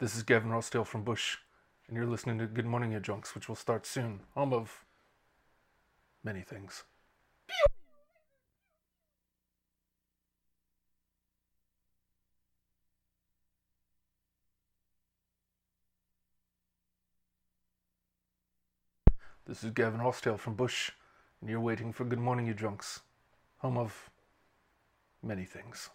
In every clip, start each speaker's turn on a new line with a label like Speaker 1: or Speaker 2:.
Speaker 1: This is Gavin Rossdale from Bush, and you're listening to Good Morning, You Junks, which will start soon. Home of many things. This is Gavin Rossdale from Bush, and you're waiting for Good Morning, You Junks, home of many things.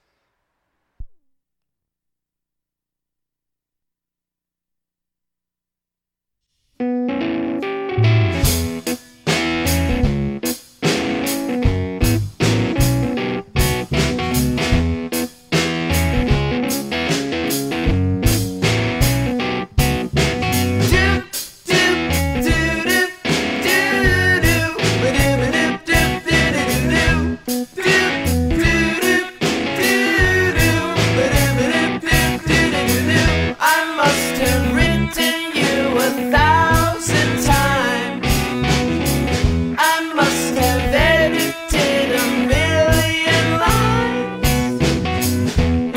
Speaker 2: I must have written you a thousand times. I must have edited a million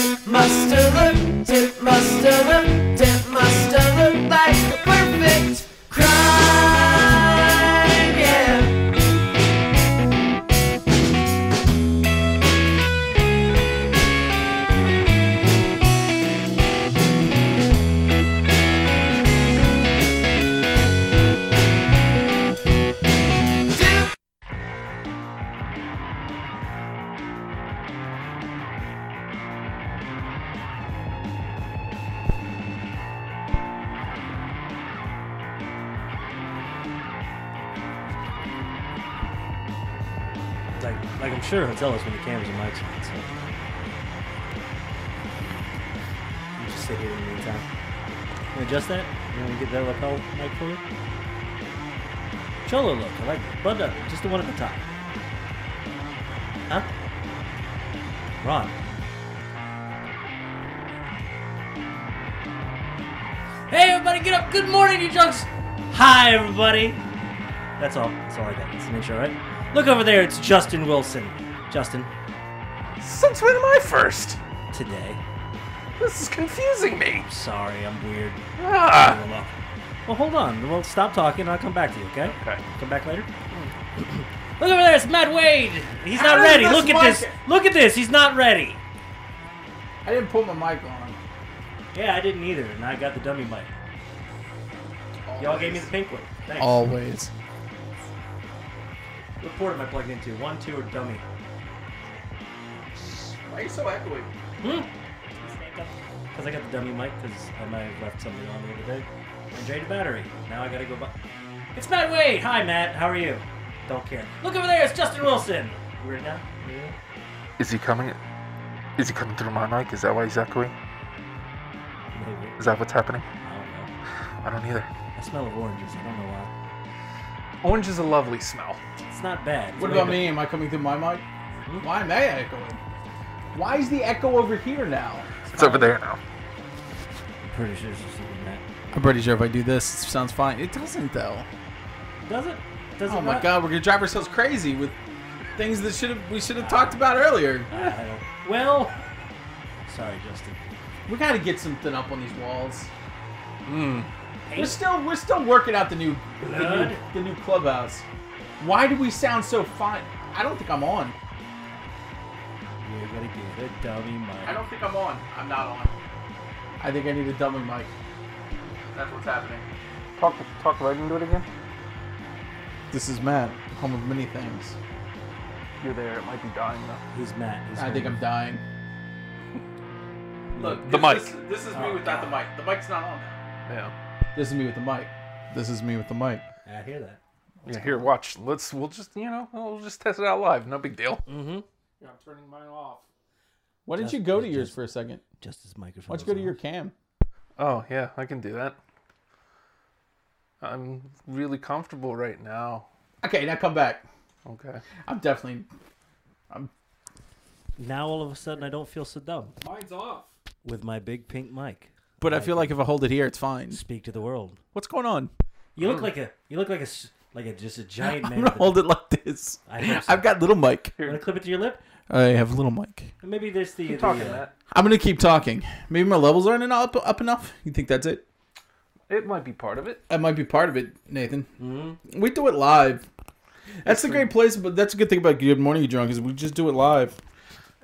Speaker 2: lines. Must have looked, it must have looked, it must have looked like a perfect crime, yeah.
Speaker 3: Like, like I'm sure he'll tell us when the cameras and mics are on. So you just sit here in the meantime. Can we adjust that? You want to get that lapel mic for me? Cholo look, I like that. Button up, just the one at the top. Huh? Ron. Hey everybody, get up! Good morning, you junks! Hi everybody! That's all. That's all I got. It's an intro, right? Look over there. It's Justin Wilson. Justin,
Speaker 1: Since when am I first?
Speaker 3: today.
Speaker 1: This is confusing me.
Speaker 3: I'm sorry. I'm weird.
Speaker 1: Ah.
Speaker 3: Well, hold on. We'll stop talking. and I'll come back to you. Okay?
Speaker 1: Okay.
Speaker 3: Come back later. Look over there. It's Matt Wade. He's not
Speaker 4: How does
Speaker 3: ready.
Speaker 4: this
Speaker 3: Look at
Speaker 4: mic-
Speaker 3: this. Look at this. He's not ready.
Speaker 4: I didn't put my mic on.
Speaker 3: Yeah, I didn't either, and I got the dummy mic. Y'all gave me the pink one. Thanks.
Speaker 4: Always.
Speaker 3: What port am I plugged into? One, two, or dummy?
Speaker 4: Why are you so echoey?
Speaker 3: Because I got the dummy mic because I might have left something on the other day. And drained a battery. Now I gotta go buy. It's Matt Wade! Hi, Matt. How are you? Don't care. Look over there, it's Justin Wilson! You ready now? You ready?
Speaker 1: Is he coming? Is he coming through my mic? Is that why he's echoing?
Speaker 3: Maybe.
Speaker 1: Is that what's happening?
Speaker 3: I don't know.
Speaker 1: I don't either.
Speaker 3: I smell of oranges. I don't know why.
Speaker 1: Orange is a lovely smell.
Speaker 3: It's not bad. It's
Speaker 4: What
Speaker 3: really
Speaker 4: about
Speaker 3: good.
Speaker 4: me? Am I coming through my mic? Why am I echoing? Why is the echo over here now?
Speaker 1: It's over there now.
Speaker 3: Pretty sure it's just even that.
Speaker 4: I'm pretty sure if I do this, it sounds fine. It doesn't though.
Speaker 3: Does it? Does
Speaker 4: Oh
Speaker 3: it
Speaker 4: my
Speaker 3: not?
Speaker 4: god, we're gonna drive ourselves crazy with things that should have we should have talked about earlier.
Speaker 3: I don't. Well. Sorry, Justin.
Speaker 4: We gotta get something up on these walls. Hmm.
Speaker 1: Mmm.
Speaker 4: We're still we're still working out the new the
Speaker 3: Blood.
Speaker 4: new, the new clubhouse. Why do we sound so fine? I don't think I'm on.
Speaker 3: You're gonna get a dummy mic.
Speaker 4: think I'm on. I'm not on. I think I need a dummy mic. That's what's happening.
Speaker 1: Talk, talk right into it again.
Speaker 4: This is Matt, home of many things.
Speaker 1: You're there. It might be dying though.
Speaker 3: He's Matt. He's
Speaker 4: I think I'm dying. Look,
Speaker 1: The
Speaker 4: this-
Speaker 1: mic.
Speaker 4: This, this is
Speaker 3: Oh,
Speaker 4: the mic. The mic's not on.
Speaker 1: Yeah.
Speaker 4: This is me with the mic. This is me with the mic.
Speaker 3: I hear that.
Speaker 1: Yeah. Here, watch. Let's. We'll just. You know. We'll just test it out live. No big deal.
Speaker 3: Mm-hmm.
Speaker 4: I'm turning mine off. Why didn't
Speaker 3: Just-
Speaker 4: you go to
Speaker 3: just-
Speaker 4: yours for a second?
Speaker 3: Just his microphone.
Speaker 4: Why don't you go to your cam?
Speaker 1: Oh yeah, I can do that. I'm really comfortable right now.
Speaker 4: Okay, now come back.
Speaker 1: Okay.
Speaker 4: I'm definitely.
Speaker 3: Now all of a sudden I don't feel so dumb
Speaker 4: Mine's off.
Speaker 3: with my big pink mic.
Speaker 4: But I feel like if I hold it here, it's fine.
Speaker 3: Speak to the world.
Speaker 4: What's going on?
Speaker 3: You look like a you look like a s- like a just a giant man.
Speaker 4: I'm gonna
Speaker 3: with a-
Speaker 4: hold it like this.
Speaker 3: I hope so.
Speaker 4: I've got little mic.
Speaker 3: You wanna clip it to your lip?
Speaker 4: I have a little mic.
Speaker 3: Maybe there's the.
Speaker 5: Keep
Speaker 3: the,
Speaker 5: talking,
Speaker 3: uh,
Speaker 5: Matt.
Speaker 4: I'm gonna keep talking. Maybe my levels aren't en- up up enough. You think that's it?
Speaker 5: It might be part of it.
Speaker 4: That might be part of it, Nathan. Mm-hmm. We do it live. That's the great place, but that's a good thing about Good Morning You Drunk is we just do it live.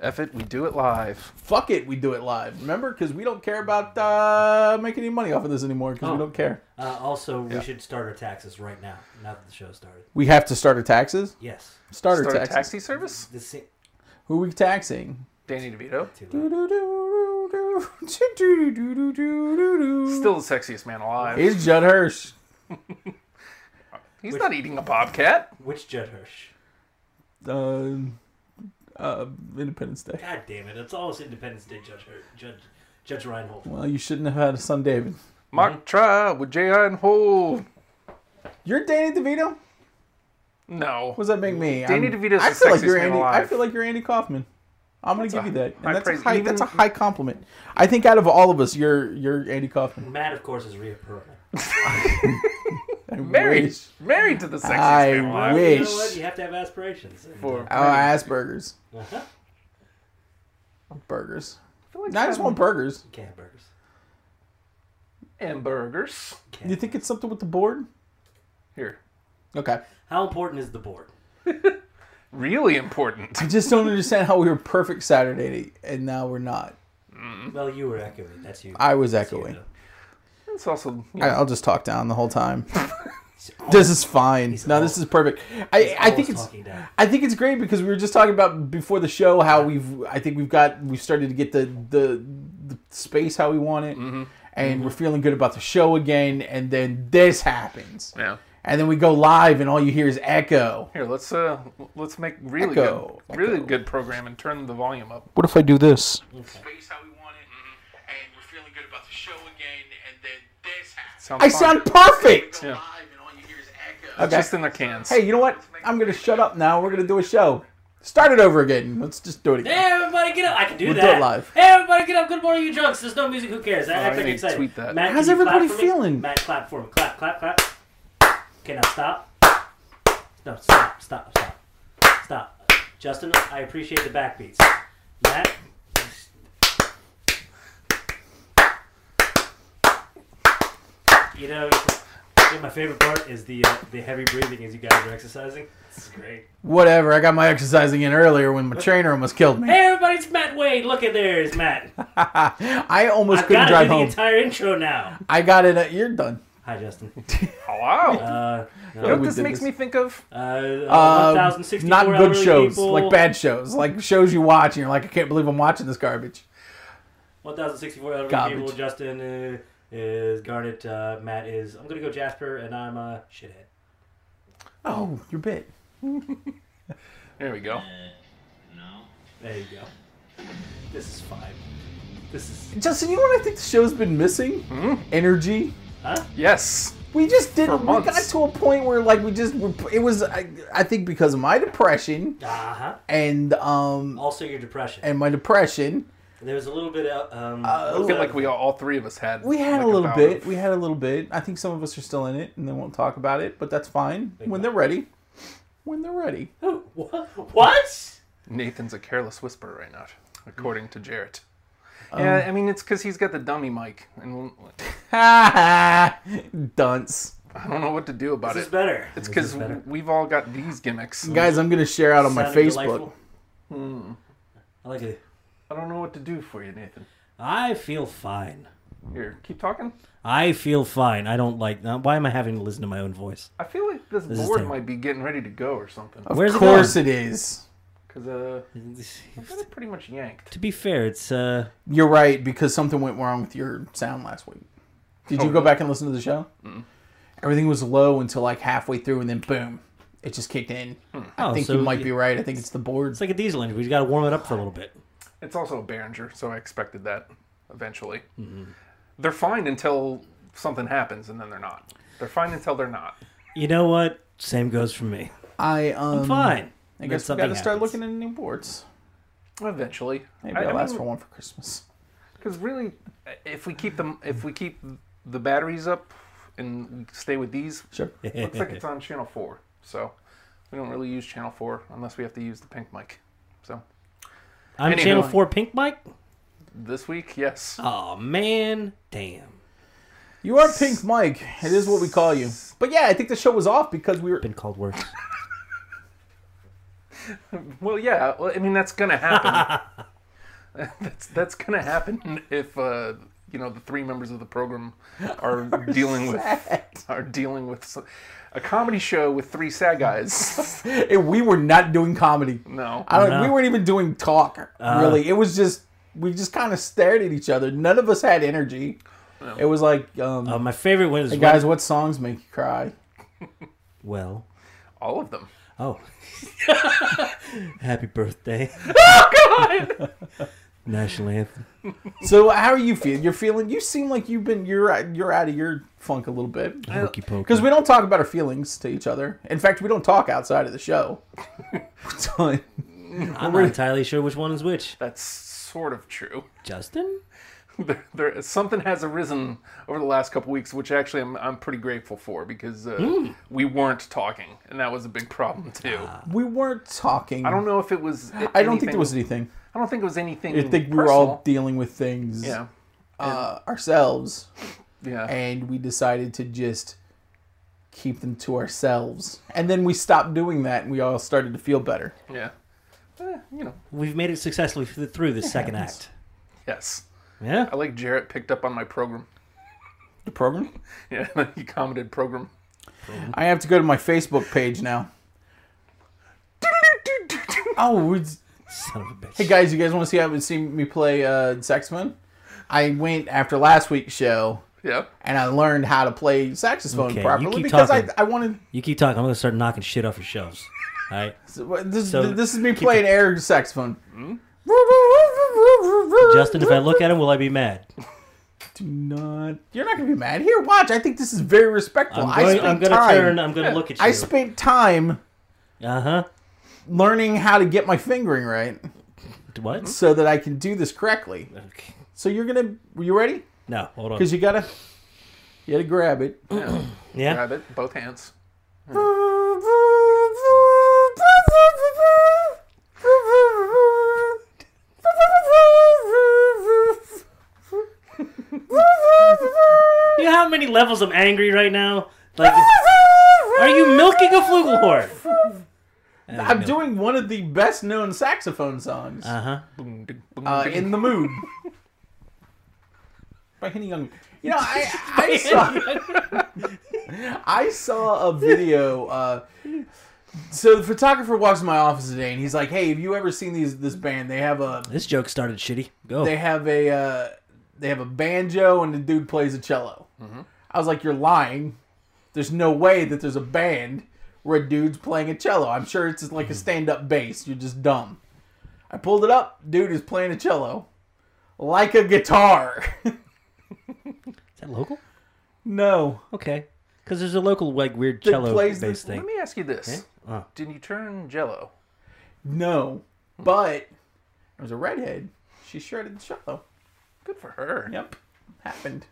Speaker 1: F it, we do it live.
Speaker 4: Fuck it, we do it live. Remember, because we don't care about uh, making any money off of this anymore because
Speaker 3: Oh.
Speaker 4: we don't care.
Speaker 3: Uh, also, we should start our taxes right now. Now that the show started.
Speaker 4: We have to start our taxes.
Speaker 3: Yes.
Speaker 4: Start,
Speaker 1: Start
Speaker 4: our
Speaker 1: a
Speaker 4: taxes.
Speaker 1: taxi service?
Speaker 3: The same.
Speaker 4: Who are we taxing?
Speaker 1: Danny DeVito.
Speaker 3: Too late.
Speaker 4: Still,
Speaker 1: Still the sexiest man alive.
Speaker 4: it's Judd Hirsch.
Speaker 1: He's not eating a bobcat.
Speaker 3: Which Judd Hirsch?
Speaker 4: Uh, uh, Independence Day.
Speaker 3: God damn it! It's almost Independence Day, Judge Hirsch, Judge Judge Reinhold.
Speaker 4: Well, you shouldn't have had a son, David.
Speaker 3: Mm-hmm.
Speaker 1: Mock try with J.I. and Hole.
Speaker 4: You're Danny DeVito. What
Speaker 1: No.
Speaker 4: does that make me?
Speaker 1: Danny
Speaker 4: I'm-
Speaker 1: DeVito's
Speaker 4: I
Speaker 1: the
Speaker 4: feel like
Speaker 1: sexiest
Speaker 4: you're
Speaker 1: man
Speaker 4: Andy. I
Speaker 1: alive.
Speaker 4: feel like you're Andy Kaufman. I'm gonna give
Speaker 1: a
Speaker 4: you that,
Speaker 1: high
Speaker 4: and that's a
Speaker 1: praise.
Speaker 4: high,
Speaker 1: Even-
Speaker 4: that's a high compliment. I think out of all of us, you're you're Andy Kaufman.
Speaker 3: Matt, of course, is Rhea Perlman.
Speaker 4: I
Speaker 1: Married.
Speaker 4: wish.
Speaker 1: Married to the sexiest
Speaker 4: I
Speaker 1: man alive.
Speaker 4: wish.
Speaker 3: You know what? You have to have aspirations.
Speaker 1: For-
Speaker 4: Oh, Asperger's.
Speaker 3: Uh-huh.
Speaker 4: Burgers.
Speaker 1: I feel like
Speaker 4: Not just
Speaker 1: having-
Speaker 4: one burgers.
Speaker 3: Can't have burgers.
Speaker 1: And burgers.
Speaker 3: Can't.
Speaker 4: You think it's something with the board?
Speaker 1: Here.
Speaker 4: Okay.
Speaker 3: How important is the board?
Speaker 1: Really important.
Speaker 4: I just don't understand how we were perfect Saturday night and now we're not. Hmm?
Speaker 3: Well, you were echoing. That's you.
Speaker 4: I was
Speaker 3: That's you,
Speaker 4: echoing.
Speaker 3: though.
Speaker 1: It's also you know,
Speaker 4: I, I'll just talk down the whole time. this is fine.
Speaker 3: he's
Speaker 4: No, this
Speaker 3: all-
Speaker 4: is perfect. I, I
Speaker 3: Always
Speaker 4: think it's
Speaker 3: talking down.
Speaker 4: I think it's great because we were just talking about before the show how we've I think we've got we've started to get the the, the space how we want it
Speaker 1: Mm-hmm.
Speaker 4: and we're feeling good about the show again and then this happens.
Speaker 1: yeah.
Speaker 4: And then we go live and all you hear is echo.
Speaker 1: Here, let's uh let's make really
Speaker 4: Echo.
Speaker 1: good really
Speaker 4: Echo.
Speaker 1: good program and turn the volume up.
Speaker 4: What if I do this?
Speaker 1: Mm-hmm.
Speaker 6: space how we want it, and we're feeling good about the show again, and then this happens.
Speaker 1: Sound
Speaker 4: I
Speaker 1: fine.
Speaker 4: sound perfect.
Speaker 1: Yeah.
Speaker 6: Live, and all you hear is echo.
Speaker 1: It's just in the cans.
Speaker 4: Hey, you know what? I'm gonna shut up now. We're gonna do a show. Start it over again. Let's just do it
Speaker 3: Hey,
Speaker 4: again.
Speaker 3: everybody, get up! I can do
Speaker 4: We'll do
Speaker 3: that.
Speaker 4: it live.
Speaker 3: Hey, everybody, get up! Good morning, you drunks. There's no music. Who cares? I act
Speaker 1: I
Speaker 3: like
Speaker 1: need to
Speaker 3: excited.
Speaker 1: tweet that.
Speaker 3: Matt,
Speaker 4: How's
Speaker 3: can you clap
Speaker 4: everybody
Speaker 3: for me?
Speaker 4: feeling?
Speaker 3: Matt, clap for me. Clap, clap, clap. Okay, now stop. No, stop, stop, stop, stop. Justin, I appreciate the backbeats. Matt, you know, you know, my favorite part is the uh, the heavy breathing as you guys are exercising. This is great.
Speaker 4: Whatever. I got my exercising in earlier when my trainer almost killed me.
Speaker 3: Hey, everybody, it's Matt Wade. Look at there's Matt.
Speaker 4: I almost
Speaker 3: I've got to
Speaker 4: couldn't
Speaker 3: do
Speaker 4: drive
Speaker 3: the
Speaker 4: home.
Speaker 3: entire intro now.
Speaker 4: I got it. At, you're done.
Speaker 3: Hi, Justin.
Speaker 1: Oh, wow.
Speaker 3: Uh,
Speaker 1: you know what
Speaker 4: we
Speaker 1: this
Speaker 4: did
Speaker 1: makes
Speaker 4: this.
Speaker 1: me think of?
Speaker 3: uh, uh,
Speaker 4: Uh,
Speaker 3: 1,064
Speaker 4: not good
Speaker 3: elderly
Speaker 4: shows,
Speaker 3: people,
Speaker 4: like bad shows, like shows you watch and you're like, I can't believe I'm watching this garbage.
Speaker 3: 1,064 elderly
Speaker 4: Garbage.
Speaker 3: people. Justin uh, is Garnet. Uh, Matt is. I'm gonna go Jasper, and I'm a shithead.
Speaker 4: Oh, your bit.
Speaker 1: There we go.
Speaker 3: There you go. This is fine. This is
Speaker 4: Justin, you know what I think the show's been missing?
Speaker 1: Hmm?
Speaker 4: Energy.
Speaker 3: huh?
Speaker 1: Yes.
Speaker 4: We just didn't. We got
Speaker 1: months.
Speaker 4: to a point where like we just were, it was. I, I think because of my depression
Speaker 3: Uh huh.
Speaker 4: and um
Speaker 3: Also, your depression.
Speaker 4: and Uh, my depression.
Speaker 3: there was a little bit of um.
Speaker 1: I feel like we all, all three of us had.
Speaker 4: We had
Speaker 1: like,
Speaker 4: a little
Speaker 1: bout
Speaker 4: bit.
Speaker 1: of-
Speaker 4: We had a little bit. I think some of us are still in it, and they won't talk about it, but that's fine when they're ready. When they're ready.
Speaker 3: what? What?
Speaker 1: Nathan's a careless whisperer right now, according to Jarrett.
Speaker 4: Um.
Speaker 1: yeah, I mean it's because he's got the dummy mic, and
Speaker 4: Ha ha! Dunce.
Speaker 1: I don't know what to do about
Speaker 3: This is
Speaker 1: it.
Speaker 3: better.
Speaker 1: It's
Speaker 3: This is
Speaker 1: because
Speaker 3: better.
Speaker 1: we've all got these gimmicks.
Speaker 4: Guys, I'm gonna share out on my
Speaker 3: Sounding
Speaker 4: Facebook. Hmm.
Speaker 3: delightful. I like it.
Speaker 1: I don't know what to do for you, Nathan.
Speaker 3: I feel fine.
Speaker 1: Here, keep talking.
Speaker 3: I feel fine. I don't like. uh, Why am I having to listen to my own voice?
Speaker 1: I feel like this,
Speaker 3: is
Speaker 1: board
Speaker 3: terrible.
Speaker 1: might be getting ready to go or something.
Speaker 3: Where's
Speaker 4: of course it is.
Speaker 1: Because uh,
Speaker 3: To
Speaker 1: it's pretty much yanked.
Speaker 3: be fair, it's uh.
Speaker 4: You're right because something went wrong with your sound last week. Did
Speaker 1: Oh,
Speaker 4: you go back and listen to the show? Everything was low until like halfway through, and then boom, it just kicked in. I
Speaker 1: Hmm.
Speaker 3: Oh,
Speaker 4: think
Speaker 3: so
Speaker 4: you might
Speaker 3: y-
Speaker 4: be right. I think it's the board.
Speaker 3: It's like a diesel engine. We just got to warm it up for a little bit.
Speaker 1: It's also a Behringer, so I expected that eventually. They're fine until something happens, and then they're not. They're fine until they're not.
Speaker 3: You know what? Same goes for me.
Speaker 4: I um,
Speaker 3: Fine.
Speaker 4: I guess we
Speaker 3: something
Speaker 4: gotta start
Speaker 3: happens.
Speaker 4: looking at new boards.
Speaker 1: Eventually,
Speaker 4: Maybe
Speaker 1: I-
Speaker 4: I'll
Speaker 1: I
Speaker 4: ask
Speaker 1: mean,
Speaker 4: for one for Christmas.
Speaker 1: Because really, if we keep them, if we keep the batteries up and we stay with these,
Speaker 4: Sure.
Speaker 1: looks like it's on channel four. So we don't really use channel four unless we have to use the pink mic. So
Speaker 3: I'm
Speaker 1: Anywho.
Speaker 3: Channel 4 Pink Mike.
Speaker 1: This week, yes.
Speaker 3: Oh, man. Damn.
Speaker 4: You are Pink Mike. It is what we call you. But yeah, I think the show was off because we were.
Speaker 3: Been called worse.
Speaker 1: Well, yeah. Well, I mean, that's gonna happen. that's that's gonna happen if uh, you know the three members of the program are dealing with are dealing with so- a comedy show with three sad guys.
Speaker 4: And we were not doing comedy.
Speaker 1: no,
Speaker 4: I don't,
Speaker 3: No. Uh,
Speaker 4: We weren't even doing talk, really. It was just. We just kind of stared at each other. None of us had energy. It was like, um,
Speaker 3: Uh, my favorite one is
Speaker 4: hey guys, what songs make you cry?
Speaker 3: Well,
Speaker 1: all of them.
Speaker 3: oh, happy birthday! Oh God! National anthem.
Speaker 4: So how are you feeling? You're feeling. You seem like you've been. You're you're out of your funk a little bit.
Speaker 3: Hokey pokey.
Speaker 4: Because we don't talk about our feelings to each other. In fact, we don't talk outside of the show. So,
Speaker 3: I'm not entirely sure which one is which.
Speaker 1: That's sort of true.
Speaker 3: Justin?
Speaker 1: There, there, something has arisen over the last couple weeks, which actually I'm I'm pretty grateful for because uh, we weren't talking, and that was a big problem too.
Speaker 4: we weren't talking.
Speaker 1: I don't know if it was.
Speaker 4: I don't think there was anything.
Speaker 1: I don't think it was anything.
Speaker 4: I think we were all
Speaker 1: Mm. personal.
Speaker 4: dealing with things
Speaker 1: Yeah.
Speaker 4: uh, ourselves,
Speaker 1: Yeah.
Speaker 4: and we decided to just keep them to ourselves. And then we stopped doing that, and we all started to feel better.
Speaker 1: yeah. Eh, you know.
Speaker 3: We've made it successfully th- through the second act.
Speaker 1: Yes.
Speaker 3: Yeah.
Speaker 4: Oh.
Speaker 1: I like Jarrett picked up on my program.
Speaker 4: The program.
Speaker 1: Yeah, he commented program.
Speaker 4: I have to go to my Facebook page now. Oh, we,
Speaker 3: Son of a bitch.
Speaker 4: hey guys, you guys want to see how see me play uh, saxophone? I went after last week's show
Speaker 1: Yeah.
Speaker 4: and I learned how to play saxophone
Speaker 3: Okay, you
Speaker 4: properly
Speaker 3: keep
Speaker 4: because I,
Speaker 3: talking.
Speaker 4: I wanted
Speaker 3: You keep talking. I'm gonna start knocking shit off your shelves. All right.
Speaker 4: this,
Speaker 3: So,
Speaker 4: this is me playing air saxophone.
Speaker 3: Justin, if I look at him, will I be mad?
Speaker 4: do not, you're not gonna be mad. Here, watch. I think this is very respectful.
Speaker 3: I'm
Speaker 4: I
Speaker 3: going,
Speaker 4: spent
Speaker 3: I'm gonna
Speaker 4: time.
Speaker 3: turn. I'm gonna look at you.
Speaker 4: I spent time
Speaker 3: uh huh.
Speaker 4: learning how to get my fingering right
Speaker 3: What?
Speaker 4: so that I can do this correctly.
Speaker 3: Okay.
Speaker 4: So you're gonna, you ready?
Speaker 3: No, hold on.
Speaker 4: Because Mm-hmm. you gotta, you gotta grab it.
Speaker 3: yeah.
Speaker 1: Grab it, both hands.
Speaker 3: You know how many levels I'm angry right now? Like, are you milking a flugelhorn?
Speaker 4: I'm doing one of the best known saxophone songs,
Speaker 3: Uh huh.
Speaker 1: Boom, dig, boom,
Speaker 4: uh,
Speaker 1: dig.
Speaker 4: "In the Mood," by Henny Young. You know, I, I saw I saw a video. Uh, so the photographer walks in my office today, and he's like, "Hey, have you ever seen these? This band? They have a
Speaker 3: This joke started shitty. Go.
Speaker 4: they have a uh, they have a banjo and the dude plays a cello. I was like, you're lying. There's no way that there's a band where a dude's playing a cello. I'm sure it's just like a stand up bass. You're just dumb. I pulled it up. Dude is playing a cello like a guitar.
Speaker 3: Is that local?
Speaker 4: no,
Speaker 3: Okay. Because there's a local like weird cello
Speaker 4: plays
Speaker 3: based
Speaker 4: the-
Speaker 3: thing.
Speaker 1: Let me ask you this.
Speaker 4: Uh.
Speaker 3: Oh.
Speaker 1: Did you turn jello?
Speaker 4: no. But there was a redhead. She shredded the cello.
Speaker 1: Good for her.
Speaker 4: Yep. Happened.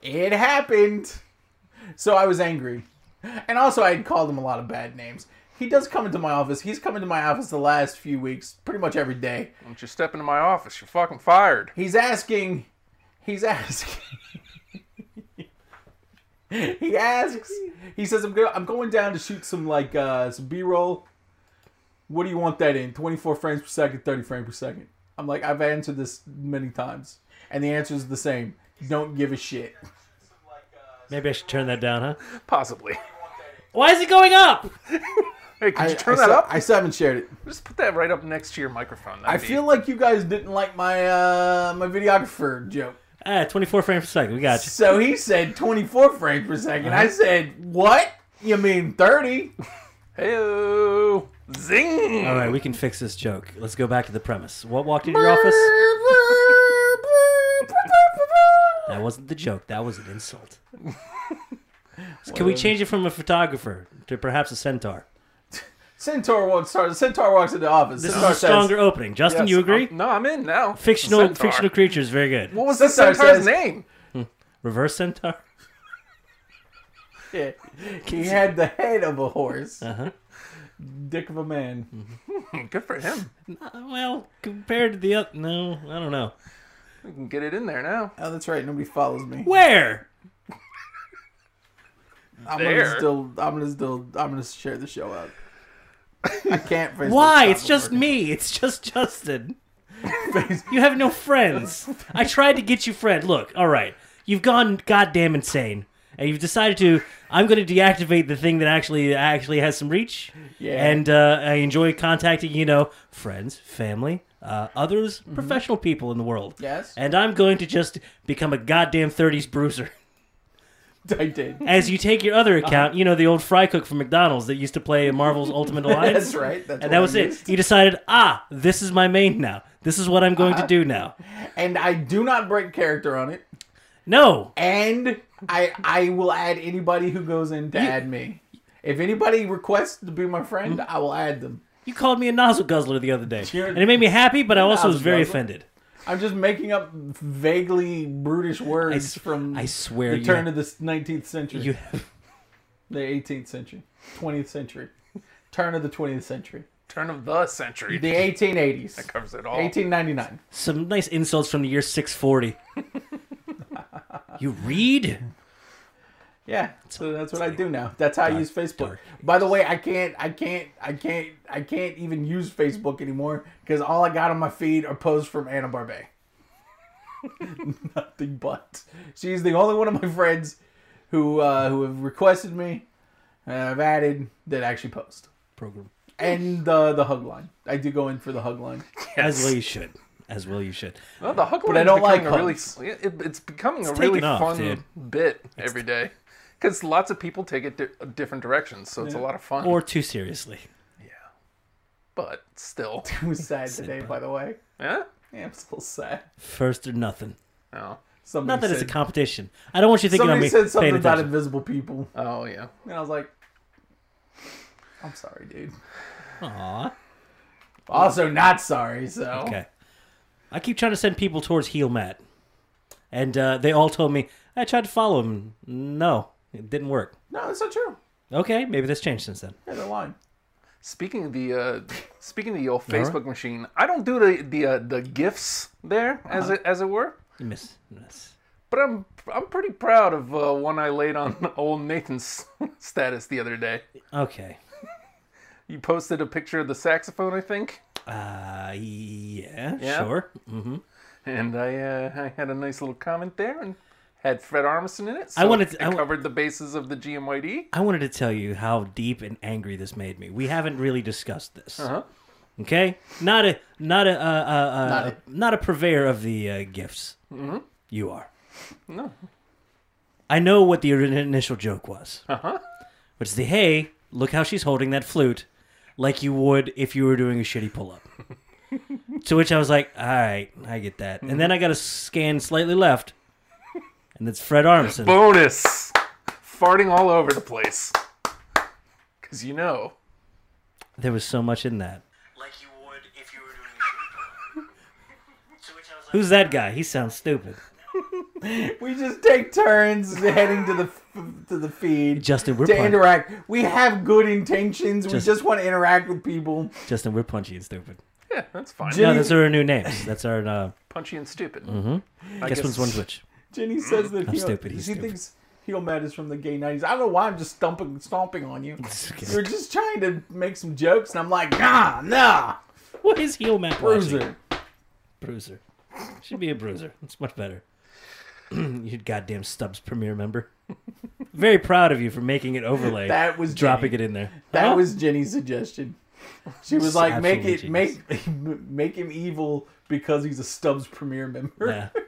Speaker 4: it happened. So I was angry. And also, I had called him a lot of bad names. He does come into my office. He's come into my office the last few weeks, pretty much every day.
Speaker 1: Why don't you step into my office? You're fucking fired.
Speaker 4: He's asking. He's asking. he asks. He says, "I'm going. I'm going down to shoot some like uh, some B-roll. What do you want that in? 24 frames per second, 30 frames per second? I'm like, I've answered this many times, and the answer is the same. Don't give a shit.
Speaker 3: Maybe I should turn that down, huh?
Speaker 1: Possibly.
Speaker 3: Why is it going up?
Speaker 1: Hey, could
Speaker 4: I,
Speaker 1: you turn
Speaker 4: I
Speaker 1: that
Speaker 4: still-
Speaker 1: up?
Speaker 4: I still haven't shared it.
Speaker 1: Just put that right up next to your microphone.
Speaker 4: I feel like you guys didn't like my uh, my videographer joke.
Speaker 3: Ah, 24 frames per second. We got you.
Speaker 4: So he said 24 frames per 2nd
Speaker 1: Uh-huh.
Speaker 4: I said, what? You mean 30?
Speaker 1: Hey, zing.
Speaker 3: All right, we can fix this joke. Let's go back to the premise. What walked into your office? That wasn't the joke. That was an insult. So can we change it from a photographer to perhaps a centaur?
Speaker 4: Centaur walks. Sorry, Centaur walks into the office.
Speaker 3: This is
Speaker 4: Centaur
Speaker 3: a stronger opening. Justin,
Speaker 1: Yes,
Speaker 3: you agree?
Speaker 1: I'm- no, I'm in now.
Speaker 3: fictional
Speaker 1: Centaur.
Speaker 3: fictional creatures, very good.
Speaker 1: What was the
Speaker 4: Centaur
Speaker 1: centaur's
Speaker 4: says-
Speaker 1: name?
Speaker 3: Reverse centaur.
Speaker 4: says, he had the head of a horse.
Speaker 3: Uh huh.
Speaker 4: dick of a man.
Speaker 3: Hmm.
Speaker 1: Good for him.
Speaker 3: Uh, well, compared to the other, no, I don't know.
Speaker 1: We can get it in there now.
Speaker 4: Oh, that's right. Nobody follows me.
Speaker 3: Where?
Speaker 4: I'm
Speaker 1: There.
Speaker 4: gonna still. I'm gonna still. I'm gonna share the show out. I can't. Facebook
Speaker 3: Why?
Speaker 4: stop
Speaker 3: It's just
Speaker 4: working.
Speaker 3: me. It's just Justin.
Speaker 4: Face-
Speaker 3: You have no friends. I tried to get you friend. Look, all right. You've gone goddamn insane. And you've decided to I'm going to deactivate the thing that actually actually has some reach.
Speaker 4: Yeah.
Speaker 3: And uh, I enjoy contacting, you know, friends, family, uh, others, professional people in the world.
Speaker 4: Mm-hmm. Yes.
Speaker 3: And I'm going to just become a goddamn 30s bruiser.
Speaker 4: I did.
Speaker 3: As you take your other
Speaker 4: Uh-huh.
Speaker 3: account, you know, the old fry cook from McDonald's that used to play Marvel's Ultimate Alliance.
Speaker 4: That's right. That's
Speaker 3: And
Speaker 4: what I
Speaker 3: that was it.
Speaker 4: used.
Speaker 3: You decided, ah, this is my main now. This is what I'm going to do
Speaker 4: Uh-huh.
Speaker 3: now.
Speaker 4: And I do not break character on it.
Speaker 3: No.
Speaker 4: And I I will add anybody who goes in to add me. If anybody requests to be my
Speaker 3: Hmm?
Speaker 4: friend, I will add them.
Speaker 3: You called me a nozzle guzzler the other day,
Speaker 4: You're-
Speaker 3: and it made me happy, but I also was
Speaker 4: Nozzle
Speaker 3: very
Speaker 4: guzzler.
Speaker 3: offended.
Speaker 4: I'm just making up vaguely brutish words
Speaker 3: I s-
Speaker 4: from
Speaker 3: I swear
Speaker 4: the
Speaker 3: you
Speaker 4: turn
Speaker 3: have-
Speaker 4: of the 19th century,
Speaker 3: You have
Speaker 4: the 18th century, 20th century, turn of the 20th century,
Speaker 1: Turn of the century.
Speaker 4: the 1880s,
Speaker 1: Covers it all.
Speaker 4: 1899.
Speaker 3: some nice insults from the year 640. you read?
Speaker 4: Yeah, so that's what I do now. That's how I use Facebook. By the way, I can't, I can't, I can't, I can't even use Facebook anymore because all I got on my feed are posts from Anna Barbe. Nothing but she's the only one of my friends who uh, who have requested me and I've added that actually post
Speaker 3: Program.
Speaker 4: and uh, the hug line. I do go in for the hug line.
Speaker 3: As well you should. As well you should.
Speaker 1: Well, the hug
Speaker 4: I
Speaker 1: line's
Speaker 4: don't
Speaker 1: becoming
Speaker 4: like
Speaker 1: a really
Speaker 4: hugs.
Speaker 1: it, it's becoming a
Speaker 3: It's
Speaker 1: really
Speaker 3: taken
Speaker 1: fun
Speaker 3: off, dude.
Speaker 1: bit every day because lots of people take it di- different directions, so it's a lot of fun.
Speaker 3: Or too seriously.
Speaker 1: but still,
Speaker 4: It was sad today, by the way.
Speaker 1: yeah.
Speaker 4: Yeah, I'm still sad.
Speaker 3: First or nothing.
Speaker 1: Oh,
Speaker 4: Somebody
Speaker 3: Not that it's a
Speaker 4: said-
Speaker 3: competition. I don't want you thinking
Speaker 4: Somebody
Speaker 3: of me
Speaker 4: said something
Speaker 3: paying
Speaker 4: about
Speaker 3: attention.
Speaker 4: invisible people.
Speaker 1: oh yeah.
Speaker 4: And I was like, I'm sorry, dude.
Speaker 3: Aw.
Speaker 4: Also, not sorry, so.
Speaker 3: Okay. I keep trying to send people towards Heel Matt. And uh, they all told me, I tried to follow him. No, it didn't work.
Speaker 4: No, that's not true.
Speaker 3: Okay, maybe that's changed since then.
Speaker 4: Yeah, they're lying.
Speaker 1: Speaking of the uh, speaking of the old Facebook machine, I don't do the the uh, the gifts there as it as it were.
Speaker 3: You miss. miss.
Speaker 1: But I'm I'm pretty proud of uh, one I laid on old Nathan's status the other day.
Speaker 3: Okay.
Speaker 1: You posted a picture of the saxophone, I think,
Speaker 3: Uh, yeah,
Speaker 1: Yeah?
Speaker 3: sure.
Speaker 1: and I uh, I had a nice little comment there and had Fred Armisen in it. So
Speaker 3: I wanted to-
Speaker 1: it
Speaker 3: I wa-
Speaker 1: covered the bases of the GMYD.
Speaker 3: I wanted to tell you how deep and angry this made me. We haven't really discussed this.
Speaker 1: Uh-huh.
Speaker 3: Okay, not a not a uh, uh, uh, not a purveyor of the uh, gifts. Mm-hmm. You are.
Speaker 1: No.
Speaker 3: I know what the ori- initial joke was. Uh huh. Which is the hey, look how she's holding that flute, like you would if you were doing a shitty pull up. to which I was like, all right, I get that. And then I got to scan slightly left, and it's Fred Armisen.
Speaker 1: Bonus, farting all over the place, cause you know.
Speaker 3: There was so much in that.
Speaker 6: Like you would if you were doing a shoot. so which I was like,
Speaker 3: Who's that guy? He sounds stupid.
Speaker 4: We just take turns heading to the f- to the feed.
Speaker 3: Justin, we're
Speaker 4: to
Speaker 3: pun-
Speaker 4: interact. We have good intentions. we
Speaker 3: Just-
Speaker 4: just want to interact with people.
Speaker 3: Justin, we're punchy and stupid.
Speaker 1: Yeah, that's fine.
Speaker 3: No,
Speaker 4: Jenny,
Speaker 3: those are our new names. That's our uh,
Speaker 1: Punchy and stupid.
Speaker 3: Mm-hmm. guess,
Speaker 1: guess-
Speaker 3: one's one's which.
Speaker 4: Jenny says that he,
Speaker 3: stupid,
Speaker 4: she
Speaker 3: he's stupid.
Speaker 4: thinks heel mad is from the gay nineties. I don't know why I'm just stomping stomping on you.
Speaker 3: okay.
Speaker 4: we are just trying to make some jokes, and I'm like, nah, nah,
Speaker 3: What is heel map? watching?
Speaker 4: bruiser.
Speaker 3: Bruiser. Should be a bruiser. It's much better. you goddamn Stubbs premiere member. Very proud of you for making it overlay.
Speaker 4: That was
Speaker 3: dropping
Speaker 4: Jenny.
Speaker 3: it in there.
Speaker 4: That
Speaker 3: Huh?
Speaker 4: was Jenny's suggestion. She was like, "Make it
Speaker 3: absolutely
Speaker 4: make make him evil because he's a Stubbs Premier member."
Speaker 3: Yeah.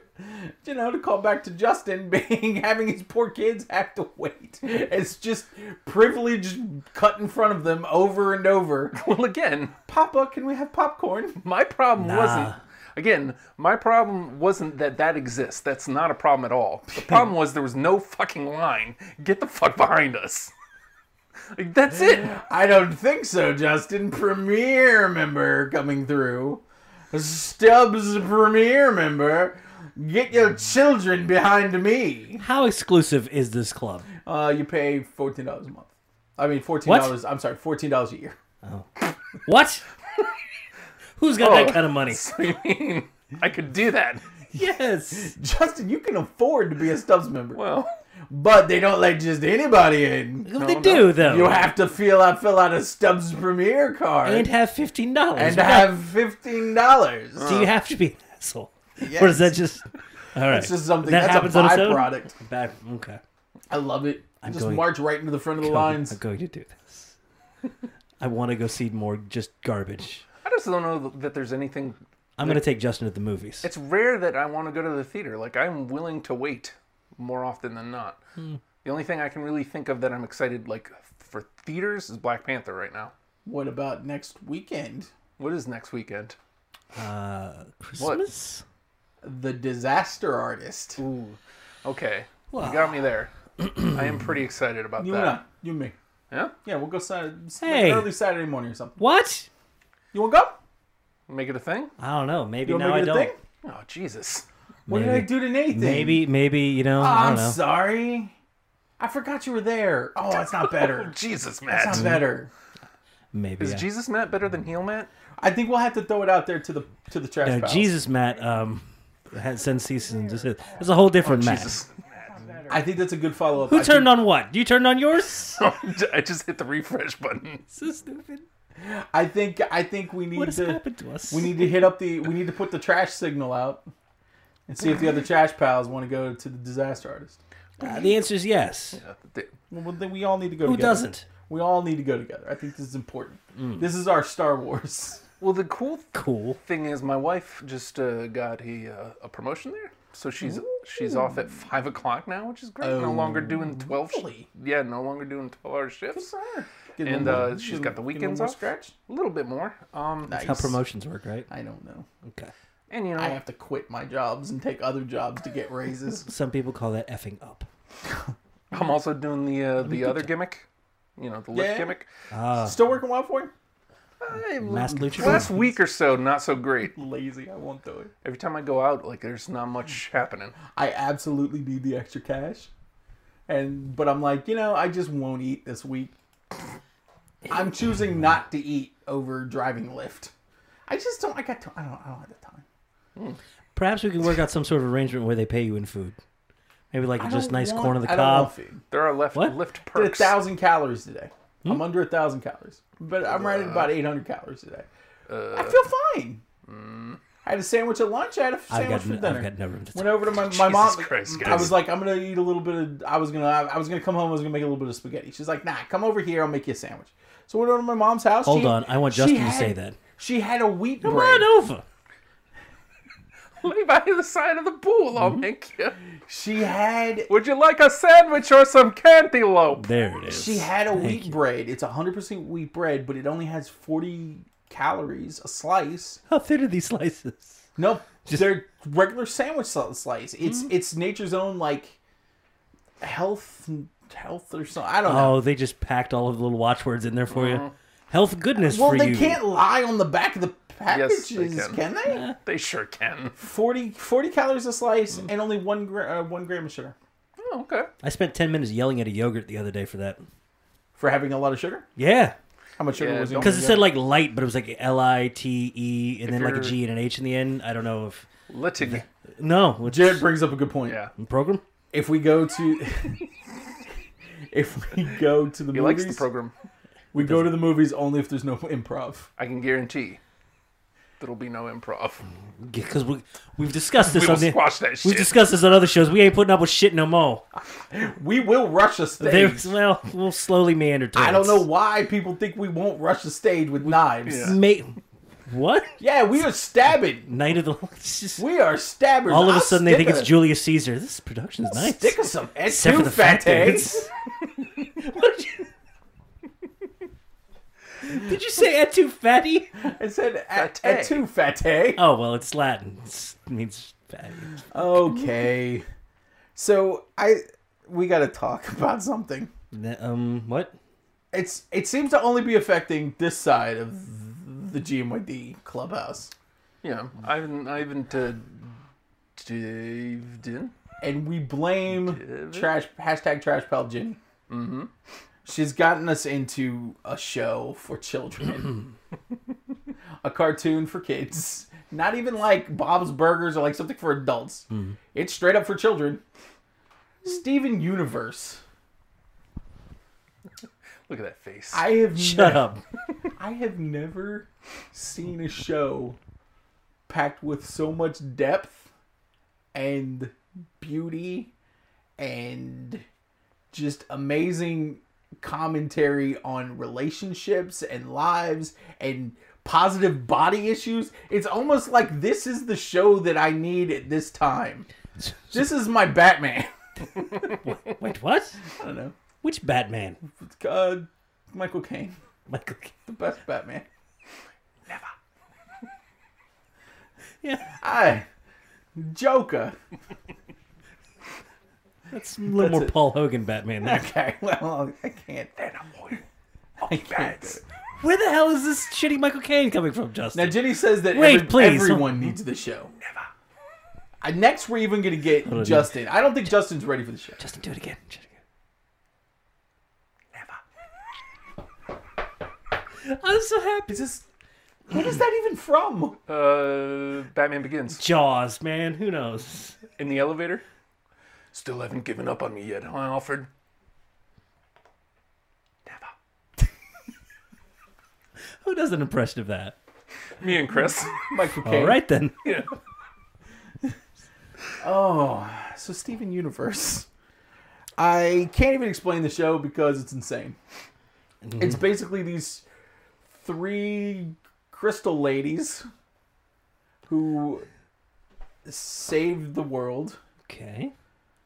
Speaker 4: You know, to call back to Justin being having his poor kids have to wait. It's just privilege cut in front of them over and over.
Speaker 1: Well, again,
Speaker 4: Papa, can we have popcorn?
Speaker 1: my problem
Speaker 3: Nah.
Speaker 1: wasn't again my problem wasn't that that exists that's not a problem at all the problem was there was no fucking line get the fuck behind us like that's it
Speaker 4: I don't think so, Justin. Premier member coming through. Stubbs Premier member. Get your children behind me.
Speaker 3: How exclusive is this club?
Speaker 4: Uh, you pay fourteen dollars a month. I mean, fourteen dollars. I'm sorry, fourteen dollars a year.
Speaker 3: What? Who's got
Speaker 1: Oh.
Speaker 3: that kind of money?
Speaker 1: I mean, I could do that.
Speaker 3: Yes.
Speaker 4: Justin, you can afford to be a Stubbs member,
Speaker 1: Well,
Speaker 4: but they don't let just anybody in.
Speaker 3: they do though.
Speaker 4: You have to fill out fill out a Stubbs Premier card
Speaker 3: and have fifteen dollars.
Speaker 4: and have fifteen dollars.
Speaker 3: Do you have to be an asshole? Or is that just all right?
Speaker 4: It's just something
Speaker 3: That
Speaker 4: that's
Speaker 3: happens
Speaker 4: a
Speaker 3: on its own?
Speaker 4: byproduct.
Speaker 3: Bad. Okay.
Speaker 4: I love it. just
Speaker 3: going-
Speaker 4: march right into the front of the lines.
Speaker 3: I'm going to do this. I want to go see more just garbage.
Speaker 1: I just don't know that there's anything.
Speaker 3: I'm going to take Justin to the movies.
Speaker 1: It's rare that I want to go to the theater. Like I'm willing to wait more often than not.
Speaker 4: Hmm.
Speaker 1: The only thing I can really think of that I'm excited like for theaters is Black Panther right now.
Speaker 4: What about next weekend?
Speaker 1: What is next weekend?
Speaker 3: Uh, Christmas.
Speaker 4: The Disaster Artist.
Speaker 1: Ooh, okay, you got me there. I am pretty excited about
Speaker 4: You and I.
Speaker 1: that.
Speaker 4: You and me.
Speaker 1: Yeah,
Speaker 4: Yeah, we'll go Saturday,
Speaker 3: Hey.
Speaker 4: early Saturday morning or something.
Speaker 3: What?
Speaker 4: You want to go?
Speaker 1: make it a thing.
Speaker 3: I don't know. Maybe
Speaker 4: You want
Speaker 3: now I
Speaker 4: to make it a
Speaker 3: don't.
Speaker 4: thing?
Speaker 1: Oh Jesus!
Speaker 4: What did I
Speaker 3: Maybe.
Speaker 4: do to Nathan?
Speaker 3: Maybe, maybe you know.
Speaker 4: Oh,
Speaker 3: I
Speaker 4: I'm
Speaker 3: don't know.
Speaker 4: sorry. I forgot you were there. Oh, that's not better.
Speaker 1: Jesus,
Speaker 4: That's
Speaker 1: Matt.
Speaker 4: not better.
Speaker 3: maybe.
Speaker 1: Is
Speaker 3: I-
Speaker 1: Jesus Matt better than Heel Matt?
Speaker 4: I think we'll have to throw it out there to the to the trash.
Speaker 3: No,
Speaker 4: pile.
Speaker 3: Jesus, Matt. Um, had sent cease and desist. It's a whole different Matt.
Speaker 1: Jesus.
Speaker 4: Oh, I think that's a good follow up.
Speaker 3: Who turned on what? You turned on yours.
Speaker 1: I just hit the refresh button.
Speaker 3: so stupid.
Speaker 4: I think I think we need
Speaker 3: What has
Speaker 4: to
Speaker 3: happened to us?
Speaker 4: we need to hit up the we need to put the trash signal out and see if the other trash pals want to go to the disaster artist.
Speaker 3: Uh, the answer is yes.
Speaker 4: Well, then we all need to go.
Speaker 3: Who
Speaker 4: together.
Speaker 3: doesn't? Mm.
Speaker 4: We all need to go together. I think this is important. This is our Star Wars.
Speaker 1: Well, the cool
Speaker 3: Cool.
Speaker 1: thing is, my wife just uh, got a, uh, a promotion there, so she's she's off at five o'clock now, which is great. no longer doing twelve. sh-
Speaker 4: Oh. really?
Speaker 1: yeah, no longer doing twelve-hour shifts.
Speaker 4: Get a
Speaker 1: And
Speaker 4: little-
Speaker 1: uh,
Speaker 4: get
Speaker 1: she's
Speaker 4: a-
Speaker 1: got the
Speaker 4: get a
Speaker 1: weekends
Speaker 4: little
Speaker 1: off.
Speaker 4: more Scratch.
Speaker 1: A little bit more. Um,
Speaker 4: Nice.
Speaker 3: How promotions work, right?
Speaker 4: I don't know.
Speaker 3: Okay.
Speaker 1: and you know,
Speaker 4: I have to quit my jobs and take other jobs to get raises.
Speaker 3: Some people call that effing up.
Speaker 1: I'm also doing the uh, the other gimmick. You know, the lip
Speaker 4: Yeah.
Speaker 1: gimmick.
Speaker 3: Uh.
Speaker 4: Still working well for you?
Speaker 3: Masked luchador.
Speaker 1: Last week or so, not so great.
Speaker 4: Lazy. I won't do it.
Speaker 1: Every time I go out, like there's not much happening.
Speaker 4: I absolutely need the extra cash. And but I'm like, you know, I just won't eat this week. I'm choosing not to eat over driving Lyft. I just don't. I got. To, I don't. I don't have the time.
Speaker 3: Perhaps we could work out some sort of arrangement where they pay you in food. Maybe like
Speaker 4: I
Speaker 3: just
Speaker 4: don't
Speaker 3: nice
Speaker 4: want-
Speaker 3: corn on the
Speaker 4: I don't want
Speaker 3: cob.
Speaker 4: food.
Speaker 1: There are left
Speaker 3: What?
Speaker 1: lift
Speaker 4: Did a
Speaker 1: perks.
Speaker 4: thousand calories today.
Speaker 3: Hmm?
Speaker 4: I'm under a thousand calories, but I'm right at about 800 calories today. I feel fine. I had a sandwich at lunch. I had a
Speaker 3: I've
Speaker 4: sandwich
Speaker 3: got,
Speaker 4: for
Speaker 3: no,
Speaker 4: dinner.
Speaker 3: I've got no room to
Speaker 4: Went
Speaker 3: talk.
Speaker 4: over to my, my mom.
Speaker 1: Christ,
Speaker 4: I
Speaker 1: guys.
Speaker 4: was like, I'm gonna eat a little bit of. I was gonna. I was gonna come home. I was gonna make a little bit of spaghetti. She's like, Nah, come over here. I'll make you a sandwich. So we went over to my mom's house.
Speaker 3: Hold
Speaker 4: She-
Speaker 3: on, I want
Speaker 4: she
Speaker 3: Justin to
Speaker 4: had-
Speaker 3: say that.
Speaker 4: She had a wheat
Speaker 3: Come
Speaker 4: bread.
Speaker 3: on over.
Speaker 1: Lay by the side of the pool. I'll
Speaker 4: Mm-hmm.
Speaker 1: make you.
Speaker 4: She had.
Speaker 1: Would you like a sandwich or some cantaloupe?
Speaker 3: There it is.
Speaker 4: She had a wheat
Speaker 3: you.
Speaker 4: bread. It's 100% wheat bread, but it only has 40 calories a slice.
Speaker 3: How thin are these slices?
Speaker 4: Nope. they're regular sandwich sli- slice. It's
Speaker 3: Mm-hmm.
Speaker 4: it's nature's own like health health or something. I don't know.
Speaker 3: Oh, they just packed all of the little watchwords in there for you. Health goodness
Speaker 4: Uh-huh. Well,
Speaker 3: for
Speaker 4: they
Speaker 3: you.
Speaker 4: can't lie on the back of the
Speaker 1: Yes,
Speaker 4: packages,
Speaker 1: they
Speaker 4: can.
Speaker 1: can.
Speaker 4: they?
Speaker 1: They sure can.
Speaker 4: 40, 40 calories a slice
Speaker 3: Mm.
Speaker 4: and only one gra- uh, one gram of sugar
Speaker 1: Oh, okay.
Speaker 3: I spent ten minutes yelling at a yogurt the other day for that.
Speaker 4: for having a lot of sugar.
Speaker 3: Yeah,
Speaker 4: How much sugar
Speaker 1: Yeah,
Speaker 4: was in
Speaker 1: don't-
Speaker 3: because it said like light, but it was like L I T E and then like a
Speaker 1: you're-
Speaker 3: G and an H in the end. I don't know if
Speaker 1: Littig.
Speaker 3: no. it's-
Speaker 4: Jared brings up a good point.
Speaker 1: Yeah.
Speaker 3: program.
Speaker 4: If we go to if we go to the
Speaker 1: He likes
Speaker 4: movies,
Speaker 1: the program.
Speaker 4: we go to the movies only if there's no improv.
Speaker 1: I can guarantee there'll be no improv.
Speaker 3: because we we've discussed this
Speaker 1: We will
Speaker 3: on the
Speaker 1: squash that
Speaker 3: we've
Speaker 1: shit.
Speaker 3: discussed this on other shows. We ain't putting up with shit no more.
Speaker 4: We will rush a
Speaker 3: They,
Speaker 4: stage.
Speaker 3: well, we'll slowly meander. Towards.
Speaker 4: I don't know why people think we won't rush the stage with knives. Yeah.
Speaker 3: Ma- what
Speaker 4: we are stabbing.
Speaker 3: night of the? It's just,
Speaker 4: We are stabbers.
Speaker 3: all of
Speaker 4: I'll
Speaker 3: a sudden they think
Speaker 4: stick
Speaker 3: it's
Speaker 4: a-
Speaker 3: Julius Caesar. This production's nice.
Speaker 4: Stick us some
Speaker 3: Except for
Speaker 4: S2
Speaker 3: the fat
Speaker 4: fat
Speaker 3: dudes. What did you? Did you say et tu fatty?
Speaker 4: I said at
Speaker 1: Fatay.
Speaker 4: two fatay.
Speaker 3: Oh well, it's Latin. It's, it means fatty.
Speaker 4: Okay. So I we got to talk about something.
Speaker 3: N- Um, what?
Speaker 4: It's it seems to only be affecting this side of the GMYD clubhouse.
Speaker 1: Yeah, I haven't, I haven't uh, dived in.
Speaker 4: And we blame trash hashtag trash pal Jimmy. Mm-hmm. She's gotten us into a show for children, a cartoon for kids. Not even like Bob's Burgers or like something for adults. It's straight up for children. Steven Universe.
Speaker 1: Look at that face.
Speaker 4: I have
Speaker 3: Shut up.
Speaker 4: I have never seen a show packed with so much depth and beauty and just amazing commentary on relationships and lives and positive body issues. It's almost like this is the show that I need at this time. This is my Batman.
Speaker 3: Wait, what?
Speaker 4: I don't know.
Speaker 3: Which Batman?
Speaker 4: Uh, Michael Caine,
Speaker 3: Michael. Caine.
Speaker 4: the best Batman.
Speaker 3: Yeah,
Speaker 4: I Joker.
Speaker 3: that's a little more
Speaker 4: it.
Speaker 3: Paul Hogan Batman there.
Speaker 4: Okay, well, I can't. I can't. do it.
Speaker 3: Where the hell is this shitty Michael Caine coming from,
Speaker 4: Now,
Speaker 3: Justin?
Speaker 4: Jenny says that
Speaker 3: Wait,
Speaker 4: every-
Speaker 3: please.
Speaker 4: everyone needs the show. Never. next, we're even going to get
Speaker 3: on,
Speaker 4: Justin. I don't think Justin's ready for the show.
Speaker 3: Justin, do it again. Do it again. Never. I'm so happy.
Speaker 4: Is this. What is that even from?
Speaker 1: Uh, Batman Begins
Speaker 3: Jaws, man. Who knows?
Speaker 1: in the elevator. Still haven't given up on me yet, huh, Alfred?
Speaker 3: Who does an impression of that?
Speaker 1: Me and Chris.
Speaker 4: Michael
Speaker 3: All
Speaker 4: Caine.
Speaker 3: right then.
Speaker 1: yeah.
Speaker 4: Oh, so Steven Universe. I can't even explain the show because it's insane.
Speaker 3: Mm-hmm.
Speaker 4: It's basically these three crystal ladies who saved the world.
Speaker 3: Okay,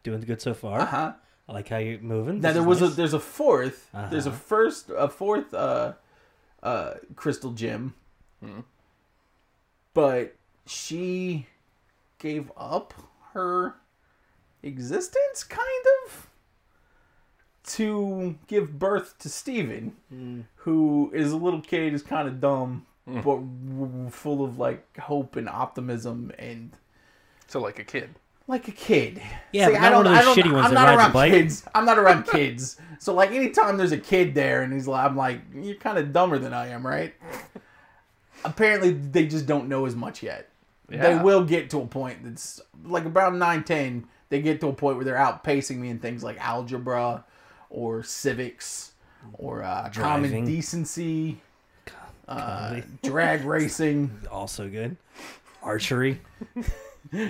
Speaker 3: doing good so far.
Speaker 4: Huh?
Speaker 3: I like how you're moving.
Speaker 4: Uh, Uh-huh. Now
Speaker 3: This
Speaker 4: there
Speaker 3: is
Speaker 4: was
Speaker 3: nice.
Speaker 4: a there's a 4th there's a
Speaker 3: Uh-huh.
Speaker 4: first a fourth uh uh crystal gem, but she gave up her existence kind of to give birth to Steven,
Speaker 3: Hmm.
Speaker 4: who is a little kid is kind of dumb but w- w- full of like hope and optimism and
Speaker 1: So like a kid.
Speaker 4: like a kid.
Speaker 3: Yeah, but not one of those shitty ones that
Speaker 4: I'm not
Speaker 3: rides a
Speaker 4: around
Speaker 3: bike.
Speaker 4: kids. I'm not around kids. So like anytime there's a kid there and he's like, I'm like, you're kind of dumber than I am, right? Apparently they just don't know as much yet. They
Speaker 1: Yeah.
Speaker 4: will get to a point that's like around nine ten. They get to a point where they're outpacing me in things like algebra, or civics, or uh, common
Speaker 3: Driving.
Speaker 4: decency, uh,
Speaker 3: Comedy.
Speaker 4: drag racing.
Speaker 3: also good. Archery.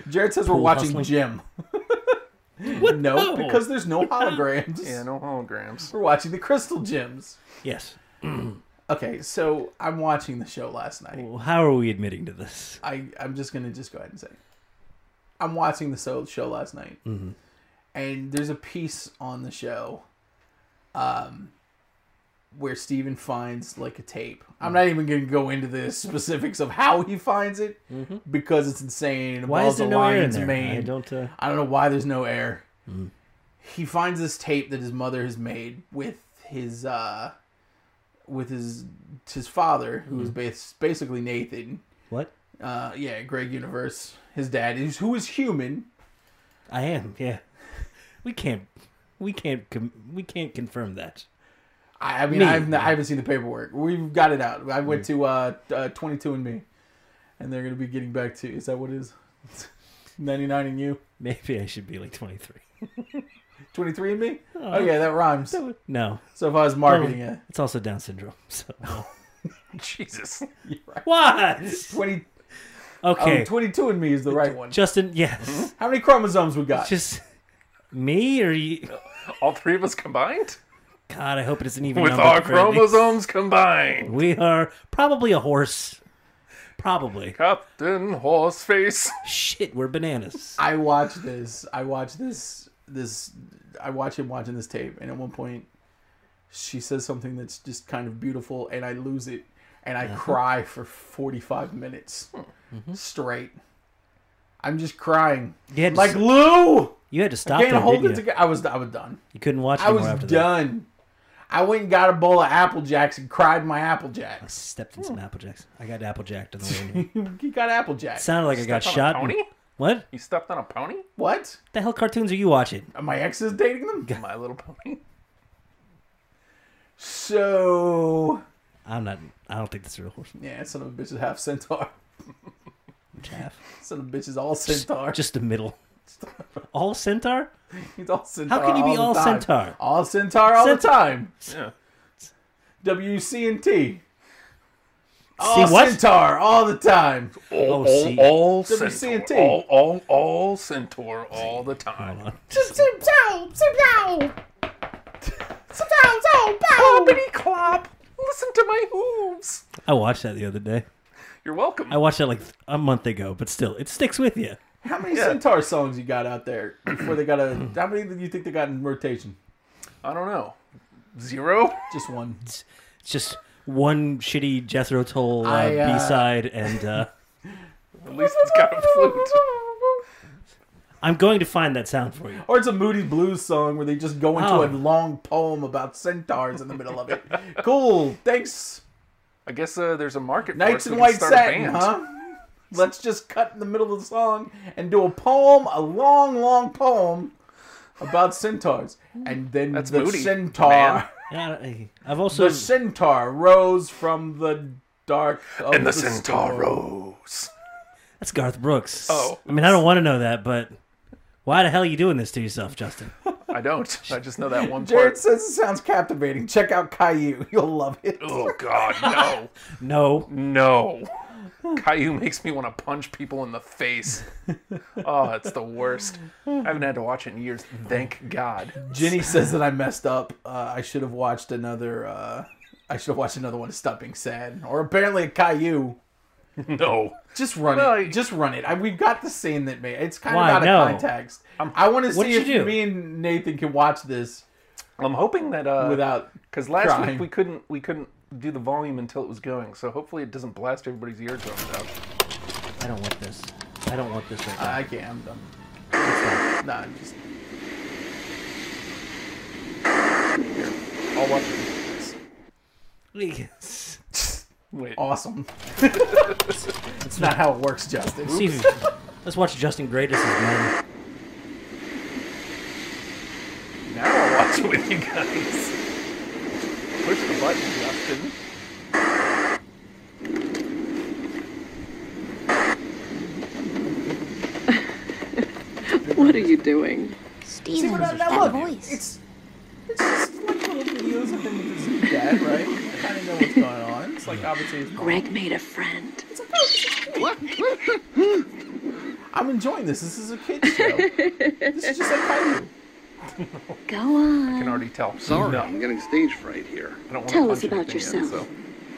Speaker 4: Jared says we're
Speaker 3: Pool
Speaker 4: watching
Speaker 3: hustling.
Speaker 4: Jim. No,
Speaker 3: No.
Speaker 4: because there's no holograms.
Speaker 1: Yeah, no holograms.
Speaker 4: We're watching the Crystal Gems.
Speaker 3: Yes.
Speaker 4: Okay, so I'm watching the show last night.
Speaker 3: Well, how are we admitting to this?
Speaker 4: I, I'm just gonna just go ahead and say, it. I'm watching the so- show last night,
Speaker 3: Mm-hmm.
Speaker 4: and there's a piece on the show, um, where Steven finds like a tape. I'm
Speaker 3: Mm.
Speaker 4: not even gonna go into the specifics of how he finds it because it's insane. It
Speaker 3: Mm-hmm. Why is
Speaker 4: involves
Speaker 3: there
Speaker 4: a
Speaker 3: no air in
Speaker 4: lion's
Speaker 3: there?
Speaker 4: mane.
Speaker 3: I don't. Uh...
Speaker 4: I don't know why there's no air. He finds this tape that his mother has made with his uh with his his father, who is bas- basically Nathan.
Speaker 3: What?
Speaker 4: Uh, yeah, Greg Universe. His dad is who is human.
Speaker 3: I am. Yeah. We can't. We can't. Com- we can't confirm that.
Speaker 4: I, I mean,
Speaker 3: Me.
Speaker 4: I've, n- I haven't seen the paperwork. We've got it out. I went to uh, uh 22 and Me, and they're gonna be getting back to. Is that what it is? 99 and you,
Speaker 3: Maybe I should be like 23.
Speaker 4: 23 and Me. Oh yeah, that rhymes. So
Speaker 3: No.
Speaker 4: if I was marketing it,
Speaker 3: It's also Down syndrome. So.
Speaker 1: Jesus.
Speaker 3: what?
Speaker 4: 20.
Speaker 3: Okay.
Speaker 4: Oh, 22 and Me is the right one.
Speaker 3: Justin. Yes.
Speaker 4: How many chromosomes we got?
Speaker 3: Just me or you?
Speaker 1: All three of us combined?
Speaker 3: God, I hope it isn't even
Speaker 1: With
Speaker 3: numbered
Speaker 1: our
Speaker 3: for at least-
Speaker 1: chromosomes combined.
Speaker 3: We are probably a horse. Probably.
Speaker 1: Captain Horseface.
Speaker 3: Shit, we're bananas.
Speaker 4: I watched this. I watched this. This. I watch him watching this tape, and at one point, she says something that's just kind of beautiful, and I lose it, and
Speaker 3: Uh-huh.
Speaker 4: I cry for forty-five minutes
Speaker 3: Mm-hmm.
Speaker 4: straight. I'm just crying.
Speaker 3: You had to,
Speaker 4: Like
Speaker 3: s-
Speaker 4: Lou,
Speaker 3: you had to stop
Speaker 4: can't
Speaker 3: there,
Speaker 4: hold
Speaker 3: didn't
Speaker 4: it
Speaker 3: you?
Speaker 4: together. I was. I was done.
Speaker 3: You couldn't watch
Speaker 4: I
Speaker 3: anymore
Speaker 4: was
Speaker 3: after that.
Speaker 4: done. I went and got a bowl of apple jacks and cried my apple jacks.
Speaker 3: Stepped in some apple jacks. I got apple jacked on the way. in.
Speaker 4: you got apple jacks.
Speaker 3: Sounded like I got
Speaker 1: Stepped on a
Speaker 3: shot. and-
Speaker 1: pony?
Speaker 3: What?
Speaker 1: You stepped on a pony?
Speaker 4: What?
Speaker 3: The hell cartoons are you watching?
Speaker 4: My ex is dating them.
Speaker 1: My little pony.
Speaker 4: So
Speaker 3: I'm not. I don't think that's a real horse.
Speaker 4: yeah, son of a bitch is half centaur.
Speaker 3: Which half?
Speaker 4: Son of a bitch is all centaur.
Speaker 3: Just the middle. All centaur?
Speaker 4: He's all centaur.
Speaker 3: can you be
Speaker 4: the
Speaker 3: all
Speaker 4: time.
Speaker 3: centaur?
Speaker 4: All centaur all the
Speaker 3: Centaur.
Speaker 4: time.
Speaker 1: Yeah.
Speaker 4: W C and T. All
Speaker 3: what?
Speaker 4: centaur all the time.
Speaker 1: All,
Speaker 3: Oh, see.
Speaker 1: all, all
Speaker 4: WCNT.
Speaker 1: centaur. All, all, all centaur all the time.
Speaker 3: Hold on.
Speaker 1: Cloppity clop. Listen to my hooves.
Speaker 3: I watched that the other day.
Speaker 1: You're welcome.
Speaker 3: I watched that like a month ago, but still, it sticks with you.
Speaker 4: How many
Speaker 1: Yeah.
Speaker 4: centaur songs you got out there before they got a? How many do you think they got in rotation?
Speaker 1: I don't know. Zero?
Speaker 4: Just one.
Speaker 3: It's just one shitty Jethro Tull uh,
Speaker 4: I, uh,
Speaker 3: B-side, and uh,
Speaker 1: At least it's got a flute.
Speaker 3: I'm going to find that sound for you.
Speaker 4: Or it's a Moody Blues song where they just go into
Speaker 3: Oh.
Speaker 4: a long poem about centaurs in the middle of it. cool. Thanks.
Speaker 1: I guess uh, there's a market for it,
Speaker 4: Knights
Speaker 1: so we
Speaker 4: in
Speaker 1: can
Speaker 4: White
Speaker 1: start a
Speaker 4: Satin,
Speaker 1: band.
Speaker 4: huh? Let's just cut in the middle of the song and do a poem, a long, long poem about centaurs. And then
Speaker 1: That's
Speaker 4: the
Speaker 1: moody,
Speaker 4: centaur,
Speaker 1: man.
Speaker 3: Yeah, I- I've also
Speaker 4: the centaur rose from the dark of
Speaker 1: And the
Speaker 4: storm.
Speaker 1: centaur rose.
Speaker 3: that's Garth Brooks.
Speaker 1: Oh.
Speaker 3: I mean, I don't want to know that, but why the hell are you doing this to yourself, Justin?
Speaker 1: I don't. I just know that one
Speaker 4: Jared
Speaker 1: part.
Speaker 4: says it sounds captivating. Check out Caillou. You'll love it.
Speaker 1: Oh God, no,
Speaker 3: No,
Speaker 1: no! Caillou makes me want to punch people in the face. Oh, it's the worst. I haven't had to watch it in years. Thank God.
Speaker 4: Jenny says that I messed up. Uh, I should have watched another. Uh, I should have watched another one. to Stop being sad. Or apparently a Caillou.
Speaker 1: No,
Speaker 4: Just run
Speaker 1: Well,
Speaker 4: it.
Speaker 1: I-
Speaker 4: Just run it. I, we've got the scene that made. It's kind
Speaker 3: Why?
Speaker 4: of out
Speaker 3: No.
Speaker 4: of context. I want to
Speaker 3: What
Speaker 4: see
Speaker 3: did
Speaker 4: if
Speaker 3: you do?
Speaker 4: me and Nathan can watch this
Speaker 1: I'm hoping that uh,
Speaker 4: without.
Speaker 1: because last
Speaker 4: crying.
Speaker 1: week we couldn't we couldn't do the volume until it was going. So hopefully it doesn't blast everybody's eardrums out.
Speaker 3: I don't want this. I don't want this right now.
Speaker 4: I can't. I'm done. It's fine. Nah, I'm just.
Speaker 1: I'll watch it.
Speaker 3: Let's
Speaker 1: Wait,
Speaker 4: Awesome. it's not how it works, Justin.
Speaker 3: see if you- let's watch Justin Greatest as men.
Speaker 1: now I'll watch it with you guys. Push the button, Justin.
Speaker 7: What are you doing?
Speaker 4: See,
Speaker 8: Steven,
Speaker 4: what I-
Speaker 8: that,
Speaker 4: now look,
Speaker 8: voice.
Speaker 4: It's, it's just like little videos of him with his new dad, right? I kind of know what's going on. It's like obviously his mom.
Speaker 7: Greg made a friend.
Speaker 4: I'm enjoying this. This is a kid's show. this is just like Caillou.
Speaker 7: Go on.
Speaker 1: I can already tell.
Speaker 9: Sorry,
Speaker 1: No,
Speaker 9: I'm getting stage fright here.
Speaker 1: I don't want
Speaker 7: Tell
Speaker 1: to
Speaker 7: us
Speaker 1: punch
Speaker 7: about
Speaker 1: anything yet, so.
Speaker 7: yourself.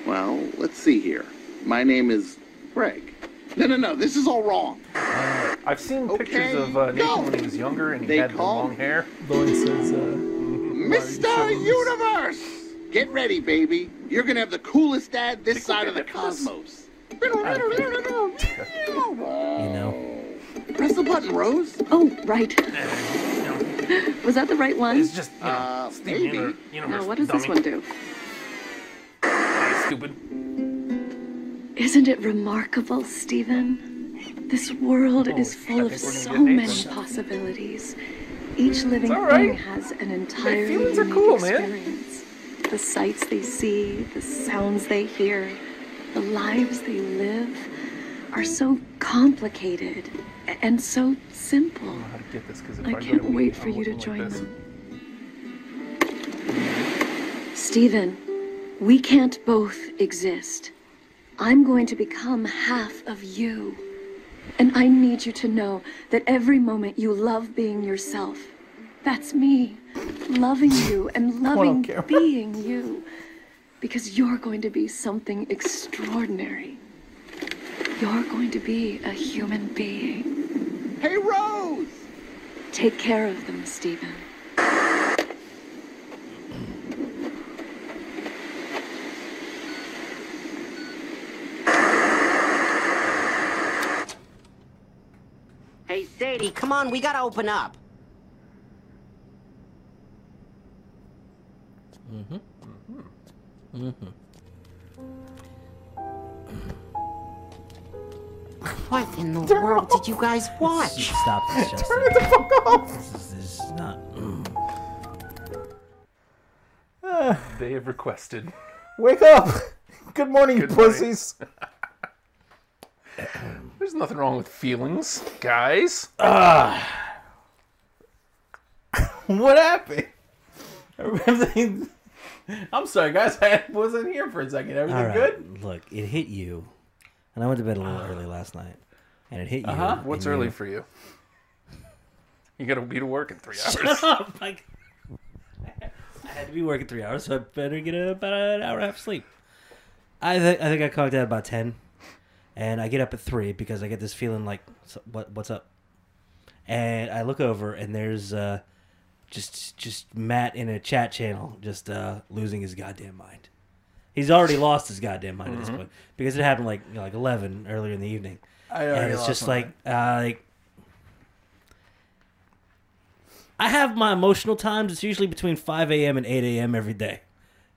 Speaker 9: Well, let's see here. My name is Greg. No, no, no, this is all wrong.
Speaker 1: I've seen
Speaker 9: Okay,
Speaker 1: pictures of uh, Nathan
Speaker 9: go.
Speaker 1: when he was younger and he
Speaker 9: They
Speaker 1: had the
Speaker 9: call
Speaker 1: long
Speaker 9: me.
Speaker 1: hair.
Speaker 4: Lloyd says, uh,
Speaker 9: Mr. Universe! Get ready, baby. You're gonna have the coolest dad this side of the cosmos.
Speaker 3: You know,
Speaker 9: Press the button, Rose.
Speaker 7: Oh, right. Was that the right one?
Speaker 1: It's just you know,
Speaker 9: Uh,
Speaker 1: Steven
Speaker 9: maybe.
Speaker 1: Univer- Universe.
Speaker 7: No, what does this
Speaker 1: dummy.
Speaker 7: one do?
Speaker 1: Ah, Stupid.
Speaker 7: Isn't it remarkable, Stephen? This world
Speaker 1: Oh,
Speaker 7: is full
Speaker 1: I
Speaker 7: of
Speaker 1: think we're gonna
Speaker 7: so
Speaker 1: get Nathan.
Speaker 7: many possibilities. Each living
Speaker 1: all right.
Speaker 7: thing has an entirely
Speaker 1: feelings are
Speaker 7: unique
Speaker 1: cool, man.
Speaker 7: experience. The sights they see, the sounds they hear, the lives they live are so complicated a- and so simple.
Speaker 1: I gotta get this 'cause if
Speaker 7: I
Speaker 1: go
Speaker 7: can't
Speaker 1: to
Speaker 7: wait
Speaker 1: meet,
Speaker 7: for
Speaker 1: I'm
Speaker 7: you to
Speaker 1: looking
Speaker 7: join
Speaker 1: like this.
Speaker 7: them. Stephen, we can't both exist. I'm going to become half of you. And I need you to know that every moment you love being yourself. That's me, loving you and loving
Speaker 4: camera.
Speaker 7: being you. Because you're going to be something extraordinary. You're going to be a human being.
Speaker 9: Hey, Rose!
Speaker 7: Take care of them, Stephen.
Speaker 10: Hey, Sadie, come on, we gotta open up.
Speaker 8: what in the
Speaker 4: Turn
Speaker 8: world
Speaker 4: off.
Speaker 8: did you guys watch?
Speaker 3: stop this, Justin.
Speaker 4: Turn it the fuck off.
Speaker 3: This is not.
Speaker 1: They have requested.
Speaker 4: Wake up! Good morning,
Speaker 1: Good morning.
Speaker 4: pussies.
Speaker 1: There's nothing wrong with feelings, guys.
Speaker 4: what happened? Everything. I'm sorry, guys. I wasn't here for a second. Everything
Speaker 3: All right.
Speaker 4: good?
Speaker 3: Look, it hit you, and I went to bed a little early last night, and it hit you.
Speaker 1: Uh-huh. What's
Speaker 3: and you-
Speaker 1: early for you? You gotta be to work in three hours.
Speaker 3: Shut up! Like, Oh I had to be working three hours, so I better get about an hour and a half sleep. I think I think I clocked out about ten, and I get up at three because I get this feeling like, "So- what what's up? And I look over, and there's uh, just just Matt in a chat channel, just uh, losing his goddamn mind. He's already lost his goddamn mind at this
Speaker 4: Mhm.
Speaker 3: point because it happened like you know, like eleven earlier in the evening,
Speaker 4: I
Speaker 3: and
Speaker 4: already
Speaker 3: it's
Speaker 4: lost
Speaker 3: just
Speaker 4: my
Speaker 3: like uh, like I have my emotional times. It's usually between 5 a.m. and 8 a.m. every day.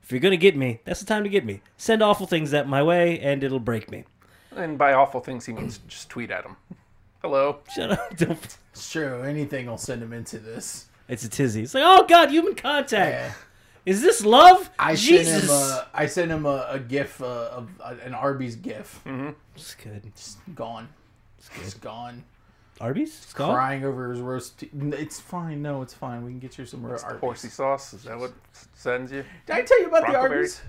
Speaker 3: If you're going to get me, that's the time to get me. Send awful things that my way, and it'll break me.
Speaker 1: and by awful things, he means just tweet at him. Hello.
Speaker 3: Shut up. Don't-
Speaker 4: It's true. Anything will send him into this.
Speaker 3: It's a tizzy. It's like, oh, God, human contact. Is this love?
Speaker 4: I sent
Speaker 3: Jesus.
Speaker 4: him a. I sent him a, a gif uh, of uh, an Arby's gif.
Speaker 1: Mm-hmm.
Speaker 3: It's good.
Speaker 4: Just gone. Just gone.
Speaker 3: Arby's? It's gone?
Speaker 4: Crying over his roast. T- it's fine. No, it's fine. We can get you some
Speaker 1: What's
Speaker 4: roast.
Speaker 1: the horsey sauce? Is that what sends you?
Speaker 4: Did I tell you about the
Speaker 1: Bronco
Speaker 4: Arby's?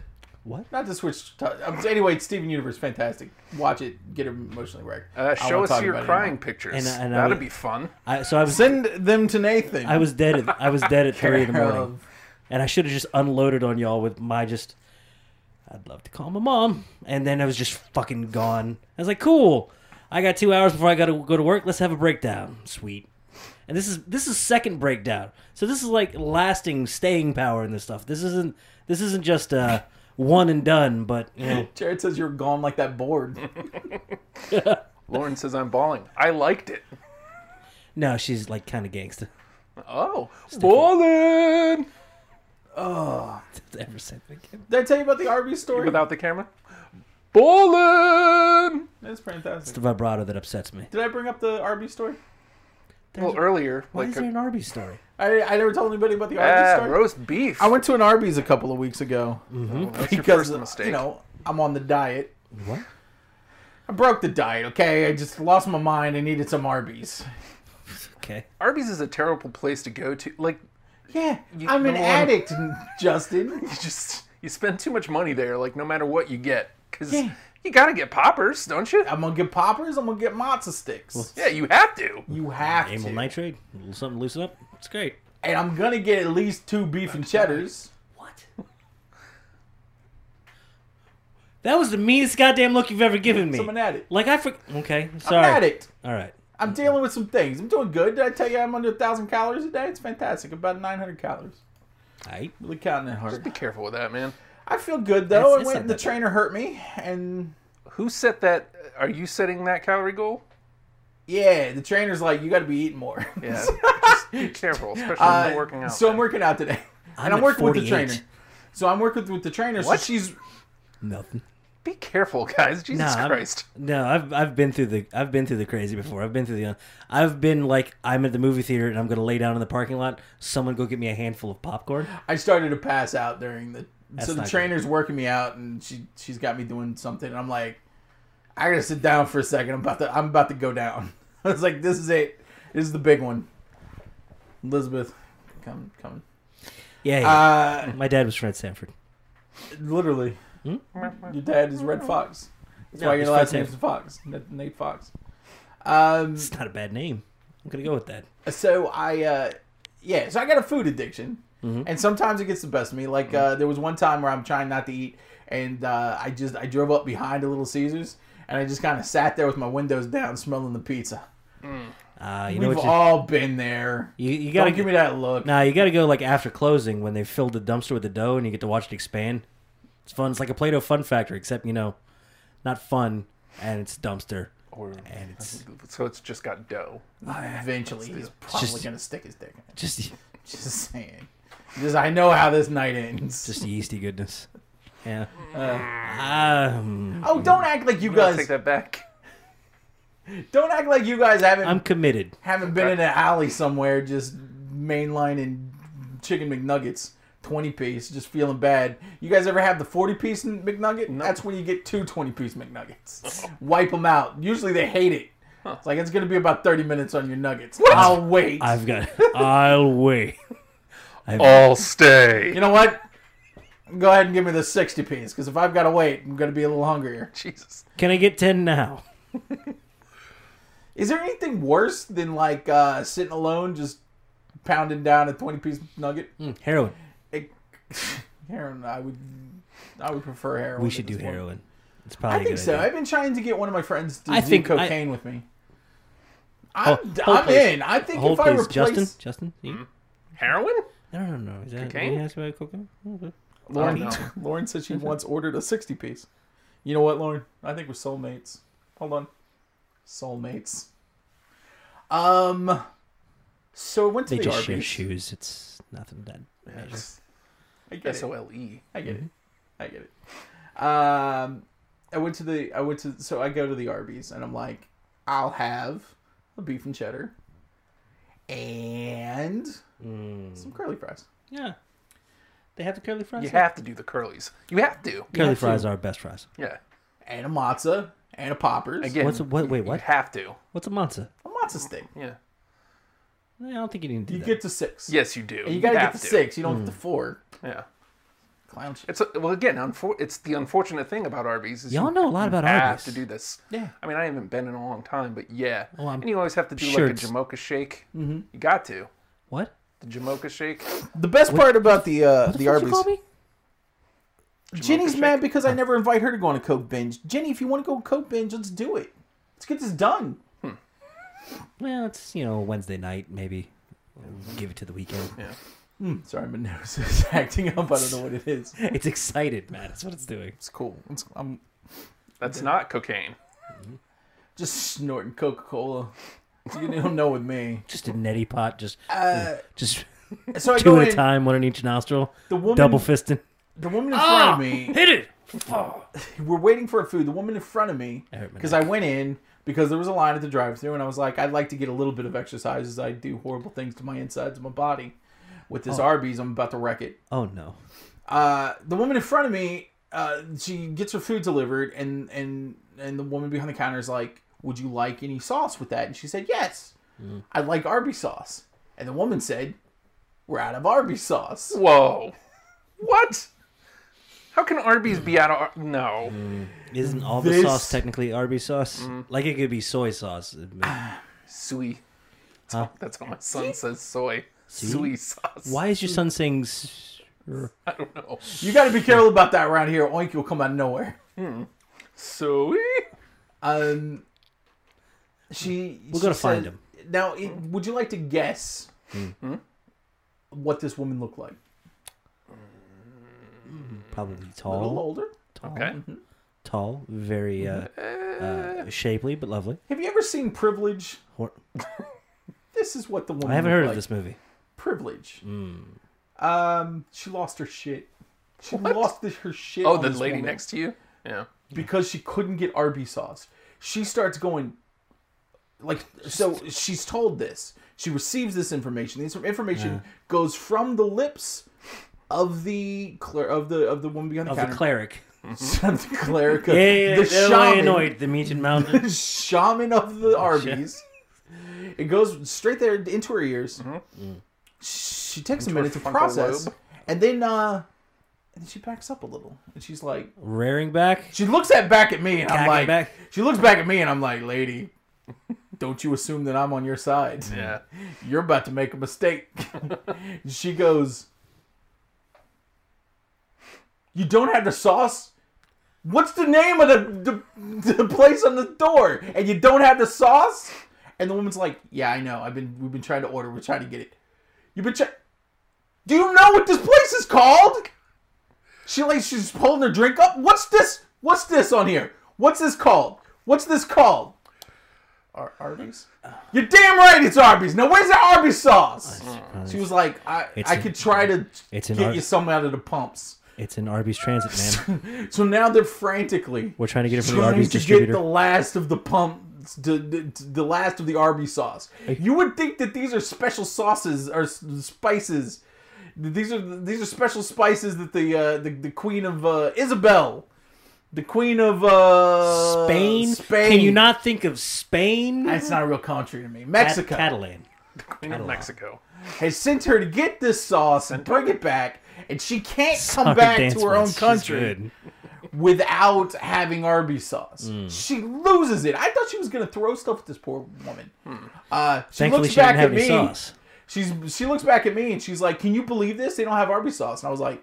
Speaker 3: What?
Speaker 4: Not to switch. To- um, anyway, it's Steven Universe, fantastic. Watch it. Get emotionally wrecked.
Speaker 1: Uh,
Speaker 4: I
Speaker 1: show
Speaker 4: won't
Speaker 1: us
Speaker 4: talk
Speaker 1: your
Speaker 4: about it
Speaker 1: crying
Speaker 4: anymore.
Speaker 1: pictures.
Speaker 3: And I- and I
Speaker 1: That'd
Speaker 3: would-
Speaker 1: be fun.
Speaker 3: I, so I was,
Speaker 4: Send them to Nathan.
Speaker 3: I was dead at, I was dead at 3 in the
Speaker 4: Care
Speaker 3: morning. And I should have just unloaded on y'all with my just, I'd love to call my mom. And then I was just fucking gone. I was like, cool. I got two hours before I got to go to work. Let's have a breakdown. Sweet. And this is this is second breakdown. So this is like lasting staying power in this stuff. This isn't this isn't just uh, one and done. But you know,
Speaker 4: Jared says you're gone like that board.
Speaker 1: Lauren says I'm bawling. I liked it.
Speaker 3: no, she's like kind of gangster.
Speaker 1: Oh, bawling
Speaker 4: Oh,
Speaker 3: Ever since I came-
Speaker 4: did I tell you about the Arby's story?
Speaker 1: without the camera. Ballin'.
Speaker 4: That's
Speaker 3: it's
Speaker 4: fantastic.
Speaker 3: the vibrato that upsets me.
Speaker 4: Did I bring up the Arby's story?
Speaker 1: Well, earlier,
Speaker 3: Why is
Speaker 1: like
Speaker 3: there
Speaker 1: a,
Speaker 3: an Arby's story?
Speaker 4: I, I never told anybody about the Arby's
Speaker 1: ah,
Speaker 4: story.
Speaker 1: roast beef.
Speaker 4: I went to an Arby's a couple of weeks ago
Speaker 1: Well, Oh, that's your
Speaker 4: because uh,
Speaker 1: first mistake.
Speaker 4: you know I'm on the diet.
Speaker 3: What?
Speaker 4: I broke the diet. Okay, I just lost my mind. I needed some Arby's.
Speaker 3: Okay.
Speaker 1: Arby's is a terrible place to go to. Like
Speaker 4: Yeah, I'm
Speaker 1: number
Speaker 4: an
Speaker 1: one-
Speaker 4: addict, Justin.
Speaker 1: you just you spend too much money there. Like no matter what you get, because
Speaker 4: Yeah.
Speaker 1: you gotta get poppers, don't you?
Speaker 4: I'm gonna get poppers. I'm gonna get matzo sticks.
Speaker 1: Yeah, you have to.
Speaker 4: you have
Speaker 3: Amyl
Speaker 4: to,
Speaker 3: nitrate, a little something to loosen up. It's great.
Speaker 4: and I'm gonna get at least two beef and cheddars.
Speaker 3: What? That was the meanest goddamn look you've ever given me.
Speaker 4: I'm an addict.
Speaker 3: Like I for okay,
Speaker 4: I'm
Speaker 3: sorry.
Speaker 4: an addict.
Speaker 3: All right.
Speaker 4: I'm dealing with some things. I'm doing good. Did I tell you I'm under a thousand calories a day? It's fantastic. About 900 calories.
Speaker 3: All right.
Speaker 4: Really counting it
Speaker 1: Just
Speaker 4: hard.
Speaker 1: be careful with that, man.
Speaker 4: I feel good though.
Speaker 3: It's-
Speaker 4: I
Speaker 3: it's
Speaker 4: went,
Speaker 3: not
Speaker 4: the
Speaker 3: that bad.
Speaker 4: trainer hurt me, and
Speaker 1: Who set that? Are you setting that calorie goal?
Speaker 4: yeah, the trainer's like, you got to be eating more.
Speaker 1: Yeah. just be careful, especially when
Speaker 4: Uh,
Speaker 1: you're working out.
Speaker 4: So I'm working out today,
Speaker 3: I'm
Speaker 4: and I'm
Speaker 3: at
Speaker 4: working with
Speaker 3: 48.
Speaker 4: the trainer. So I'm working with the trainer.
Speaker 1: What?
Speaker 4: So she's
Speaker 3: Nothing.
Speaker 1: Be careful, guys. Jesus
Speaker 3: Nah, I'm-
Speaker 1: Christ.
Speaker 3: No, I've I've been through the I've been through the crazy before. I've been through the uh, I've been like I'm at the movie theater and I'm gonna lay down in the parking lot. Someone go get me a handful of popcorn.
Speaker 4: I started to pass out during the. so the
Speaker 3: not good.
Speaker 4: trainer's working me out, and she she's got me doing something, and I'm like, I gotta sit down for a second. I'm about to I'm about to go down. I was like, this is it. This is the big one. Elizabeth, come come.
Speaker 3: Yeah. yeah.
Speaker 4: Uh,
Speaker 3: My dad was Fred Sanford.
Speaker 4: literally, your dad is Red Fox. That's
Speaker 3: Hmm? No,
Speaker 4: why your
Speaker 3: it's
Speaker 4: last
Speaker 3: Fred
Speaker 4: name's Fox, Nate- Nate Fox. Um,
Speaker 3: It's not a bad name. I'm gonna go with that.
Speaker 4: so I, uh, yeah, so I got a food addiction,
Speaker 3: Mm-hmm.
Speaker 4: and sometimes it gets the best of me. Like uh, there was one time where I'm trying not to eat, and uh, I just I drove up behind a Little Caesars, and I just kind of sat there with my windows down, smelling the pizza.
Speaker 3: Uh, you know
Speaker 4: We've
Speaker 3: what? You,
Speaker 4: all been there.
Speaker 3: you, you gotta
Speaker 4: Don't give me that look.
Speaker 3: Nah, you got to go like after closing when they filled the dumpster with the dough and you get to watch it expand. It's fun. It's like a Play-Doh Fun Factory, except you know, not fun, and it's dumpster.
Speaker 1: Or,
Speaker 3: And it's
Speaker 1: so it's just got dough.
Speaker 4: Eventually, he's probably
Speaker 3: just-
Speaker 4: gonna stick his dick. in it.
Speaker 3: just
Speaker 4: Just saying. Just I know how this night ends.
Speaker 3: just yeasty goodness. Yeah. Um,
Speaker 4: oh, don't act like you
Speaker 1: I'm gonna
Speaker 4: guys
Speaker 1: take that back.
Speaker 4: don't act like you guys haven't
Speaker 3: I'm committed.
Speaker 4: haven't been in an alley somewhere just mainlining chicken McNuggets 20 piece, just feeling bad. You guys ever have the 40 piece McNugget? That's when you get two 20 piece McNuggets. Wipe them out. Usually they hate it. It's like, it's going to be about 30 minutes on your nuggets. I'll wait.
Speaker 3: I've got. I'll wait. I've-
Speaker 1: I'll stay.
Speaker 4: You know what? Go ahead and give me the 60 piece because if I've got to wait, I'm going to be a little hungrier.
Speaker 1: Jesus.
Speaker 3: Can I get ten now?
Speaker 4: Is there anything worse than like uh, sitting alone just pounding down a 20 piece nugget?
Speaker 3: Mm, heroin.
Speaker 4: It, heroin, I would I would prefer heroin.
Speaker 3: We
Speaker 4: at
Speaker 3: should do
Speaker 4: this point.
Speaker 3: heroin. It's
Speaker 4: I
Speaker 3: probably. a
Speaker 4: think
Speaker 3: good
Speaker 4: so.
Speaker 3: idea.
Speaker 4: I've been trying to get one of my friends to
Speaker 3: I
Speaker 4: do
Speaker 3: think I-
Speaker 4: cocaine with me. I'm,
Speaker 3: Hold- hold
Speaker 4: I'm
Speaker 3: please.
Speaker 4: in. I think
Speaker 3: Hold
Speaker 4: if I
Speaker 3: please.
Speaker 4: replace Hmm?
Speaker 3: Justin. Justin. you-
Speaker 1: Heroin?
Speaker 3: No, no, no. Is that
Speaker 1: Cocaine?
Speaker 3: Cocaine? Ask about cocaine? Okay.
Speaker 4: Lauren,
Speaker 1: Oh,
Speaker 4: Lauren said she once ordered a 60 piece. You know what, Lauren? I think we're soulmates. Hold on. Soulmates. Um so I went to
Speaker 3: They
Speaker 4: the
Speaker 3: just share
Speaker 4: Arby's.
Speaker 3: shoes. It's nothing that. major.
Speaker 4: I get
Speaker 1: S
Speaker 4: it.
Speaker 1: O L E.
Speaker 4: I get it. I get it. Um, I went to the I went to so I go to the Arby's and I'm like, I'll have a beef and cheddar and some curly fries.
Speaker 3: Yeah. They have the curly fries.
Speaker 1: You
Speaker 3: there?
Speaker 1: have to do the curlies. You have to.
Speaker 3: curly
Speaker 4: have to.
Speaker 3: fries are our best fries.
Speaker 1: Yeah.
Speaker 4: And a matzah and a poppers.
Speaker 1: Again,
Speaker 3: What's a, what? Wait,
Speaker 1: you
Speaker 3: what?
Speaker 1: have to.
Speaker 3: What's a matzah?
Speaker 4: A matzah stick.
Speaker 1: Yeah.
Speaker 3: I don't think you need to do
Speaker 4: You
Speaker 3: that.
Speaker 4: get to six.
Speaker 1: Yes, you do.
Speaker 4: And you gotta get
Speaker 1: have
Speaker 4: to six. You don't get to four.
Speaker 1: Yeah.
Speaker 4: Clown shit.
Speaker 1: It's a, well, again, unfor- it's the unfortunate thing about Arby's. Is
Speaker 3: Y'all
Speaker 1: you
Speaker 3: know a lot about
Speaker 1: have
Speaker 3: Arby's.
Speaker 1: to do this.
Speaker 4: Yeah.
Speaker 1: I mean, I haven't been in a long time, but yeah.
Speaker 3: Well, Oh, I'm
Speaker 1: and you always have to do
Speaker 3: sure
Speaker 1: like a
Speaker 3: it's-
Speaker 1: Jamocha shake. Mm-hmm. You got to.
Speaker 3: What?
Speaker 1: The Jamocha shake.
Speaker 4: The best part about the uh the
Speaker 3: What'd
Speaker 4: Arby's.
Speaker 3: You call me?
Speaker 4: Jenny's mad because I never invite her to go on a coke binge. Jenny, if you want to go on a coke binge, let's do it. Let's get this done.
Speaker 3: Well, it's you know Wednesday night maybe. We'll give it to the weekend.
Speaker 4: Sorry, my nose is acting up. I don't know what it is.
Speaker 3: It's excited, man. That's what it's doing.
Speaker 4: It's cool. It's, I'm
Speaker 1: That's not cocaine.
Speaker 4: just snorting Coca Cola. You don't know with me.
Speaker 3: Just a neti pot. Just
Speaker 4: Uh,
Speaker 3: just
Speaker 4: so I
Speaker 3: two
Speaker 4: go
Speaker 3: at a
Speaker 4: in,
Speaker 3: time, one in each nostril.
Speaker 4: The woman,
Speaker 3: Double fisting.
Speaker 4: the woman in front of me.
Speaker 3: Hit it.
Speaker 4: We're waiting for food. The woman in front of me,
Speaker 3: I hurt my
Speaker 4: because I went in because there was a line at the drive-through, and I was like, I'd like to get a little bit of exercise as I do horrible things to my insides of my body. With this Arby's, I'm about to wreck it.
Speaker 3: Oh no.
Speaker 4: Uh, the woman in front of me, uh, she gets her food delivered, and and and the woman behind the counter is like, "Would you like any sauce with that?" And she said, "Yes,
Speaker 3: Mm.
Speaker 4: I'd like Arby's sauce." And the woman said, "We're out of Arby's sauce."
Speaker 1: Whoa. what? How can Arby's be out of. Ar- no.
Speaker 3: Mm. Isn't all the
Speaker 4: This- Mm-hmm.
Speaker 3: sauce technically Arby's sauce? Like it could be soy sauce.
Speaker 4: Ah,
Speaker 1: Sui. That's,
Speaker 3: Huh?
Speaker 1: that's what my son says soy.
Speaker 3: See?
Speaker 1: Sui sauce.
Speaker 3: Why is your son saying? s- er,
Speaker 1: I don't know.
Speaker 4: You got to be careful about that around here. Oink will come out of nowhere.
Speaker 1: Sui?
Speaker 4: Um, she.
Speaker 3: We're
Speaker 4: she
Speaker 3: gonna find
Speaker 4: said-
Speaker 3: him. Hmm.
Speaker 4: Now, it, would you like to guess what this woman looked like?
Speaker 3: Probably
Speaker 4: A little
Speaker 3: tall,
Speaker 4: older.
Speaker 1: Okay.
Speaker 3: Oh.
Speaker 1: Oh,
Speaker 3: tall, very uh, uh, shapely but lovely.
Speaker 4: Have you ever seen Privilege?
Speaker 3: Hor-
Speaker 4: This is what the woman.
Speaker 3: I haven't
Speaker 4: looked
Speaker 3: heard
Speaker 4: like.
Speaker 3: of this movie.
Speaker 4: privilege. Um, she lost her shit. She lost the, her shit.
Speaker 1: Oh,
Speaker 4: on
Speaker 1: the
Speaker 4: this
Speaker 1: lady
Speaker 4: woman
Speaker 1: next to you? Yeah.
Speaker 4: because she couldn't get Arby sauce. She starts going, like, so she's told this. She receives this information. This information goes from the lips of the cler- of the of the woman behind the
Speaker 3: Of the
Speaker 4: counter,
Speaker 3: cleric.
Speaker 4: of the cleric, of-
Speaker 3: Yeah, yeah,
Speaker 4: the
Speaker 3: the
Speaker 4: shaman,
Speaker 3: Illinois, the meat and mountain.
Speaker 4: the shaman of the
Speaker 1: Oh,
Speaker 4: Arby's. It goes straight there into her ears. She takes
Speaker 1: Mm-hmm. Into
Speaker 4: a
Speaker 1: her
Speaker 4: minute to
Speaker 1: frontal
Speaker 4: process,
Speaker 1: lobe.
Speaker 4: and then uh, and then she backs up a little, and she's like,
Speaker 3: Rearing back.
Speaker 4: she looks at back at me, and I'm
Speaker 3: Cacking
Speaker 4: like,
Speaker 3: back.
Speaker 4: she looks back at me, and I'm like, lady, don't you assume that I'm on your side?
Speaker 1: Yeah.
Speaker 4: You're about to make a mistake. she goes, you don't have the sauce. What's the name of the, the the place on the door? And you don't have the sauce? And the woman's like, yeah, I know. I've been we've been trying to order. We're trying to get it. You've been trying. Do you know what this place is called? She like she's holding her drink up. What's this? What's this on here? What's this called? What's this called? Ar- Arby's. You're damn right, it's Arby's. Now where's the Arby's sauce? She was like, I,
Speaker 3: It's
Speaker 4: I
Speaker 3: an-
Speaker 4: could try to
Speaker 3: it's an
Speaker 4: get
Speaker 3: Ar-
Speaker 4: you some out of the pumps.
Speaker 3: It's an Arby's transit, man.
Speaker 4: So now they're frantically
Speaker 3: We're trying to get it from the
Speaker 4: trying
Speaker 3: Arby's
Speaker 4: to get
Speaker 3: distributor.
Speaker 4: the last of the pump, the, the, the last of the Arby's sauce. You would think that these are special sauces or s- spices These are these are special spices that the uh, the, the queen of uh, Isabel, the queen of uh,
Speaker 3: Spain?
Speaker 4: Spain.
Speaker 3: Can you not think of Spain?
Speaker 4: That's not a real country to me. Mexico
Speaker 3: Cat- Catalan.
Speaker 1: The Queen of
Speaker 3: Catalog.
Speaker 1: Mexico.
Speaker 4: has sent her to get this sauce and bring it back, and she can't come
Speaker 3: Sucker
Speaker 4: back
Speaker 3: dance
Speaker 4: to her own
Speaker 3: ones. She's
Speaker 4: country
Speaker 3: good.
Speaker 4: without having Arby's sauce.
Speaker 3: Hmm.
Speaker 4: She loses it. I thought she was gonna throw stuff at this poor woman. Uh, she
Speaker 3: Thankfully,
Speaker 4: looks
Speaker 3: she
Speaker 4: back
Speaker 3: didn't have
Speaker 4: at
Speaker 3: any
Speaker 4: me.
Speaker 3: sauce.
Speaker 4: She's she looks back at me and she's like, "Can you believe this? They don't have Arby's sauce." And I was like,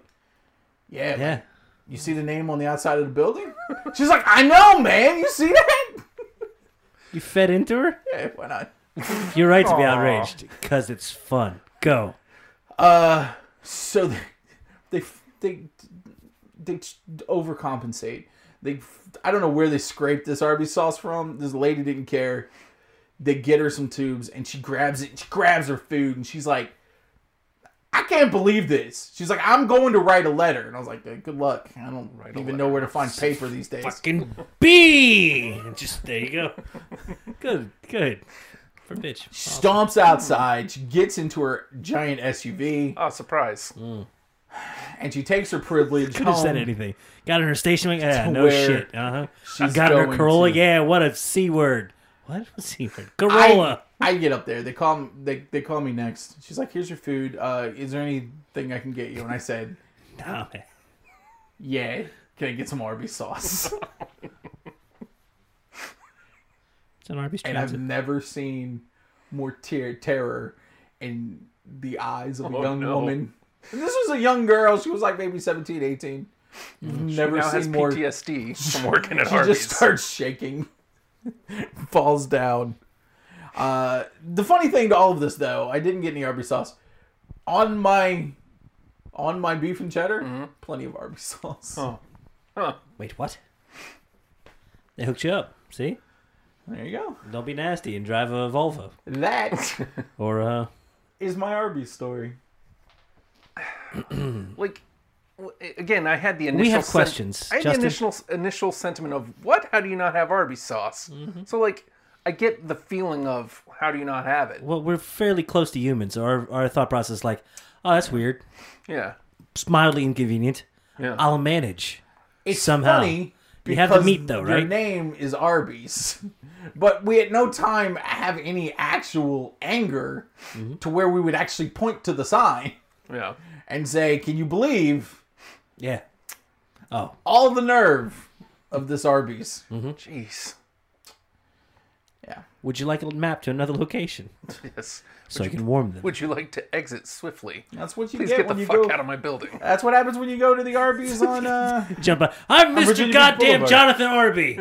Speaker 4: "Yeah,
Speaker 3: Yeah.
Speaker 4: you see the name on the outside of the building?" she's like, "I know, man. You see that?
Speaker 3: You fed into her?
Speaker 4: yeah, why not?"
Speaker 3: You're right to be outraged because it's fun. Go.
Speaker 4: Uh, so they they they, they overcompensate. They I don't know where they scraped this Arby's sauce from. This lady didn't care. They get her some tubes and she grabs it. And she grabs her food and she's like, "I can't believe this." She's like, "I'm going to write a letter." And I was like, "Uh, "Good luck. I don't even know where to find paper these days."
Speaker 3: Fucking B. And Just there you go. Good. Good. For bitch.
Speaker 4: She Stomps outside. She gets into her giant SUV
Speaker 1: Oh, surprise.
Speaker 4: and she takes her privilege
Speaker 3: Could have
Speaker 4: home.
Speaker 3: said anything. Got in her station wagon. Yeah,
Speaker 4: To
Speaker 3: no
Speaker 4: where
Speaker 3: shit. Uh huh.
Speaker 4: she's
Speaker 3: Got in her
Speaker 4: going
Speaker 3: Corolla.
Speaker 4: to.
Speaker 3: Yeah, what a c word. What a c word?
Speaker 4: I,
Speaker 3: Corolla.
Speaker 4: I get up there. They call m- they they call me next. She's like, "Here's your food. Uh, is there anything I can get you?" And I said,
Speaker 3: Nah, man.
Speaker 4: "Yeah, can I get some Arby's sauce?"
Speaker 3: It's an Arby's
Speaker 4: and I've
Speaker 3: transit.
Speaker 4: never seen more ter- terror in the eyes of a young
Speaker 1: Oh, no.
Speaker 4: woman. And this was a young girl. She was like maybe 17, 18. You've never
Speaker 1: Mm-hmm. now
Speaker 4: seen
Speaker 1: has
Speaker 4: more.
Speaker 1: PTSD from working at
Speaker 4: She
Speaker 1: Arby's.
Speaker 4: just starts shaking, falls down. Uh, the funny thing to all of this, though, I didn't get any Arby's sauce on my on my beef and cheddar. Plenty of Arby's sauce.
Speaker 3: Wait, what? They hooked you up. See?
Speaker 4: There you go.
Speaker 3: Don't be nasty and drive a Volvo
Speaker 4: That
Speaker 3: or uh,
Speaker 4: is my Arby's story.
Speaker 1: like w- again i had the initial
Speaker 3: have
Speaker 1: sen-
Speaker 3: questions.
Speaker 1: i had
Speaker 3: Justin?
Speaker 1: the initial initial sentiment of what how do you not have arby's sauce so like i get the feeling of how do you not have it
Speaker 3: well, we're fairly close to humans, so our our thought process is like, oh, that's weird.
Speaker 1: yeah
Speaker 3: It's mildly inconvenient.
Speaker 1: Yeah.
Speaker 3: I'll manage.
Speaker 4: It's
Speaker 3: Somehow.
Speaker 4: funny
Speaker 3: You have the
Speaker 4: because
Speaker 3: meat, though,
Speaker 4: Your
Speaker 3: right?
Speaker 4: name is Arby's, but we at no time have any actual anger to where we would actually point to the sign
Speaker 1: yeah
Speaker 4: and say, "Can you believe?"
Speaker 3: Yeah. Oh,
Speaker 4: all the nerve of this Arby's.
Speaker 1: jeez
Speaker 4: Yeah.
Speaker 3: would you like a map to another location
Speaker 1: yes
Speaker 3: so I can warm them?
Speaker 1: would you like to exit swiftly
Speaker 4: That's what you
Speaker 1: please
Speaker 4: get,
Speaker 1: get the
Speaker 4: when you
Speaker 1: fuck
Speaker 4: go.
Speaker 1: out of my building
Speaker 4: That's what happens when you go to the Arby's on. Uh,
Speaker 3: Jump up. I'm Mr.
Speaker 4: Virginia Beach
Speaker 3: Goddamn
Speaker 4: Boulevard.
Speaker 3: Jonathan Arby.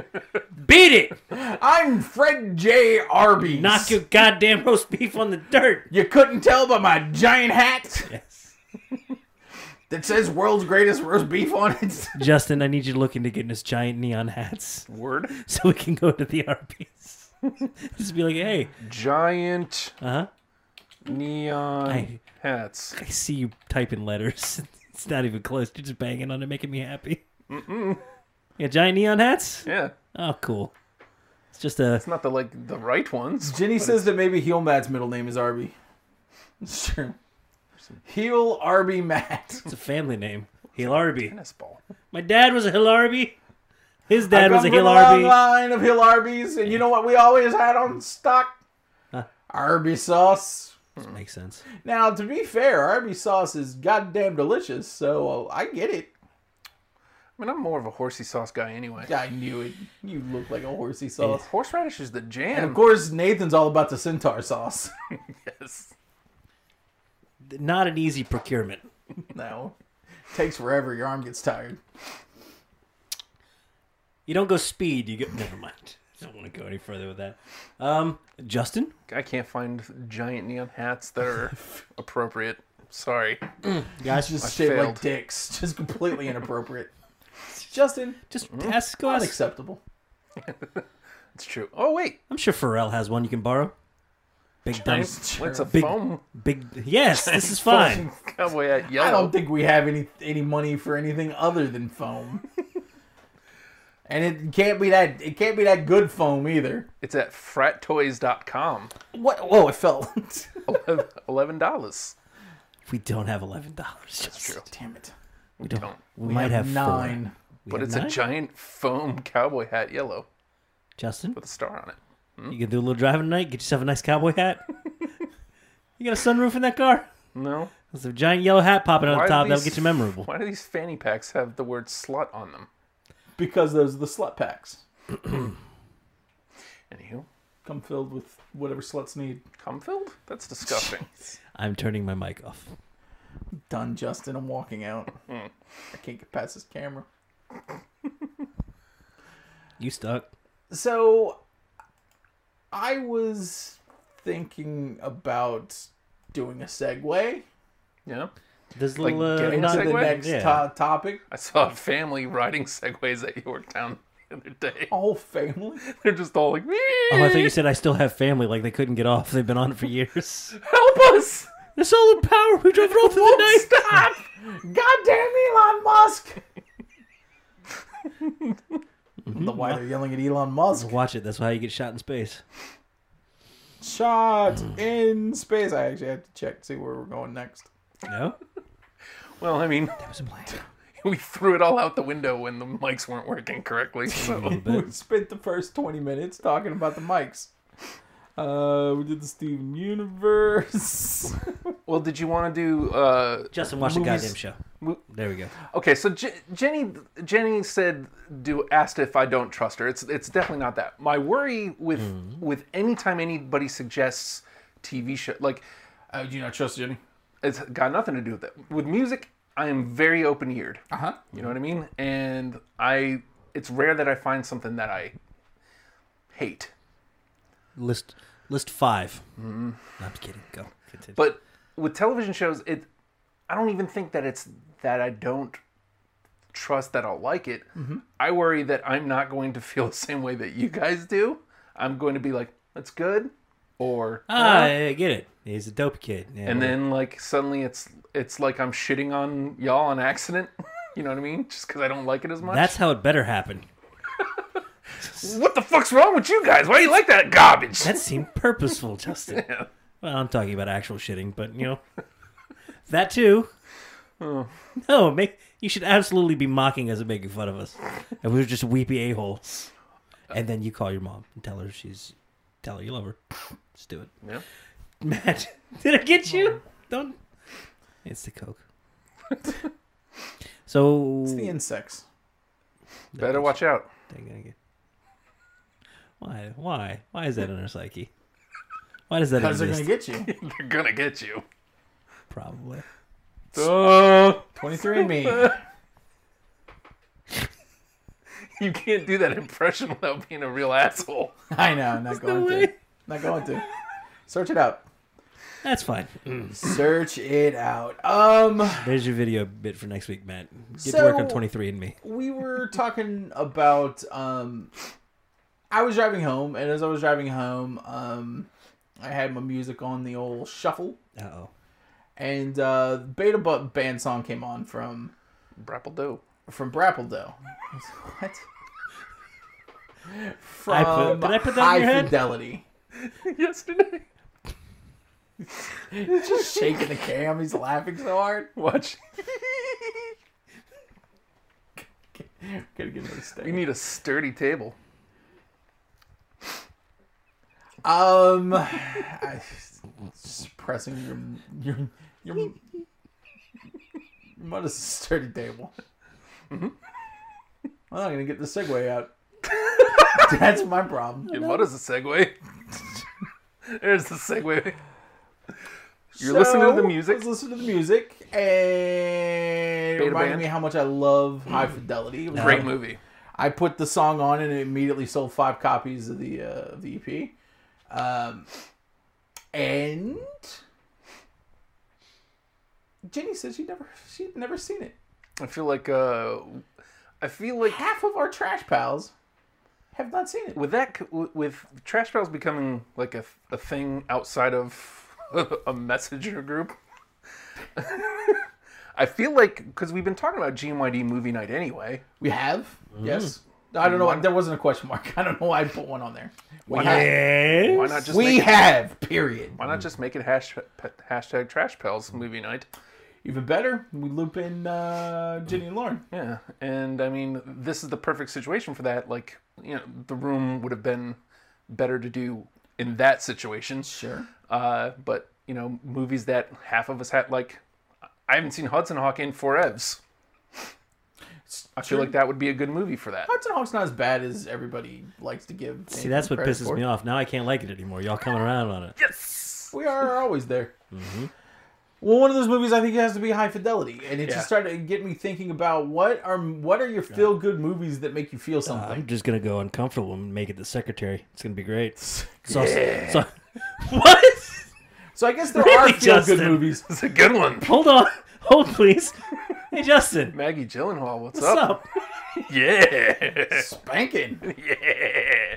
Speaker 3: Beat it.
Speaker 4: I'm Fred J. Arby's.
Speaker 3: Knock your goddamn roast beef on the dirt.
Speaker 4: You couldn't tell by my giant hat
Speaker 3: Yes.
Speaker 4: that says "World's Greatest Roast Beef" on it.
Speaker 3: Justin, I need you to look into getting us giant neon hats
Speaker 1: word
Speaker 3: so we can go to the Arby's. Just be like, hey,
Speaker 1: giant
Speaker 3: uh huh.
Speaker 1: neon
Speaker 3: I-
Speaker 1: hats
Speaker 3: I see you typing letters. It's not even close. You're just banging on it, making me happy. Mm-mm. Yeah, giant neon hats.
Speaker 1: yeah
Speaker 3: Oh, cool. It's just a
Speaker 1: it's not the like the right ones
Speaker 4: Jenny says that maybe Heel Matt's middle name is Arby. It's true. Heel Arby Matt.
Speaker 3: it's a family name. Hilarby.
Speaker 1: tennis ball
Speaker 3: My dad was a Hilarby. His dad
Speaker 4: I've
Speaker 3: was a
Speaker 4: come from long
Speaker 3: Hilarby.
Speaker 4: line of Hill Arby's, and you know what we always had on stock? Arby sauce.
Speaker 3: Makes sense.
Speaker 4: Now, to be fair, Arby sauce is goddamn delicious, so uh, I get it.
Speaker 1: i mean i'm more of a horsey sauce guy anyway
Speaker 4: I knew it. You look like a
Speaker 3: Eh.
Speaker 4: horsey
Speaker 1: Uh,
Speaker 4: sauce.
Speaker 1: horseradish is the jam
Speaker 4: And of course, Nathan's all about the centaur sauce.
Speaker 1: yes.
Speaker 3: Not an easy procurement.
Speaker 4: no. Takes forever. Your arm gets tired.
Speaker 3: You don't go speed. You go. Never mind. I don't want to go any further with that. Um, Justin,
Speaker 1: I can't find giant neon hats that are appropriate. Sorry.
Speaker 4: Guys just shaped
Speaker 1: failed.
Speaker 4: like dicks. Just completely inappropriate. Justin,
Speaker 3: just ask us.
Speaker 4: unacceptable.
Speaker 1: It's true. Oh wait.
Speaker 3: I'm sure Pharrell has one you can borrow. Big dumb.
Speaker 1: What's a
Speaker 3: Big-
Speaker 1: foam
Speaker 3: Big. Yes, this is fine.
Speaker 1: cowboy hat yellow?
Speaker 4: I don't think we have any any money for anything other than foam. and it can't be that it can't be that good foam either.
Speaker 1: It's at frattoys.com.
Speaker 4: What? Whoa! It fell.
Speaker 1: Eleven dollars.
Speaker 3: We don't have eleven dollars. That's true.
Speaker 4: Damn it.
Speaker 3: We don't. We,
Speaker 4: We
Speaker 3: might
Speaker 4: have
Speaker 3: have,
Speaker 4: nine.
Speaker 3: Four. We
Speaker 1: But
Speaker 3: have
Speaker 1: it's a
Speaker 3: nine?
Speaker 1: giant foam cowboy hat, yellow
Speaker 3: Justin,
Speaker 1: with a star on it.
Speaker 3: you can do a little driving tonight. Get yourself a nice cowboy hat. you got a sunroof in that car.
Speaker 1: No.
Speaker 3: There's a giant yellow hat popping on
Speaker 1: Why
Speaker 3: the
Speaker 1: do
Speaker 3: top. That'll
Speaker 1: these-
Speaker 3: get you memorable.
Speaker 1: Why do these fanny packs have the word slut on them?
Speaker 4: Because those are the slut packs.
Speaker 1: Anywho,
Speaker 4: Come filled with whatever sluts need.
Speaker 1: Cumfield? That's disgusting.
Speaker 3: I'm turning my mic off.
Speaker 4: Done, Justin. I'm walking out. I can't get past this camera.
Speaker 3: You stuck.
Speaker 4: So I was thinking about doing a segue
Speaker 1: yeah.
Speaker 3: There's
Speaker 1: Like,
Speaker 3: little uh,
Speaker 1: getting
Speaker 4: into
Speaker 1: Not-
Speaker 4: the
Speaker 1: segue?
Speaker 4: next
Speaker 3: yeah.
Speaker 4: to- topic.
Speaker 1: I saw a family riding segways at Yorktown the other day.
Speaker 4: A whole family.
Speaker 1: They're just all like,
Speaker 3: Oh, I thought you said I still have family. Like they couldn't get off. They've been on it for years.
Speaker 1: help us!
Speaker 3: the solar power. We drove it off the night.
Speaker 1: Stop!
Speaker 4: Goddamn Elon Musk! I don't know why they're yelling at Elon Musk.
Speaker 3: Watch it. That's how you get shot in space.
Speaker 4: Shot in space. I actually have to check to see where we're going next.
Speaker 3: No.
Speaker 1: well, I mean,
Speaker 3: That's a plan.
Speaker 1: we threw it all out the window when the mics weren't working correctly. So
Speaker 4: We spent the first 20 minutes talking about the mics. Uh, we did the Steven Universe.
Speaker 1: Well, did you want to do? Uh,
Speaker 3: Justin, watch the
Speaker 1: Movies-
Speaker 3: goddamn show.
Speaker 1: mo-
Speaker 3: There we go.
Speaker 1: okay, so Je- Jenny Jenny said do asked if I don't trust her. It's it's definitely not that. My worry with
Speaker 3: Hmm.
Speaker 1: with any time anybody suggests TV show like
Speaker 4: uh, do you not trust Jenny?
Speaker 1: it's got nothing to do with that. With music, I am very open eared.
Speaker 4: Uh
Speaker 3: Uh-huh.
Speaker 4: huh.
Speaker 1: You know what I mean? And I it's rare that I find something that I hate.
Speaker 3: List list five. No, I'm kidding. Go. Continue.
Speaker 1: But with television shows, it I don't even think that it's that I don't trust that I'll like it.
Speaker 3: Mm-hmm.
Speaker 1: I worry that I'm not going to feel the same way that you guys do. I'm going to be like, "That's good," or
Speaker 3: ah, I get it. He's a dope kid. Yeah,
Speaker 1: and
Speaker 3: whatever.
Speaker 1: then like suddenly it's it's like I'm shitting on y'all on accident. you know what I mean? Just because I don't like it as much.
Speaker 3: that's how it better happen.
Speaker 1: what the fuck's wrong with you guys? Why do you like that garbage?
Speaker 3: That seemed purposeful, Justin. Well, I'm talking about actual shitting, but you know that too.
Speaker 4: Oh.
Speaker 3: No, make you should absolutely be mocking us and making fun of us, and we were just weepy a holes. And then you call your mom and tell her she's tell her you love her. Just do it.
Speaker 1: Yeah.
Speaker 3: Matt, did I get you? Don't. It's the coke. so
Speaker 4: It's the insects.
Speaker 1: Better watch out.
Speaker 3: Dang, dang it. Why? Why? Why is that in her psyche? Why does that
Speaker 4: How's
Speaker 3: exist?
Speaker 4: it going to get you?
Speaker 1: They're gonna get you. Uh,
Speaker 3: Probably.
Speaker 1: Duh.
Speaker 4: 23 and me.
Speaker 1: You can't do that impression without being a real asshole.
Speaker 4: I know, not going to.
Speaker 3: way.
Speaker 4: Not going to. Search it out.
Speaker 3: That's fine.
Speaker 4: Search it out. Um,
Speaker 3: There's your video bit for next week, Matt. Get
Speaker 4: So-
Speaker 3: to work on 23 and me.
Speaker 4: we were talking about. Um, I was driving home, and as I was driving home, um, I had my music on the old shuffle,
Speaker 3: Uh oh.
Speaker 4: and uh, Beta Butt band song came on from
Speaker 1: Brapple do.
Speaker 4: from Brappldo. I was like, What? From
Speaker 3: I put- did I put that in
Speaker 4: High
Speaker 3: your head?
Speaker 4: Fidelity.
Speaker 1: Yesterday,
Speaker 4: Just shaking the cam. He's laughing so hard.
Speaker 1: watch.
Speaker 4: Gotta get another stick.
Speaker 1: You need a sturdy table.
Speaker 4: Um, I, suppressing your your your your mud is a sturdy table.
Speaker 1: Mm-hmm.
Speaker 4: I'm not gonna get the segue out. That's my problem.
Speaker 1: Dude, What is a segue? There's the segue. You're
Speaker 4: So,
Speaker 1: listening to the music.
Speaker 4: Let's listen to the music and
Speaker 1: Beta
Speaker 4: it reminded
Speaker 1: band.
Speaker 4: me how much I love High Fidelity. It was
Speaker 1: Great
Speaker 4: like-
Speaker 1: movie.
Speaker 4: I put the song on and it immediately sold five copies of the uh, of the EP. Um, and Jenny said she never she'd never seen it.
Speaker 1: I feel like uh, I feel like
Speaker 4: Half of our trash pals have not seen it.
Speaker 1: with that c- w- with trash pals becoming like a, a thing outside of a messenger group i feel like because we've been talking about gmyd movie night anyway
Speaker 4: We have yes. I don't know. There wasn't a question mark. I don't know why I put one on there.
Speaker 1: Why
Speaker 4: We
Speaker 1: not?
Speaker 4: have.
Speaker 1: Why not just
Speaker 4: we
Speaker 1: make it-
Speaker 4: have. Period.
Speaker 1: Why not just make it hash, p- hashtag Trash Pals movie night?
Speaker 4: Even better, we loop in uh, Jenny and Lauren.
Speaker 1: Yeah, and I mean, this is the perfect situation for that. Like, you know, the room would have been better to do in that situation.
Speaker 4: Sure.
Speaker 1: Uh, but you know, movies that half of us had like, I haven't seen Hudson Hawk in forevs. I feel
Speaker 4: true.
Speaker 1: like that would be a good movie for that.
Speaker 4: Hudson Hawk's not as bad as everybody likes to give.
Speaker 3: See, that's what pisses me off. Now I can't like it anymore. Y'all coming around on it.
Speaker 1: Yes.
Speaker 4: We are always there.
Speaker 3: Mm-hmm.
Speaker 4: Well, one of those movies I think it has to be High Fidelity, and it
Speaker 1: Yeah.
Speaker 4: just started to get me thinking about what are what are your feel good movies that make you feel something.
Speaker 3: I'm just gonna go uncomfortable and make it the secretary. It's gonna be great. So, so, what?
Speaker 4: so I guess there
Speaker 3: Really,
Speaker 4: are feel good
Speaker 3: Justin?
Speaker 4: movies.
Speaker 1: It's a good one.
Speaker 3: Hold on, hold please. Hey, Justin,
Speaker 1: Maggie Gyllenhaal, what's,
Speaker 3: what's
Speaker 1: up?
Speaker 3: up?
Speaker 1: Yeah,
Speaker 4: Spanking.
Speaker 1: yeah.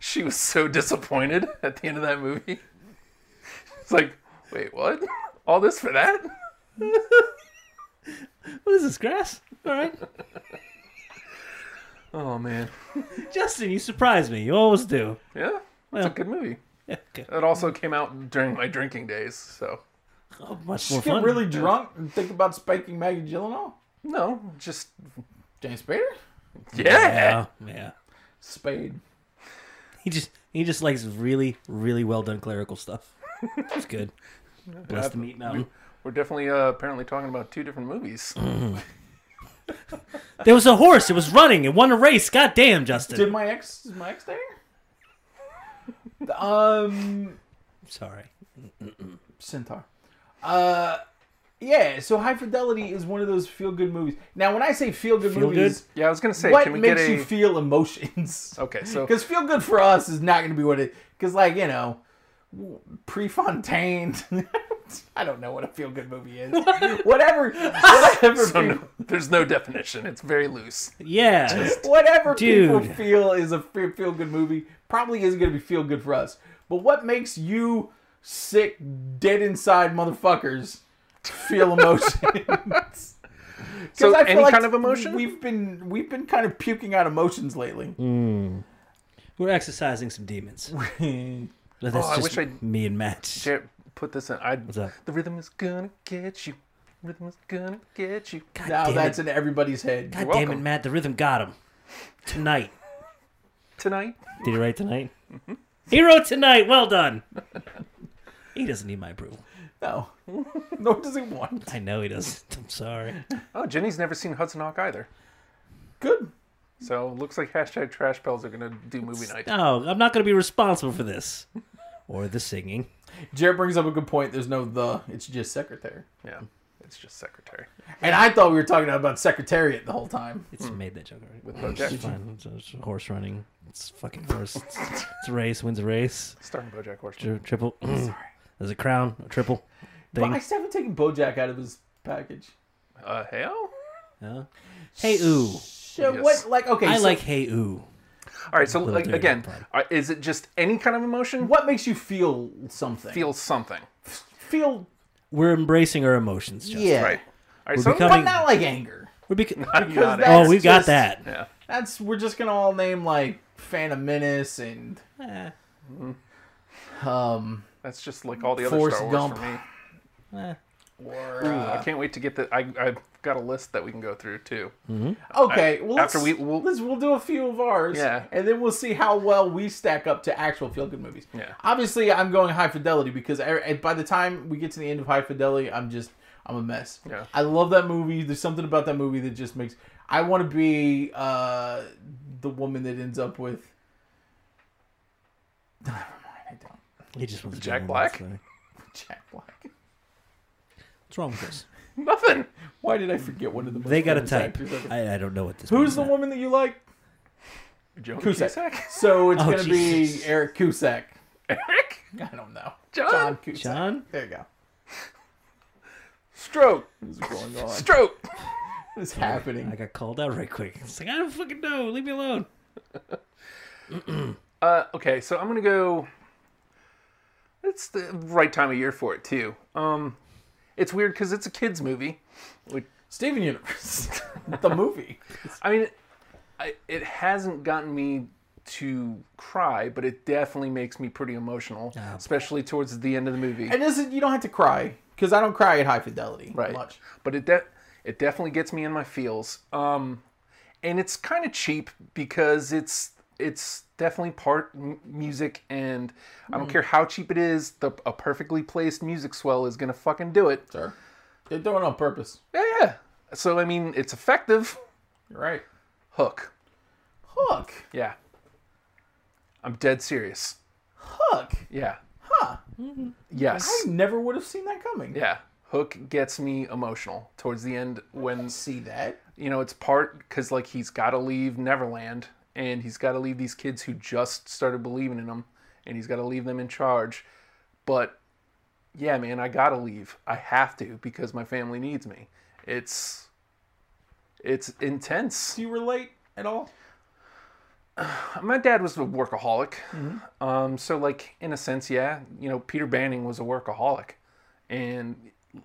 Speaker 1: She was so disappointed at the end of that movie. It's like, wait, what? All this for that?
Speaker 3: What is this grass? All right,
Speaker 1: Oh man,
Speaker 3: Justin, you surprise me. You always do.
Speaker 1: yeah, it's
Speaker 3: Well.
Speaker 1: a good movie.
Speaker 3: Yeah, okay.
Speaker 1: It also came out during my drinking days, so
Speaker 3: Oh, much more
Speaker 4: Just get
Speaker 3: fun.
Speaker 4: really drunk and think about spanking Maggie Gyllenhaal.
Speaker 1: no, just
Speaker 4: James Spader.
Speaker 1: yeah.
Speaker 3: Yeah, yeah.
Speaker 4: Spade.
Speaker 3: He just he just likes really really well done clerical stuff. It's good. Bless the meat mountain.
Speaker 1: We're definitely uh, apparently talking about two different movies.
Speaker 3: Mm. There was a horse. It was running. It won a race. God damn, Justin.
Speaker 4: Did my ex is my ex there? um
Speaker 3: Sorry.
Speaker 4: Centaur. Uh yeah, so High Fidelity is one of those feel good movies. Now when I say feel good
Speaker 3: Feel
Speaker 4: movies,
Speaker 1: Yeah, I was gonna say,
Speaker 4: what
Speaker 1: can we
Speaker 4: makes
Speaker 1: get a
Speaker 4: you feel emotions?
Speaker 1: okay? So
Speaker 4: Because feel good for us is not going to be what it. Because like you know, Prefontaine. I don't know what a feel good movie is. whatever, whatever,
Speaker 1: so
Speaker 4: people,
Speaker 1: no, there's no definition. It's very loose.
Speaker 3: Yeah.
Speaker 4: whatever people
Speaker 3: Dude.
Speaker 4: feel is a feel good movie probably isn't going to be feel good for us. But what makes you sick, dead inside motherfuckers feel emotions?
Speaker 1: So
Speaker 4: 'Cause I feel
Speaker 1: any
Speaker 4: like
Speaker 1: kind of emotion?
Speaker 4: We've been we've been kind of puking out emotions lately.
Speaker 3: We're exercising some demons. That's
Speaker 1: Oh, I
Speaker 3: just
Speaker 1: wish I'd-
Speaker 3: me and Matt.
Speaker 1: Jer- put this in. I, What's
Speaker 3: that?
Speaker 1: The rhythm is gonna get you. Rhythm is gonna get you.
Speaker 3: God
Speaker 4: now
Speaker 3: damn
Speaker 4: that's
Speaker 3: it.
Speaker 4: in everybody's head.
Speaker 3: God damn it,
Speaker 1: welcome.
Speaker 3: Matt. The rhythm got him. Tonight.
Speaker 1: Tonight,
Speaker 3: Did he write tonight?
Speaker 1: Mm-hmm.
Speaker 3: Hero tonight. Well done. He doesn't need my approval.
Speaker 4: No. Nor does he want.
Speaker 3: I know he doesn't. I'm sorry.
Speaker 1: oh, Jenny's never seen Hudson Hawk either.
Speaker 4: Good.
Speaker 1: So looks like hashtag Trash Pals are gonna do movie night.
Speaker 3: No, I'm not going to be responsible for this or the singing.
Speaker 4: Jared brings up a good point. There's no the, it's just secretary.
Speaker 1: Yeah, it's just secretary.
Speaker 4: And I thought we were talking about secretariat the whole time.
Speaker 3: It's made that joke already.
Speaker 1: With
Speaker 4: Hmm.
Speaker 3: It's
Speaker 1: BoJack,
Speaker 3: fine. It's, it's horse running. It's fucking horse. It's, it's a race. Wins a race.
Speaker 1: starring BoJack Horseman.
Speaker 3: Tri- triple. There's a crown. A triple.
Speaker 4: But I
Speaker 3: Thing.
Speaker 4: still haven't taken Bojack out of his package.
Speaker 1: Uh, hell.
Speaker 3: Yeah. Hey ooh.
Speaker 4: Shit,
Speaker 1: Yes.
Speaker 4: what like okay,
Speaker 3: I
Speaker 4: so
Speaker 3: like hey ooh.
Speaker 1: All right, so like
Speaker 3: dude,
Speaker 1: again,
Speaker 3: fine.
Speaker 1: uh, is it just any kind of emotion?
Speaker 4: what makes you feel something?
Speaker 1: Feel something,
Speaker 4: feel
Speaker 3: We're embracing our emotions. Justin.
Speaker 4: yeah.
Speaker 1: right? All right,
Speaker 3: We're
Speaker 1: so
Speaker 4: But
Speaker 3: becoming-
Speaker 4: not like anger.
Speaker 3: We're beca-
Speaker 4: Because
Speaker 1: Not
Speaker 3: oh,
Speaker 4: that's
Speaker 3: we got
Speaker 4: just-
Speaker 3: that.
Speaker 1: yeah,
Speaker 4: That's we're just gonna all name like Phantom Menace and
Speaker 3: Eh,
Speaker 4: um
Speaker 1: that's just like all the other
Speaker 4: Forrest
Speaker 1: Star Wars
Speaker 4: Gump.
Speaker 1: for me.
Speaker 3: eh.
Speaker 4: or,
Speaker 1: Ooh,
Speaker 4: uh,
Speaker 1: I can't wait to get the. I I've got a list that we can go through too.
Speaker 4: Okay, well,
Speaker 1: after
Speaker 4: let's,
Speaker 1: we- we'll-
Speaker 4: let's we'll do a few of ours,
Speaker 1: Yeah.
Speaker 4: and then we'll see how well we stack up to actual feel good movies.
Speaker 1: Yeah.
Speaker 4: Obviously, I'm going High Fidelity because I, and by the time we get to the end of High Fidelity, I'm just I'm a mess.
Speaker 1: Yeah.
Speaker 4: I love that movie. There's something about that movie that just makes I want to be uh, the woman that ends up with. Never mind, I don't.
Speaker 3: He just wants to
Speaker 1: Jack
Speaker 3: be on
Speaker 1: Black?
Speaker 3: this thing.
Speaker 4: Jack Black.
Speaker 3: What's wrong with this?
Speaker 1: Nothing.
Speaker 4: Why did I forget one of the? most
Speaker 3: They got a
Speaker 4: famous
Speaker 3: type.
Speaker 4: actors ever?
Speaker 3: I, I don't know what this.
Speaker 4: Who's
Speaker 3: means
Speaker 4: the
Speaker 3: now.
Speaker 4: woman that you like?
Speaker 1: Joan
Speaker 4: Cusack.
Speaker 1: Cusack.
Speaker 4: So it's
Speaker 3: Oh,
Speaker 4: gonna
Speaker 3: Jesus.
Speaker 4: be Eric Cusack.
Speaker 1: Eric.
Speaker 4: I don't know.
Speaker 1: John?
Speaker 4: Cusack.
Speaker 3: John?
Speaker 4: There you go.
Speaker 1: Stroke.
Speaker 4: What's going on?
Speaker 1: Stroke.
Speaker 4: What is
Speaker 3: I
Speaker 4: happening?
Speaker 3: got called out right quick. It's like I don't fucking know. Leave me alone.
Speaker 1: Uh, okay, so I'm gonna go. It's the right time of year for it too. Um, it's weird because it's a kids movie. Which,
Speaker 4: Steven Universe, the movie.
Speaker 1: I mean, I, it hasn't gotten me to cry, but it definitely makes me pretty emotional, especially towards the end of the movie.
Speaker 4: And this is you don't have to cry because I don't cry at high fidelity
Speaker 1: right.
Speaker 4: much.
Speaker 1: But it de- it definitely gets me in my feels. Um, and it's kind of cheap because it's it's definitely part m- music, and I
Speaker 4: Hmm.
Speaker 1: don't care how cheap it is. The a perfectly placed music swell is gonna fucking do it.
Speaker 4: Sure, they're doing it on purpose.
Speaker 1: Yeah, yeah. So I mean, it's effective.
Speaker 4: You're right.
Speaker 1: Hook.
Speaker 4: Hook.
Speaker 1: Yeah. I'm dead serious.
Speaker 4: Hook.
Speaker 1: Yeah.
Speaker 4: Huh.
Speaker 1: Yes.
Speaker 4: I never would have seen that coming.
Speaker 1: Yeah. Hook gets me emotional towards the end when
Speaker 4: See that?
Speaker 1: you know it's part because like he's got to leave neverland and he's got to leave these kids who just started believing in him and he's got to leave them in charge but yeah man i gotta leave i have to because my family needs me it's it's intense
Speaker 4: Do you relate at all?
Speaker 1: my dad was a workaholic
Speaker 3: Mm-hmm.
Speaker 1: um, so like in a sense yeah you know peter banning was a workaholic and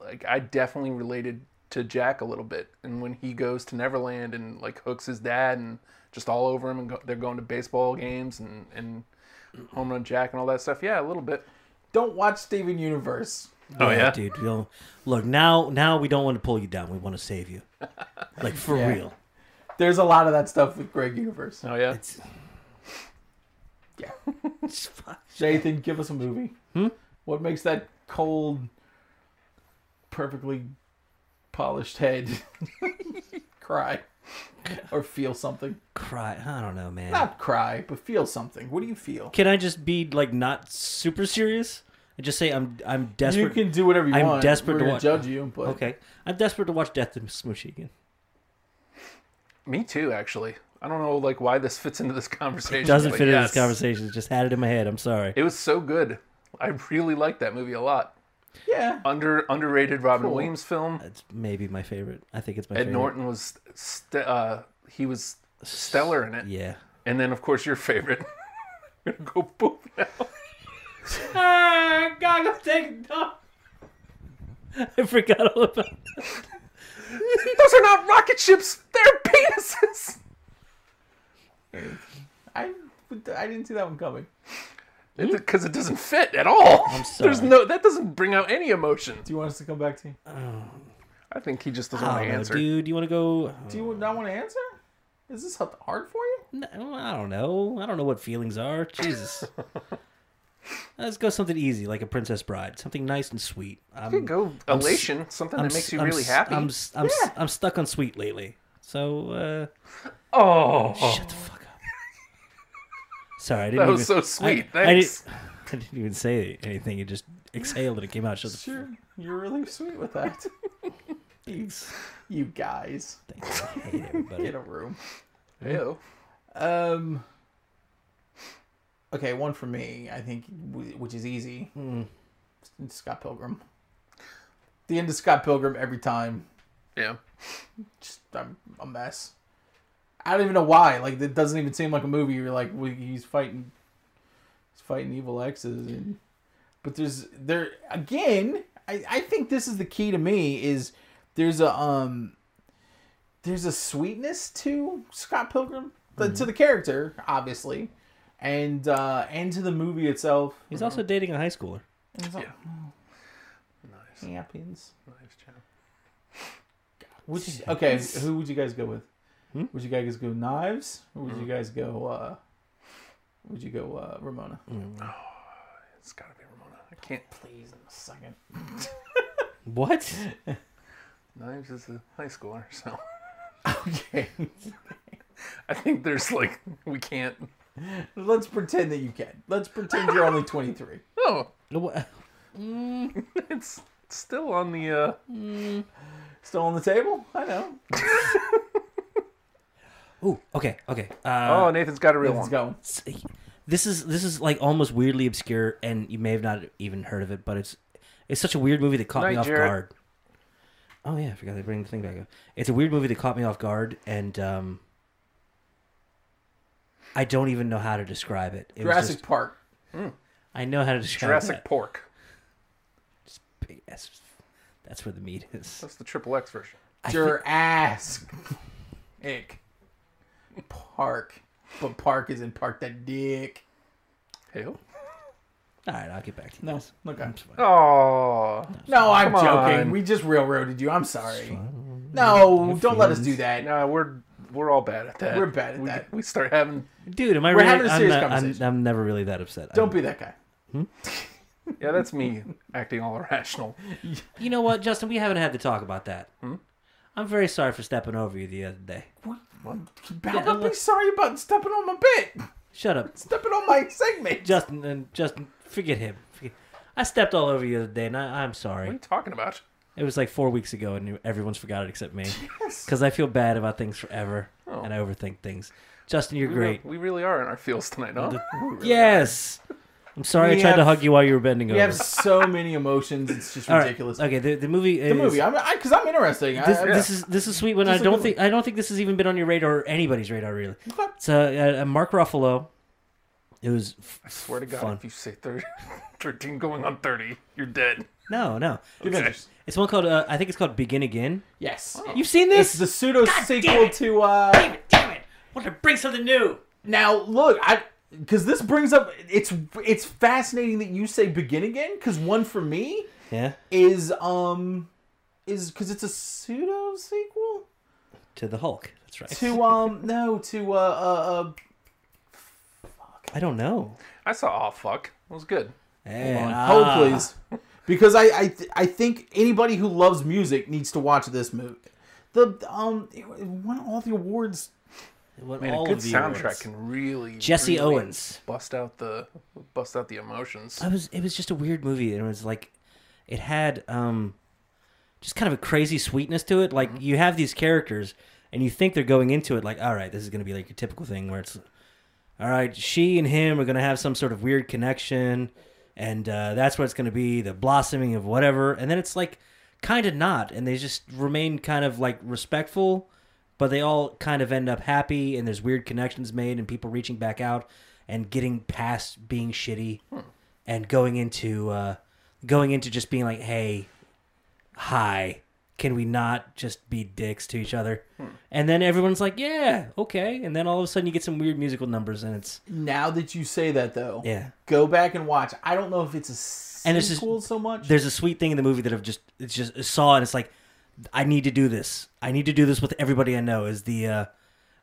Speaker 1: like i definitely related to jack a little bit and when he goes to neverland and like hooks his dad and just all over him and go, they're going to baseball games and and home run jack and all that stuff yeah a little bit
Speaker 4: Don't watch Steven Universe.
Speaker 1: oh
Speaker 3: dude. You know, look now, now we don't want to pull you down. We want to save you, like for real.
Speaker 4: There's a lot of that stuff with Greg Universe.
Speaker 1: oh yeah
Speaker 3: It's
Speaker 4: Yeah.
Speaker 3: it's fuck.
Speaker 4: Nathan, give us a movie. Hmm? What makes that cold, perfectly polished head cry or feel something?
Speaker 3: Cry. I don't know, man.
Speaker 4: Not cry, but feel something. What do you feel?
Speaker 3: Can I just be like not super serious and just say I'm I'm desperate?
Speaker 4: You can do whatever you
Speaker 3: I'm
Speaker 4: want.
Speaker 3: desperate
Speaker 4: We're
Speaker 3: to
Speaker 4: gonna
Speaker 3: watch-
Speaker 4: judge you, but
Speaker 3: okay, I'm desperate to watch Death and Smoochie again.
Speaker 1: me too actually i don't know like why this fits into this conversation
Speaker 3: Doesn't
Speaker 1: but
Speaker 3: fit into
Speaker 1: yes.
Speaker 3: this conversation. Just had it in my head. I'm sorry.
Speaker 1: it was so good i really liked that movie a lot
Speaker 4: yeah,
Speaker 3: Uh,
Speaker 1: under underrated robin williams film
Speaker 3: It's maybe my favorite. I think it's my
Speaker 1: Ed
Speaker 3: favorite.
Speaker 1: Norton was st- uh, he was stellar in it.
Speaker 3: Yeah.
Speaker 1: And then of course your favorite. Gonna go poop now.
Speaker 4: Ah,
Speaker 3: God, I'm taking I forgot all about.
Speaker 1: Those are not rocket ships. They're penises.
Speaker 4: I I didn't see that one coming.
Speaker 1: Because it doesn't fit at all. I'm
Speaker 3: Hmm? sorry.
Speaker 1: There's no that doesn't bring out any emotion.
Speaker 4: Do you want us to come back to you?
Speaker 1: I think he just doesn't
Speaker 3: I
Speaker 1: want
Speaker 3: don't
Speaker 1: to
Speaker 3: know,
Speaker 1: answer.
Speaker 3: Oh, dude. You want to go?
Speaker 4: Do you not want to answer? Is this hard for you?
Speaker 3: No, I don't know. I don't know what feelings are. Jesus. Let's go something easy, like a Princess Bride. Something nice and sweet. I'm,
Speaker 1: You could go
Speaker 3: I'm s-
Speaker 1: elation, something
Speaker 3: I'm
Speaker 1: that makes
Speaker 3: s-
Speaker 1: you
Speaker 3: I'm
Speaker 1: really
Speaker 3: s-
Speaker 1: happy.
Speaker 3: I'm s- I'm, s- I'm stuck on sweet lately. So uh,
Speaker 1: oh,
Speaker 3: shut the fuck up. Sorry, I didn't.
Speaker 1: that was
Speaker 3: even-
Speaker 1: so sweet.
Speaker 3: I, I,
Speaker 1: Thanks.
Speaker 3: didn't, I didn't even say anything. It just exhaled and it came out. Shut the
Speaker 4: Sure, you're really sweet with that. you, you guys,
Speaker 3: Thanks. I hate everybody.
Speaker 4: get a room.
Speaker 1: Ew.
Speaker 4: Um. Okay, one for me. I think, wh- which is easy. It's Scott Pilgrim. The end of Scott Pilgrim every time.
Speaker 1: Yeah.
Speaker 4: Just I'm a mess. I don't even know why. Like it doesn't even seem like a movie. You're like, well, he's fighting, he's fighting evil exes, and but there's there again. I I think this is the key to me is there's a um there's a sweetness to Scott Pilgrim, but to the character, obviously, and uh, and to the movie itself.
Speaker 3: He's also dating a high schooler.
Speaker 4: yeah.
Speaker 1: Nice.
Speaker 4: champions.
Speaker 1: Nice job.
Speaker 4: Which okay? Who would you guys go with?
Speaker 1: Hmm?
Speaker 4: Would you guys go knives? Or would
Speaker 1: Mm.
Speaker 4: you guys go? uh Would you go uh Ramona?
Speaker 1: Mm. It's gotta be Ramona. I can't.
Speaker 4: Please, in a second.
Speaker 3: What?
Speaker 1: Knives is a high schooler, so
Speaker 4: Okay,
Speaker 1: I think there's like we can't.
Speaker 4: let's pretend that you can. Let's pretend you're only 23.
Speaker 1: Oh,
Speaker 3: What?
Speaker 1: it's still on the uh
Speaker 4: Still on the table? I know.
Speaker 3: Ooh. Okay. Okay. Uh,
Speaker 1: oh nathan's got a real
Speaker 4: Let's
Speaker 1: one
Speaker 4: go.
Speaker 3: this is this is like almost weirdly obscure, and you may have not even heard of it, but it's it's such a weird movie that caught me
Speaker 1: Night,
Speaker 3: off
Speaker 1: Jarrett.
Speaker 3: guard. Oh yeah, I forgot to bring the thing back up. It's a weird movie that caught me off guard, and um, I don't even know how to describe it. it was
Speaker 4: Jurassic
Speaker 3: just-
Speaker 4: Park.
Speaker 3: I know how to describe
Speaker 1: jurassic
Speaker 3: that.
Speaker 1: pork
Speaker 3: Big ass- That's where the meat is.
Speaker 1: that's the triple x version
Speaker 4: Jurassic. Ick. park, but park is in park that dick.
Speaker 1: Hey.
Speaker 3: All right, I'll get back to you.
Speaker 4: No, look, I'm
Speaker 1: Oh
Speaker 4: no, I'm
Speaker 1: Come
Speaker 4: joking.
Speaker 1: on.
Speaker 4: We just railroaded you. I'm sorry. No, don't let us do that.
Speaker 1: No, we're we're all bad at that.
Speaker 4: We're bad at
Speaker 1: we,
Speaker 4: that.
Speaker 1: We start having
Speaker 3: Dude, am I
Speaker 4: We're
Speaker 3: really?
Speaker 4: having a
Speaker 3: I'm
Speaker 4: serious
Speaker 3: not- I'm-
Speaker 4: conversation.
Speaker 3: I'm, never really that upset.
Speaker 4: Don't be that guy.
Speaker 1: yeah, that's me acting all irrational.
Speaker 3: You know what, Justin? We haven't had to talk about that.
Speaker 4: Hmm?
Speaker 3: I'm very sorry for stepping over you the other day.
Speaker 4: How about be sorry about stepping on my bit,
Speaker 3: Shut up,
Speaker 4: stepping on my segment.
Speaker 3: Justin. And Justin, forget him. Forget- I stepped all over you the other day, and I, I'm
Speaker 1: What are you
Speaker 3: sorry.
Speaker 1: talking about?
Speaker 3: It was like four weeks ago, and everyone's forgot it except me. Because I feel bad about things forever,
Speaker 4: Oh.
Speaker 3: and I overthink things. Justin, you're
Speaker 1: We re-
Speaker 3: great.
Speaker 1: We really are in our feels tonight, huh?
Speaker 3: yes. I'm sorry
Speaker 4: We
Speaker 3: I tried to
Speaker 4: have-
Speaker 3: hug you while you were bending
Speaker 4: We
Speaker 3: over.
Speaker 4: have so many emotions. It's just
Speaker 3: All right,
Speaker 4: ridiculous.
Speaker 3: Okay. The, the movie. Is,
Speaker 4: The movie, I'm because I'm interesting. I-
Speaker 3: This,
Speaker 4: I-
Speaker 3: this is this is sweet one.
Speaker 4: This
Speaker 3: I
Speaker 4: is a
Speaker 3: don't
Speaker 4: good
Speaker 3: think I don't think this has even been on your radar or anybody's radar really.
Speaker 4: Okay.
Speaker 3: It's uh, uh, Mark Ruffalo. It was f-
Speaker 1: I swear to God,
Speaker 3: Fun.
Speaker 1: if you say 30, 13 going on 30, you're dead.
Speaker 3: no, no.
Speaker 4: The Avengers.
Speaker 3: It's one called uh, I think it's called Begin Again.
Speaker 4: Yes,
Speaker 3: You've seen Oh. this?
Speaker 4: it's the pseudo
Speaker 3: damn
Speaker 4: sequel
Speaker 3: it.
Speaker 4: to. uh
Speaker 3: damn it! Damn it! I wanted to bring something new.
Speaker 4: Now look, I because this brings up it's it's fascinating that you say begin again because one for me
Speaker 3: Yeah.
Speaker 4: is um is because it's a pseudo sequel
Speaker 3: To the Hulk. That's right.
Speaker 4: to um no to uh uh, uh
Speaker 3: I don't know.
Speaker 1: I saw, oh, fuck. It was good.
Speaker 3: Hey,
Speaker 4: hold
Speaker 3: ah.
Speaker 4: please because I I th- I think anybody who loves music needs to watch this movie. The um it won all the awards.
Speaker 3: It won
Speaker 1: Man,
Speaker 3: ah, all
Speaker 1: a good
Speaker 3: of the
Speaker 1: soundtrack
Speaker 3: awards.
Speaker 1: can really
Speaker 3: Jesse
Speaker 1: really
Speaker 3: Owens. Uh,
Speaker 1: bust out the bust out the emotions.
Speaker 3: I was it was just a weird movie and it was like it had um just kind of a crazy sweetness to it like you have these characters and you think they're going into it like all right this is going to be like your typical thing where it's all right she and him are going to have some sort of weird connection and uh, that's what it's going to be the blossoming of whatever and then it's like kind of not and they just remain kind of like respectful but they all kind of end up happy and there's weird connections made and people reaching back out and getting past being shitty and going into uh, going into just being like, hey, hi, can we not just be dicks to each other? And then everyone's like, yeah, okay. And then all of a sudden you get some weird musical numbers and it's
Speaker 4: Now that you say that though,
Speaker 3: yeah.
Speaker 4: go back and watch. I don't know if it's a sequel
Speaker 3: And it's just-
Speaker 4: so much.
Speaker 3: There's a sweet thing in the movie that I've just it's just I saw and it's like, I need to do this. I need to do this with everybody I know. Is the uh,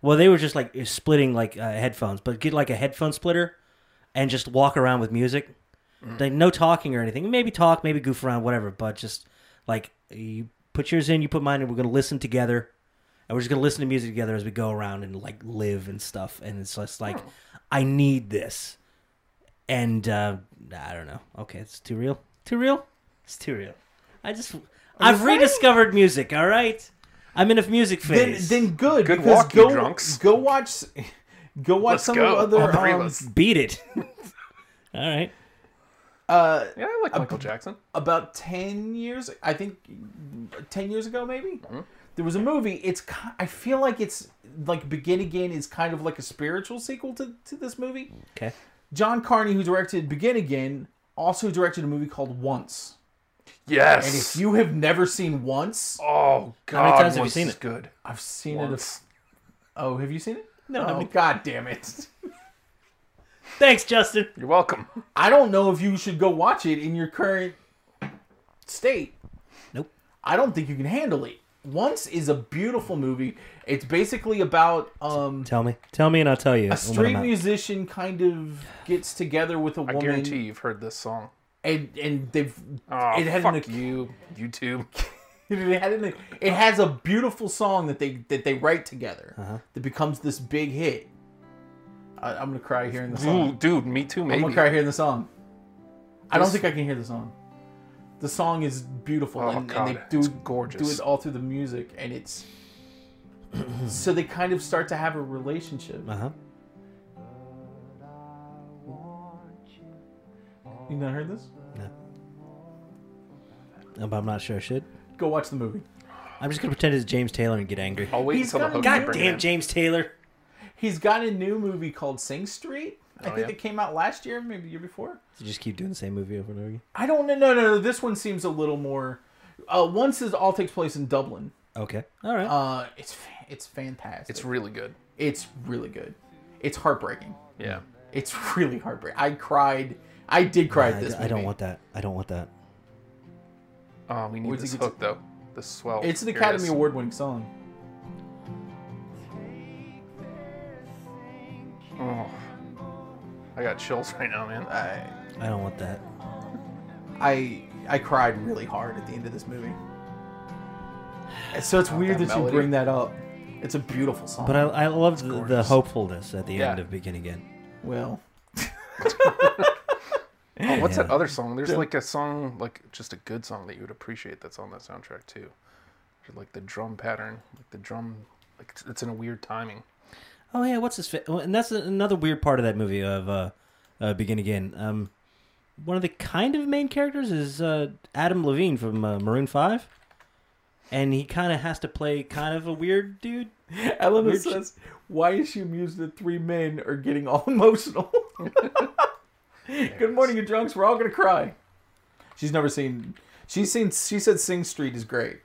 Speaker 3: well they were just like splitting like uh, headphones, but get like a headphone splitter and just walk around with music. Like no talking or anything. Maybe talk, maybe goof around, whatever. But just like you put yours in, you put mine in. We're gonna listen together, and we're just gonna listen to music together as we go around and like live and stuff. And it's just like
Speaker 4: Oh.
Speaker 3: I need this, and uh, I don't know. Okay, it's too real. Too real. It's too real. I just I've rediscovered music. All right, I'm in a music
Speaker 4: then,
Speaker 3: phase.
Speaker 4: then good.
Speaker 1: Good
Speaker 4: because
Speaker 1: walk, you
Speaker 4: go,
Speaker 1: drunks.
Speaker 4: Go watch, go watch
Speaker 1: Let's
Speaker 4: some
Speaker 1: go.
Speaker 4: of the
Speaker 1: All
Speaker 4: other.
Speaker 1: three of
Speaker 4: um,
Speaker 1: us.
Speaker 3: Beat it. all right.
Speaker 4: uh,
Speaker 1: Yeah, I like Michael Jackson.
Speaker 4: about ten years, I think, ten years ago maybe.
Speaker 1: Mm-hmm.
Speaker 4: There was a movie. It's ki- I feel like it's like Begin Again is kind of like a spiritual sequel to, to this movie.
Speaker 3: Okay.
Speaker 4: John Carney, who directed Begin Again, also directed a movie called Once.
Speaker 1: Yes.
Speaker 4: And if you have never seen Once,
Speaker 1: oh God,
Speaker 3: many times have you
Speaker 1: Once
Speaker 3: seen
Speaker 1: is
Speaker 3: it?
Speaker 1: Good.
Speaker 4: I've seen
Speaker 1: Once.
Speaker 4: it. A, oh, have you seen it? No.
Speaker 3: I
Speaker 4: Oh,
Speaker 3: mean-
Speaker 4: God damn it.
Speaker 3: Thanks, Justin.
Speaker 1: You're welcome.
Speaker 4: I don't know if you should go watch it in your current state.
Speaker 3: Nope.
Speaker 4: I don't think you can handle it. Once is a beautiful movie. It's basically about um,
Speaker 3: Tell me. Tell me, and I'll tell you.
Speaker 4: a street musician kind of gets together with a
Speaker 1: I
Speaker 4: woman,
Speaker 1: guarantee you've heard this song.
Speaker 4: and and they've
Speaker 1: Oh,
Speaker 4: it had an
Speaker 1: fuck
Speaker 4: ac-
Speaker 1: you, YouTube.
Speaker 4: it had an, it has a beautiful song that they that they write together that becomes this big hit. I, I'm gonna cry hearing the song.
Speaker 1: Ooh, dude, me too. Maybe.
Speaker 4: um, I'm gonna cry hearing the song. I don't think I can hear the song. The song is beautiful,
Speaker 1: Oh,
Speaker 4: and, and they
Speaker 1: God,
Speaker 4: do
Speaker 1: it's gorgeous.
Speaker 4: do it all through the music, and it's so they kind of start to have a relationship.
Speaker 3: Uh huh.
Speaker 4: You not heard this?
Speaker 3: But I'm not sure I should.
Speaker 4: Go watch the movie.
Speaker 3: I'm just gonna pretend it's James Taylor and get angry.
Speaker 1: I'll wait
Speaker 4: He's
Speaker 1: until the
Speaker 4: got a
Speaker 1: hook.
Speaker 4: goddamn
Speaker 3: Damn James Taylor.
Speaker 4: He's got a new movie called Sing Street. I
Speaker 1: Oh,
Speaker 4: think
Speaker 1: yeah?
Speaker 4: it came out last year, maybe the year before.
Speaker 3: So just keep doing the same movie over and over again.
Speaker 4: I don't know. No, no, no. This one seems a little more. Uh, once is all takes place in Dublin.
Speaker 3: Okay. All right.
Speaker 4: Uh, it's fa- it's fantastic.
Speaker 1: It's really good.
Speaker 4: It's really good. It's heartbreaking.
Speaker 1: Yeah.
Speaker 4: It's really heartbreaking. I cried. I did cry
Speaker 3: I-
Speaker 4: at this.
Speaker 3: I don't
Speaker 4: movie.
Speaker 3: want that. I don't want that.
Speaker 1: Oh, we need
Speaker 4: Where'd
Speaker 1: this
Speaker 4: you get
Speaker 1: hook though. The swell.
Speaker 4: It's an
Speaker 1: Here it
Speaker 4: Academy
Speaker 1: is.
Speaker 4: Award winning song.
Speaker 1: Oh, I got chills right now, man.
Speaker 4: I
Speaker 3: I don't want that.
Speaker 4: Oh, I I cried really hard at the end of this movie. And So it's weird
Speaker 1: that
Speaker 4: that, you
Speaker 1: melody.
Speaker 4: bring that up. It's a beautiful song.
Speaker 3: But I, I love the, the
Speaker 1: gorgeous.
Speaker 3: hopefulness at the end
Speaker 1: Yeah.
Speaker 3: of Begin Again.
Speaker 4: well,
Speaker 1: Oh, what's
Speaker 3: Yeah.
Speaker 1: that other song? There's like a song, like just a good song that you would appreciate that's on that soundtrack too. Just, Like the drum pattern, like the drum, like it's, it's in a weird timing.
Speaker 3: Oh yeah, what's his? Fa- well, and that's another weird part of that movie of uh, uh, Begin Again. Um, one of the kind of main characters is uh, Adam Levine from uh, Maroon Five, and he kind of has to play kind of a weird dude.
Speaker 4: Eleanor
Speaker 3: You're ch-
Speaker 4: says, "Why is she amused that three men are getting all emotional?" Good morning, you drunks. We're all gonna cry. She's never seen. She's seen. She said Sing Street is great.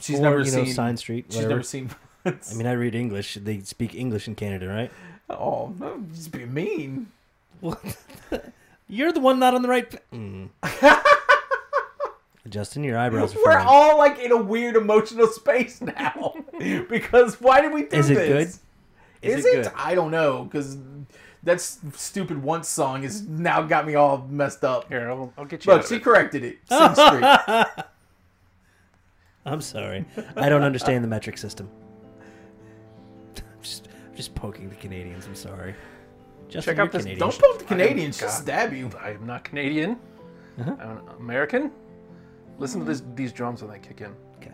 Speaker 4: She's
Speaker 3: Or,
Speaker 4: never
Speaker 3: you know,
Speaker 4: seen.
Speaker 3: Sign Street.
Speaker 4: she's
Speaker 3: whatever.
Speaker 4: never seen.
Speaker 3: I mean, I read English. They speak English in Canada, right?
Speaker 4: oh, no, just be mean.
Speaker 3: Well, You're the one not on the right. Pa- mm. Justin, your eyebrows are
Speaker 4: We're
Speaker 3: furrowed.
Speaker 4: all like in a weird emotional space now because why did we do
Speaker 3: Is it good?
Speaker 4: this? Is, it? I don't know because that stupid once song has now got me all messed up.
Speaker 1: Here, I'll, I'll get you. out
Speaker 4: Look,
Speaker 1: of
Speaker 4: she
Speaker 1: it.
Speaker 4: corrected it. Sing Street.
Speaker 3: I'm sorry. I don't understand the metric system. I'm just, I'm just poking the Canadians. I'm sorry.
Speaker 1: Check
Speaker 3: Justin, you're
Speaker 1: out this-
Speaker 3: Canadian.
Speaker 4: Don't poke the
Speaker 1: I am
Speaker 4: Canadians. She'll
Speaker 1: God.
Speaker 4: stab you.
Speaker 1: I am not Canadian.
Speaker 4: Uh-huh.
Speaker 1: I'm an American. Listen to this, these drums when they kick in.
Speaker 3: Okay.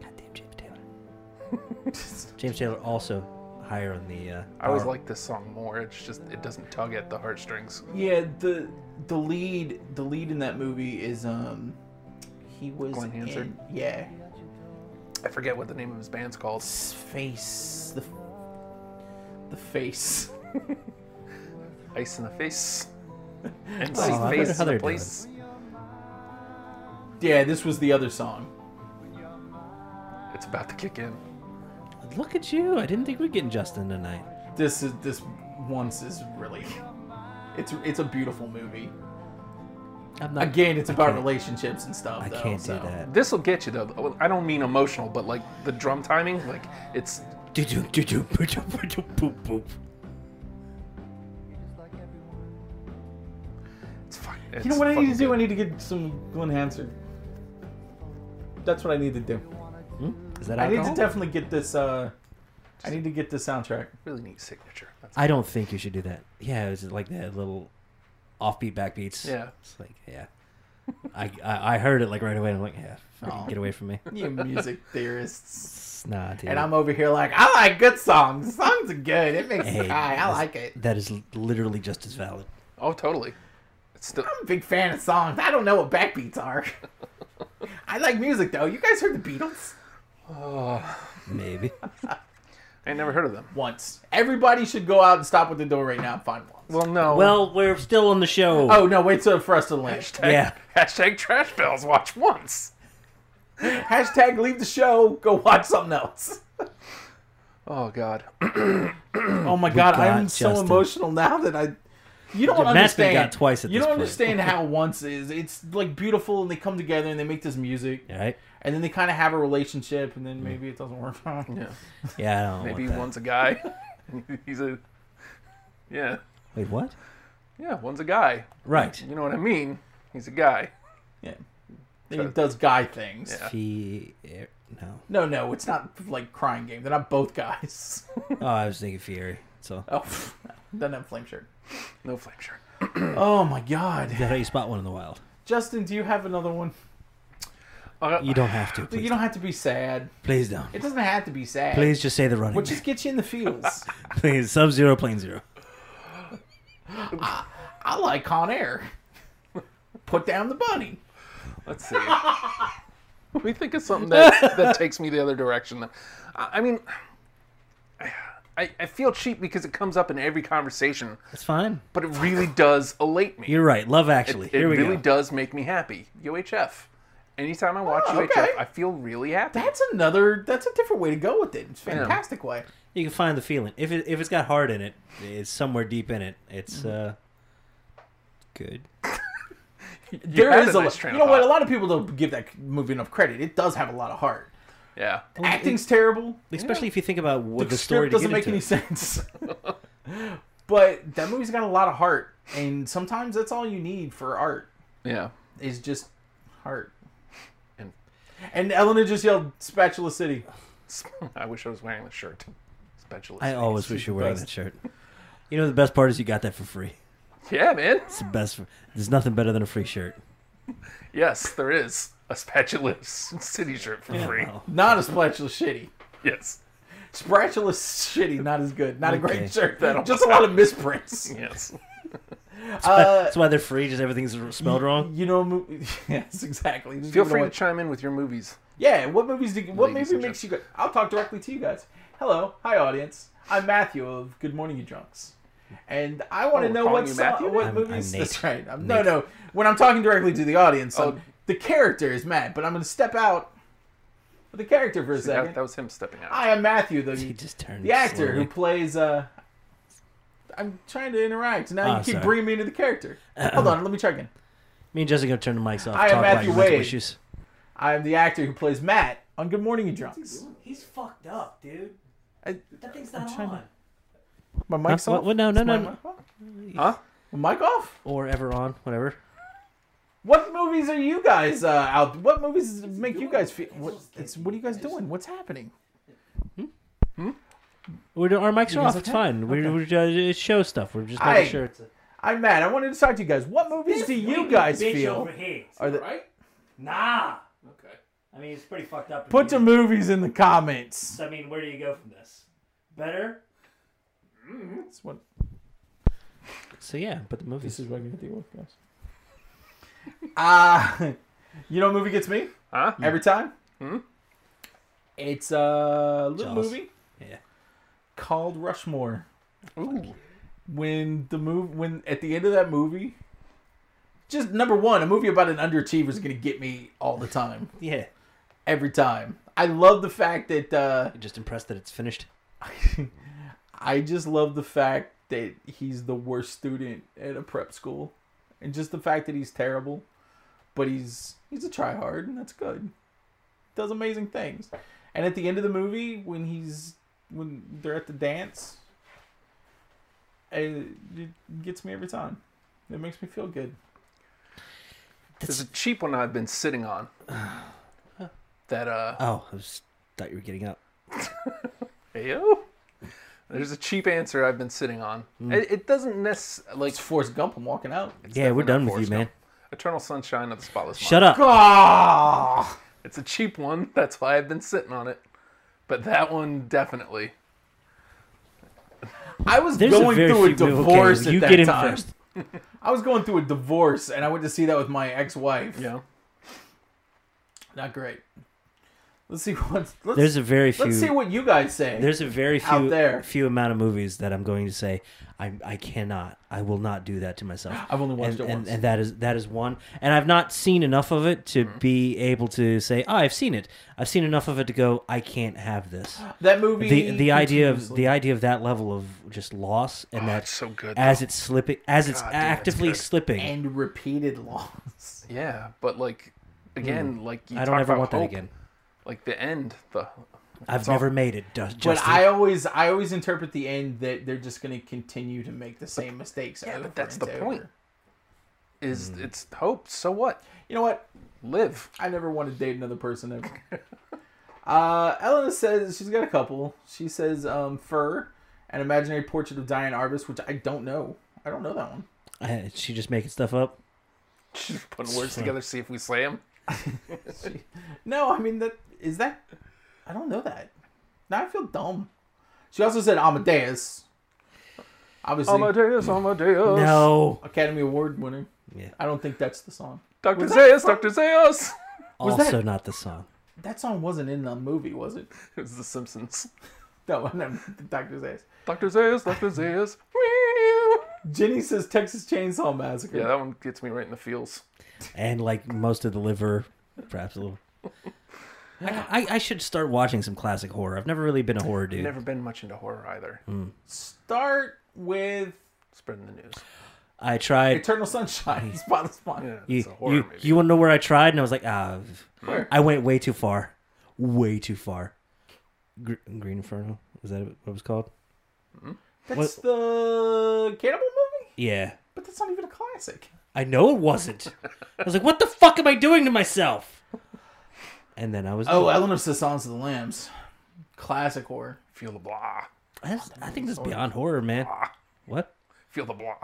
Speaker 3: Goddamn James Taylor. James Taylor also higher on the. Uh,
Speaker 1: I always
Speaker 4: Oh.
Speaker 3: power-
Speaker 1: like this song more. It's just it doesn't tug at the heartstrings.
Speaker 4: Yeah, the the lead the lead in that movie is um he was
Speaker 1: Glenn Hansard?
Speaker 4: in yeah
Speaker 1: I forget what the name of his band's called.
Speaker 4: s- face the the face
Speaker 1: Ice in the face. And
Speaker 3: Oh, I wonder
Speaker 1: face
Speaker 3: how
Speaker 1: in the
Speaker 3: they're
Speaker 1: place.
Speaker 4: yeah this was the other song
Speaker 1: It's about to kick in.
Speaker 3: Look at you! I didn't think we'd get Justin tonight.
Speaker 4: this is this once is really it's it's a beautiful movie
Speaker 3: I'm not.
Speaker 4: again it's
Speaker 3: I
Speaker 4: about
Speaker 3: can't-
Speaker 4: relationships and stuff
Speaker 3: I
Speaker 4: though,
Speaker 3: can't
Speaker 4: so.
Speaker 3: do that.
Speaker 1: This will get you though. Well, I don't mean emotional, but like the drum timing, like it's
Speaker 3: Do-do, do-do, boo-do, boo-do, boop, boop.
Speaker 1: it's fine.
Speaker 4: you know what I need to do I need to get some Glenn Hansard that's what I need to do
Speaker 3: Is that
Speaker 4: I need to
Speaker 3: alcohol?
Speaker 4: definitely get this uh I need to get this soundtrack
Speaker 1: really neat signature. That's
Speaker 3: I don't think you should do that. Yeah, it was like that little offbeat backbeats.
Speaker 1: Yeah.
Speaker 3: It's like, yeah. I, I I heard it like right away and I'm like, yeah, fucking
Speaker 4: Aw.
Speaker 3: get away from me.
Speaker 4: You music theorists.
Speaker 3: It's not, dude.
Speaker 4: And I'm over here like, I like good songs. Songs are good. It makes
Speaker 3: Hey,
Speaker 4: me high. I
Speaker 3: that's-
Speaker 4: like it.
Speaker 3: That is literally just as valid.
Speaker 1: oh totally. It's still
Speaker 4: I'm a big fan of songs. I don't know what backbeats are. I like music though. You guys heard the Beatles?
Speaker 3: Maybe.
Speaker 1: I never heard of them.
Speaker 4: Once. Everybody should go out and stop at the door right now and find one.
Speaker 1: Well no.
Speaker 3: well, we're still on the show.
Speaker 4: Oh no, wait till for us to lynch.
Speaker 1: hashtag,
Speaker 3: yeah.
Speaker 1: hashtag trash bells watch once.
Speaker 4: Hashtag leave the show, go watch something else.
Speaker 1: Oh god.
Speaker 4: Oh my god,
Speaker 3: got
Speaker 4: I'm so
Speaker 3: Justin.
Speaker 4: emotional now that I. You don't
Speaker 3: Matt's been
Speaker 4: understand.
Speaker 3: got twice at
Speaker 4: you
Speaker 3: this
Speaker 4: don't
Speaker 3: point.
Speaker 4: understand how once is. It's like beautiful, and they come together and they make this music.
Speaker 3: All right.
Speaker 4: and then they kind of have a relationship, and then maybe it doesn't work out.
Speaker 1: Yeah.
Speaker 3: Yeah, I don't
Speaker 1: Maybe
Speaker 3: want that.
Speaker 1: one's a guy. He's a Yeah.
Speaker 3: Wait, what?
Speaker 1: Yeah, one's a guy.
Speaker 3: Right.
Speaker 1: You know what I mean? He's a guy.
Speaker 4: Yeah, Then it does guy things.
Speaker 1: Yeah.
Speaker 3: Fe- er, no.
Speaker 4: No, no, it's not like crying game. They're not both guys.
Speaker 3: Oh, I was thinking Fieri. So,
Speaker 4: oh, doesn't have a flame shirt.
Speaker 1: No flame shirt.
Speaker 4: Oh my god,
Speaker 3: is that how you spot one in the wild?
Speaker 4: Justin, do you have another one?
Speaker 1: Uh,
Speaker 3: You don't have to. Please,
Speaker 4: You don't have to be sad.
Speaker 3: please don't.
Speaker 4: It doesn't have to be sad.
Speaker 3: Please just say the running.
Speaker 4: We'll
Speaker 3: name.
Speaker 4: just get you in the feels.
Speaker 3: Please, Sub Zero, Plane Zero.
Speaker 4: I like Con Air. Put down the bunny.
Speaker 1: Let's see. we think of something that, that takes me the other direction. I, I mean, I, I feel cheap because it comes up in every conversation,
Speaker 3: That's fine.
Speaker 1: but it really does elate me.
Speaker 3: You're right. Love Actually.
Speaker 1: It
Speaker 3: Here we
Speaker 1: really
Speaker 3: go.
Speaker 1: does make me happy. UHF. Anytime I watch
Speaker 4: Oh,
Speaker 1: UHF,
Speaker 4: okay.
Speaker 1: I feel really happy.
Speaker 4: That's another. That's a different way to go with it. It's a
Speaker 1: Yeah.
Speaker 4: fantastic way.
Speaker 3: You can find the feeling if it if it's got heart in it. It's somewhere deep in it. It's
Speaker 4: Mm-hmm.
Speaker 3: uh, good.
Speaker 1: You
Speaker 4: There
Speaker 1: had
Speaker 4: is
Speaker 1: a
Speaker 4: a,
Speaker 1: nice
Speaker 4: lot-
Speaker 1: train
Speaker 4: you
Speaker 1: of
Speaker 4: know what? A
Speaker 1: thought.
Speaker 4: lot of people don't give that movie enough credit. It does have a lot of heart.
Speaker 1: Yeah.
Speaker 4: Acting's terrible.
Speaker 3: Especially if you think about
Speaker 4: the,
Speaker 3: what the, story
Speaker 4: script doesn't make any
Speaker 3: sense.
Speaker 4: sense. but that movie's got a lot of heart, and sometimes that's all you need for art
Speaker 1: Yeah.
Speaker 4: is just heart.
Speaker 1: And-
Speaker 4: And Eleanor just yelled "Spatula City."
Speaker 1: I wish I was wearing the shirt. Spatula.
Speaker 3: I
Speaker 1: City.
Speaker 3: always wish you were wearing
Speaker 4: best.
Speaker 3: that shirt. You know the best part is you got that for free.
Speaker 1: Yeah, man.
Speaker 3: It's the best. There's nothing better than a free shirt.
Speaker 1: Yes, there is a spatula city shirt for free.
Speaker 3: Wow.
Speaker 4: Not a spatula shitty.
Speaker 1: Yes.
Speaker 4: Spatula shitty, not as good. Not a
Speaker 3: Okay.
Speaker 4: great shirt. Just a lot of misprints.
Speaker 1: Yes.
Speaker 4: Uh,
Speaker 3: That's why they're free. Just everything's spelled wrong.
Speaker 4: you know, mo- yes, exactly. Just
Speaker 1: Feel
Speaker 4: give it
Speaker 1: free
Speaker 4: away.
Speaker 1: to chime in with your movies.
Speaker 4: Yeah, what movies do you, what
Speaker 1: Ladies
Speaker 4: movie
Speaker 1: and
Speaker 4: makes you go? I'll talk directly to you guys. Hello, hi audience. I'm Matthew of Good Morning You Drunks, and I want
Speaker 1: Oh,
Speaker 4: to
Speaker 1: we're
Speaker 4: know
Speaker 1: calling
Speaker 4: what
Speaker 1: you
Speaker 4: so-
Speaker 1: Matthew
Speaker 4: what
Speaker 1: now?
Speaker 3: I'm- I'm
Speaker 4: movies.
Speaker 3: Nate.
Speaker 4: That's right. I'm, no,
Speaker 3: Nate.
Speaker 4: no. When I'm talking directly to the audience, I'm-
Speaker 1: Oh.
Speaker 4: the character is Matt, but I'm going to step out with the character for a second.
Speaker 1: That, that was him stepping out.
Speaker 4: I am Matthew, the
Speaker 3: He just turned
Speaker 4: the actor
Speaker 3: slowly.
Speaker 4: who plays. uh I'm trying to interact. Now
Speaker 3: Ah,
Speaker 4: you keep
Speaker 3: sorry.
Speaker 4: bringing me into the character. Hold on, let me check in.
Speaker 3: Me and Jessica turn the mics off.
Speaker 4: I
Speaker 3: talk
Speaker 4: am
Speaker 3: about
Speaker 4: Matthew
Speaker 3: your mental
Speaker 4: Wade.
Speaker 3: issues.
Speaker 4: I am the actor who plays Matt on Good Morning You Drunks.
Speaker 3: He's fucked up, dude.
Speaker 4: I-
Speaker 3: that thing's not
Speaker 4: trying to- My mic's
Speaker 3: Huh? What-
Speaker 4: off.
Speaker 3: what? No, no,
Speaker 4: Is my
Speaker 3: no, no.
Speaker 4: mic off?
Speaker 1: Huh?
Speaker 4: My mic off?
Speaker 3: Or ever on, whatever.
Speaker 4: What movies are you guys uh, out? What movies make you guys feel? What, it's, what are you guys doing? What's happening?
Speaker 3: We're doing, our mics
Speaker 4: You
Speaker 3: are
Speaker 4: guys
Speaker 3: off. It's
Speaker 4: okay?
Speaker 3: fine. We're, we're just, it's show stuff. We're just making
Speaker 4: Hey.
Speaker 3: sure it's. A,
Speaker 4: I'm Matt. I wanted to talk to you guys. What movies do you guys feel? Are the,
Speaker 3: Nah.
Speaker 5: Okay.
Speaker 3: I mean, it's pretty fucked up.
Speaker 4: put your movies in the comments.
Speaker 3: I mean, where do you go from this? Better.
Speaker 4: That's what,
Speaker 3: So yeah, but the movies.
Speaker 4: this is what I'm gonna deal with, guys. Ah, you know, what movie gets me
Speaker 1: Huh? Hmm?
Speaker 4: every time. It's a little
Speaker 3: Jaws.
Speaker 4: movie
Speaker 3: Yeah.
Speaker 4: called Rushmore.
Speaker 1: Ooh.
Speaker 4: when the move when at the end of that movie just number one a movie about an underachiever is going to get me all the time
Speaker 3: Yeah.
Speaker 4: every time i love the fact that uh
Speaker 3: I'm just impressed that it's finished.
Speaker 4: i just love the fact that he's the worst student at a prep school and just the fact that he's terrible but he's he's a tryhard and that's good does amazing things and at the end of the movie when he's when they're at the dance it, it gets me every time it makes me feel good
Speaker 1: There's a cheap one I've been sitting on. That uh
Speaker 3: Oh, I was, thought you were getting up.
Speaker 1: Ayo? There's a cheap answer I've been sitting on.
Speaker 3: Hmm.
Speaker 1: It, it doesn't necessarily like
Speaker 4: It's Forrest Gump. I'm walking out.
Speaker 3: yeah, we're
Speaker 1: definitely not
Speaker 3: done with you,
Speaker 1: Forrest
Speaker 3: man.
Speaker 1: Gump. Eternal Sunshine of the Spotless Mind.
Speaker 3: Shut up.
Speaker 4: Ah!
Speaker 1: It's a cheap one. That's why I've been sitting on it. But that one definitely.
Speaker 4: I was
Speaker 3: There's a
Speaker 4: going
Speaker 3: very
Speaker 4: through a
Speaker 3: few movie- okay,
Speaker 4: divorce at
Speaker 3: you
Speaker 4: that
Speaker 3: get in
Speaker 4: time.
Speaker 3: first.
Speaker 4: I was going through a divorce, and I went to see that with my ex-wife.
Speaker 1: Yeah.
Speaker 4: Not great. Let's see what. Let's,
Speaker 3: There's a very few.
Speaker 4: let's see what you guys say.
Speaker 3: There's a very few
Speaker 4: out there.
Speaker 3: few amount of movies that I'm going to say I I cannot I will not do that to myself.
Speaker 4: I've only watched
Speaker 3: and,
Speaker 4: it
Speaker 3: and,
Speaker 4: once.
Speaker 3: and that is that is one. And I've not seen enough of it to
Speaker 4: Mm-hmm.
Speaker 3: be able to say oh, I've seen it. I've seen enough of it to go I can't have this.
Speaker 4: that movie.
Speaker 3: The the idea of
Speaker 4: continuously- Oh,
Speaker 3: the idea of that level of just loss and that
Speaker 1: it's so good,
Speaker 3: as it's slipping as it's
Speaker 1: God damn, it's
Speaker 3: actively
Speaker 1: good.
Speaker 3: slipping.
Speaker 4: and repeated loss.
Speaker 1: Yeah, but like again, like you
Speaker 3: Hmm. I
Speaker 1: talk
Speaker 3: don't ever
Speaker 1: about
Speaker 3: want that
Speaker 1: hope,
Speaker 3: again.
Speaker 1: Like the end, the
Speaker 3: I've
Speaker 1: it's all-
Speaker 3: never made it. Ju-
Speaker 4: But
Speaker 3: Justin.
Speaker 4: I always, I always interpret the end that they're just going to continue to make the same mistakes.
Speaker 1: Yeah,
Speaker 4: over
Speaker 1: but that's
Speaker 4: and
Speaker 1: the
Speaker 4: over.
Speaker 1: point. Is
Speaker 3: Hmm.
Speaker 1: it's hope. So what?
Speaker 4: You know what?
Speaker 1: Live.
Speaker 4: I never want to date another person ever. uh, Elena says she's got a couple. She says um, fur, an imaginary portrait of Diane Arbus, which I don't know. I don't know that one.
Speaker 3: I- she just making stuff up.
Speaker 1: Just putting words together, see if we slay him.
Speaker 4: No, I mean that is that. I don't know that. Now I feel dumb. She also said Amadeus. Obviously,
Speaker 1: Amadeus, Amadeus.
Speaker 3: No.
Speaker 4: Academy Award winner.
Speaker 3: Yeah.
Speaker 4: I don't think that's the song.
Speaker 1: Dr.
Speaker 4: Was that
Speaker 1: Zeus, Dr. Zeus.
Speaker 4: Was
Speaker 3: also
Speaker 4: that-
Speaker 3: not the song.
Speaker 4: That song wasn't in the movie, was it?
Speaker 1: It was The Simpsons.
Speaker 4: No, no Dr. Zeus.
Speaker 1: Dr. Zeus, Dr. Zeus.
Speaker 4: Jenny says Texas Chainsaw Massacre.
Speaker 1: Yeah, that one gets me right in the feels.
Speaker 3: and like most of the liver Perhaps a little. I, I, I should start watching some classic horror. I've never really been a horror dude.
Speaker 1: I've never been much into horror either.
Speaker 3: Hmm.
Speaker 4: Start with
Speaker 1: Spreading the news.
Speaker 3: I tried.
Speaker 4: Eternal Sunshine. Spotless Mind.
Speaker 1: Yeah,
Speaker 3: you,
Speaker 1: it's a horror
Speaker 3: you,
Speaker 1: movie.
Speaker 3: you want to know where I tried? And I was like, ah,
Speaker 4: Where?
Speaker 3: I went way too far. Way too far. Gr- Green Inferno? Is that what it was called?
Speaker 4: That's the cannibal movie,
Speaker 3: Yeah.
Speaker 4: but that's not even a classic.
Speaker 3: I know it wasn't. I was like, what the fuck am I doing to myself? And then I was.
Speaker 4: Oh, Eleanor says Silence of the Lambs, classic horror.
Speaker 1: Feel the blah. uh,
Speaker 3: I, I think
Speaker 1: oh,
Speaker 3: this is beyond horror, man. What?
Speaker 1: Feel the blah.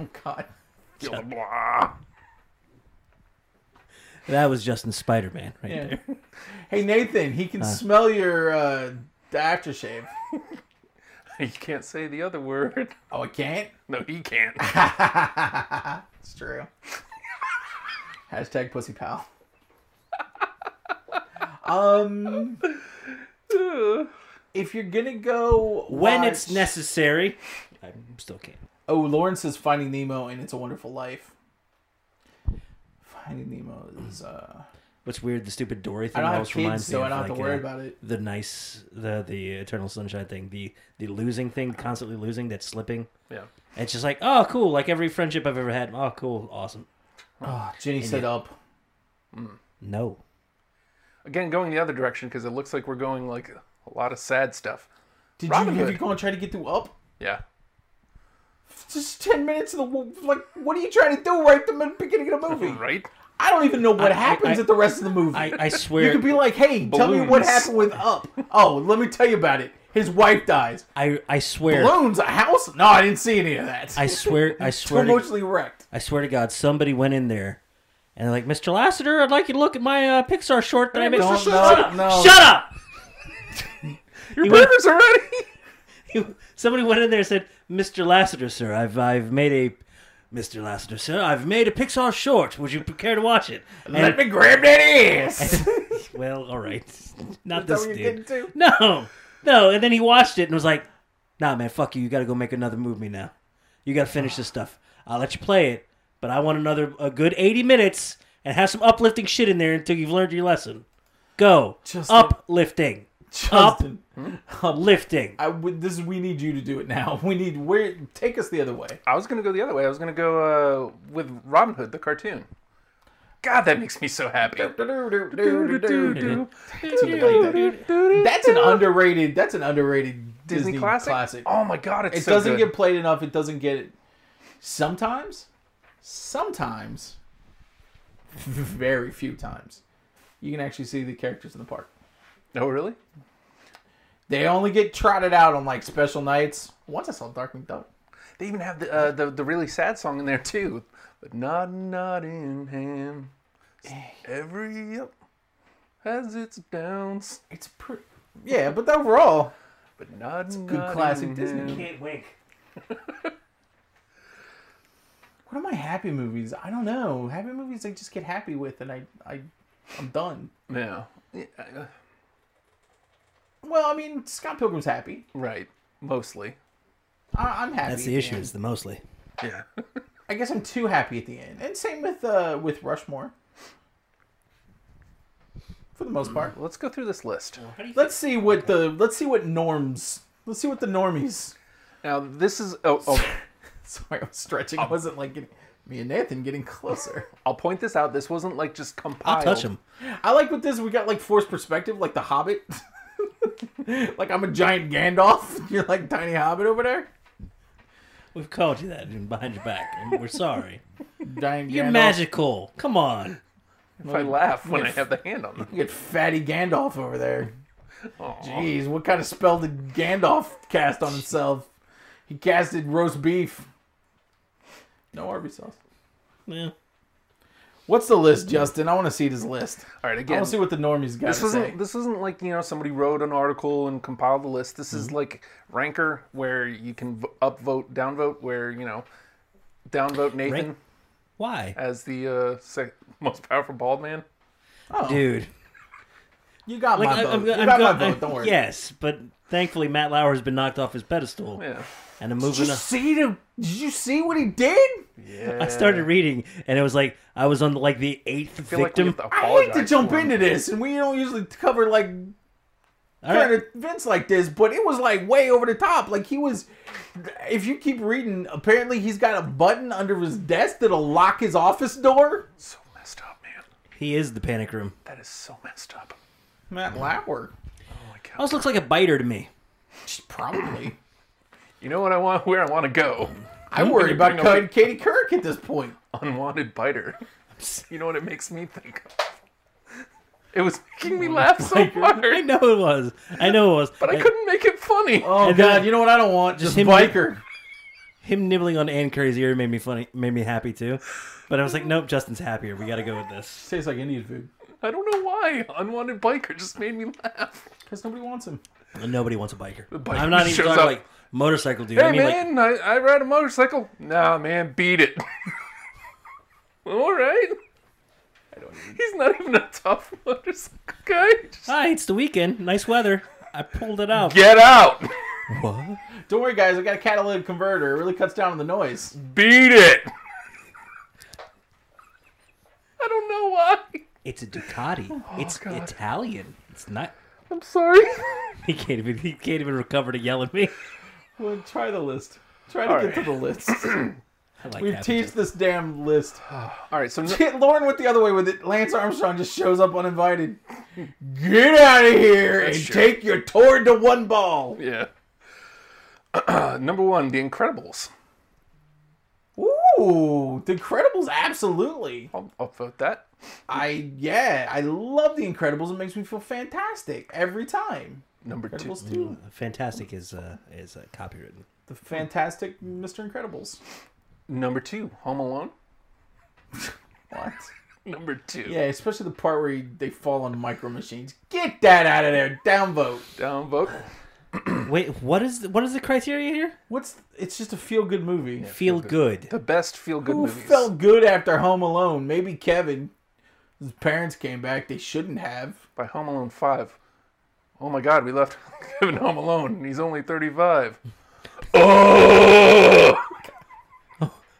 Speaker 4: Oh God,
Speaker 1: Feel the blah.
Speaker 3: That was Justin Spider Man right
Speaker 4: Yeah.
Speaker 3: there.
Speaker 4: Hey Nathan, he can smell your uh, aftershave.
Speaker 1: You can't say the other word.
Speaker 4: Oh, I can't.
Speaker 1: No, he can't.
Speaker 4: It's true. Hashtag pussy pal. Um, if you're gonna go
Speaker 3: When
Speaker 4: watch-
Speaker 3: it's necessary. I still can't.
Speaker 4: oh, Lauren says Finding Nemo and It's a Wonderful Life. Finding Nemo is uh,
Speaker 3: What's weird? The stupid Dory thing
Speaker 4: I don't have
Speaker 3: always reminds
Speaker 4: kids, so
Speaker 3: me
Speaker 4: I
Speaker 3: of
Speaker 4: don't
Speaker 3: like,
Speaker 4: have to worry
Speaker 3: uh,
Speaker 4: about it.
Speaker 3: the nice, the the Eternal Sunshine thing, the the losing thing, constantly losing, that's slipping.
Speaker 1: Yeah.
Speaker 3: And It's just like, oh, cool. Like every friendship I've ever had. Oh, cool, awesome.
Speaker 4: Oh, Jenny said up.
Speaker 3: No,
Speaker 1: Again, going the other direction because it looks like we're going like a lot of sad stuff.
Speaker 4: Did
Speaker 1: Robin
Speaker 4: you have
Speaker 1: Hood.
Speaker 4: you gone try to get through up?
Speaker 1: Yeah.
Speaker 4: Just ten minutes of the wo- like, what are you trying to do right at the mid- beginning of the movie?
Speaker 1: Right?
Speaker 4: I don't even know what
Speaker 3: I-
Speaker 4: happens
Speaker 3: I-
Speaker 4: at the rest of the movie.
Speaker 3: I I
Speaker 4: You
Speaker 3: swear.
Speaker 4: could be like, hey, tell me what
Speaker 1: Balloons.
Speaker 4: happened with Up. Oh, let me tell you about it. His wife dies.
Speaker 3: I I swear.
Speaker 4: Balloons, a house? No, I didn't see any of that.
Speaker 3: I swear. I
Speaker 4: Too
Speaker 3: swear. To,
Speaker 4: emotionally wrecked.
Speaker 3: I swear to God, somebody went in there, and they're like, Mr. Lassiter, I'd like you to look at my uh, Pixar short that I made.
Speaker 4: Don't-
Speaker 3: Shut
Speaker 4: no,
Speaker 3: up!
Speaker 4: no.
Speaker 3: Shut up!
Speaker 1: Your
Speaker 3: He went-
Speaker 1: burgers are ready.
Speaker 3: Somebody went in there and said, "Mr. Lassiter, sir, I've I've made a." Mr. Lassiter, sir, I've made a Pixar short. Would you care to watch it?
Speaker 4: Let me grab that ass.
Speaker 3: Well, all right. Not
Speaker 4: That's
Speaker 3: this
Speaker 4: what you're
Speaker 3: dude.
Speaker 4: getting to?
Speaker 3: No, no. And then he watched it and was like, "Nah, man, fuck you. You got to go make another movie now. You got to finish this stuff. I'll let you play it, but I want another a good eighty minutes and have some uplifting shit in there until you've learned your lesson. Go
Speaker 4: Justin.
Speaker 3: uplifting,
Speaker 4: Justin,
Speaker 3: uplifting.
Speaker 4: I would. This is. We need you to do it now. We need. Where? Take us the other way.
Speaker 1: I was gonna go the other way. I was gonna go uh, with Robin Hood the cartoon. God, that makes me so happy.
Speaker 4: That's an underrated. That's an underrated
Speaker 1: Disney,
Speaker 4: Disney,
Speaker 1: classic?
Speaker 4: classic.
Speaker 1: Oh my god, it's
Speaker 4: it
Speaker 1: so
Speaker 4: doesn't
Speaker 1: good.
Speaker 4: get played enough. It doesn't get sometimes, sometimes, very few times. You can actually see the characters in the park.
Speaker 1: Oh really?
Speaker 4: They only get trotted out on like special nights. Once I saw Darkwing Duck.
Speaker 1: They even have the uh, the, the really sad song in there too. But not Nottingham.
Speaker 4: Eh.
Speaker 1: Every up has its downs.
Speaker 4: It's pretty. Yeah, but overall,
Speaker 1: But not it's
Speaker 4: good classic Disney.
Speaker 3: Can't wink.
Speaker 4: What are my happy movies? I don't know. Happy movies I just get happy with, and I, I, I'm done.
Speaker 1: Yeah. Yeah, uh,
Speaker 4: Well, I mean, Scott Pilgrim's happy.
Speaker 1: Right. Mostly.
Speaker 4: I, I'm happy.
Speaker 3: That's
Speaker 4: at
Speaker 3: the issue.
Speaker 4: end.
Speaker 3: Is the mostly.
Speaker 1: Yeah.
Speaker 4: I guess I'm too happy at the end. And same with uh with Rushmore. For the most part.
Speaker 1: Let's go through this list.
Speaker 4: Let's see what the let's see what norms let's see what the normies
Speaker 1: Now this is oh, oh
Speaker 4: sorry I was stretching. I wasn't like getting me and Nathan getting closer.
Speaker 1: I'll point this out. This wasn't like just compiled.
Speaker 3: I'll touch him.
Speaker 4: I like with this we got like forced perspective, like the Hobbit. like I'm a giant Gandalf, and you're like tiny Hobbit over there.
Speaker 3: We've called you that and behind your back. and We're sorry.
Speaker 4: Giant
Speaker 3: You're
Speaker 4: Gandalf.
Speaker 3: magical. Come on.
Speaker 1: If I laugh when I have the hand on them.
Speaker 4: You get fatty Gandalf over there. Jeez, what kind of spell did Gandalf cast on himself? He casted roast beef. No Arby sauce.
Speaker 3: Yeah.
Speaker 4: What's the list, Justin? I want to see this list.
Speaker 1: All right,
Speaker 4: I
Speaker 1: again.
Speaker 4: want to see what the normies got
Speaker 1: this
Speaker 4: to
Speaker 1: wasn't
Speaker 4: say.
Speaker 1: this isn't like you know somebody wrote an article and compiled the list. This
Speaker 4: Mm-hmm.
Speaker 1: is like Ranker, where you can v- upvote, downvote, where you know downvote Nathan
Speaker 3: Rank- Why?
Speaker 1: as the uh, sec- most powerful bald man.
Speaker 4: Oh,
Speaker 3: Dude.
Speaker 4: You got
Speaker 3: Like,
Speaker 4: my
Speaker 3: I-
Speaker 4: vote.
Speaker 3: I'm go-
Speaker 4: you
Speaker 3: I'm
Speaker 4: got
Speaker 3: go-
Speaker 4: my vote. Don't
Speaker 3: I-
Speaker 4: worry.
Speaker 3: Yes, but thankfully Matt Lauer has been knocked off his pedestal.
Speaker 1: Yeah.
Speaker 3: And I'm
Speaker 4: Did you
Speaker 3: moving on.
Speaker 4: see the? Did you see what he did?
Speaker 1: Yeah.
Speaker 3: I started reading, and it was like I was on like the eighth
Speaker 1: feel like we
Speaker 3: victim.
Speaker 1: have to
Speaker 4: I hate to
Speaker 1: apologize
Speaker 4: jump
Speaker 1: for him.
Speaker 4: into this, and we don't usually cover like current
Speaker 3: All right.
Speaker 4: events like this, but it was like way over the top. Like he was. If you keep reading, apparently he's got a button under his desk that'll lock his office door.
Speaker 1: So messed up, man.
Speaker 3: He is the panic room.
Speaker 1: That is so messed up.
Speaker 4: Matt Lauer,
Speaker 3: Also looks like a biter to me.
Speaker 4: probably.
Speaker 1: You know what I want? Where I want to go?
Speaker 4: I worry about
Speaker 1: bring up-
Speaker 4: cutting Katie Kirk at this point.
Speaker 1: Unwanted biter. You know what it makes me think of? It was making me laugh so hard,
Speaker 3: I know it was. I know it was.
Speaker 1: but I couldn't make it funny.
Speaker 4: Oh
Speaker 3: And
Speaker 4: God!
Speaker 3: then-
Speaker 4: you know what I don't want? Just
Speaker 3: Just
Speaker 4: the
Speaker 3: him-
Speaker 4: biker.
Speaker 3: Him nibbling on Ann Curry's ear made me funny, made me happy too. But I was like, nope, Justin's happier. We got to go with this.
Speaker 4: Tastes like Indian food
Speaker 1: I don't know why. Unwanted biker just made me laugh.
Speaker 4: because nobody wants him.
Speaker 3: And nobody wants a biker.
Speaker 1: biker
Speaker 3: I'm not even
Speaker 1: shows
Speaker 3: talking
Speaker 1: up.
Speaker 3: like motorcycle dude.
Speaker 1: Hey
Speaker 3: I mean, like,
Speaker 1: man, I, I ride a motorcycle. Nah, man, beat it. All right. He's not even a tough motorcycle guy. Just
Speaker 3: hi, it's the weekend. Nice weather. I pulled it out.
Speaker 1: get out.
Speaker 3: What?
Speaker 4: Don't worry, guys. I got a catalytic converter. It really cuts down on the noise.
Speaker 1: Beat it. I don't know why.
Speaker 3: It's a Ducati. it's
Speaker 1: God.
Speaker 3: Italian. It's not.
Speaker 1: I'm sorry.
Speaker 3: He can't even. He can't even recover to yell at me.
Speaker 4: Well, try the list. Try to
Speaker 1: All
Speaker 4: get
Speaker 1: right.
Speaker 4: to the list.
Speaker 3: I like
Speaker 4: We've
Speaker 3: that.
Speaker 4: teased this damn list.
Speaker 1: All right, so no-
Speaker 4: Get Lauren went the other way with it. Lance Armstrong just shows up uninvited. Get out of here and
Speaker 1: true.
Speaker 4: take your tour to one ball.
Speaker 1: yeah. Number one, The Incredibles.
Speaker 4: Ooh, The Incredibles, absolutely.
Speaker 1: I'll, I'll vote that.
Speaker 4: I yeah, I love The Incredibles. It makes me feel fantastic every time.
Speaker 1: Number two,
Speaker 3: mm.
Speaker 4: Incredibles two,
Speaker 3: Fantastic is uh, is uh, copywritten.
Speaker 4: the fantastic Mr. Incredibles.
Speaker 1: number two, Home Alone.
Speaker 4: What?
Speaker 1: Number two,
Speaker 4: Yeah, especially the part where he- they fall on micro machines. Get that out of there. Downvote.
Speaker 1: downvote.
Speaker 3: Wait, what is the, what is the criteria here?
Speaker 4: What's? It's just a feel good movie.
Speaker 3: Feel good.
Speaker 1: The best feel-good
Speaker 4: Who
Speaker 1: movies.
Speaker 4: felt good after Home Alone? Maybe Kevin. His parents came back. They shouldn't have.
Speaker 1: by Home Alone 5. Oh my god, we left Kevin home alone and he's only 35. Oh!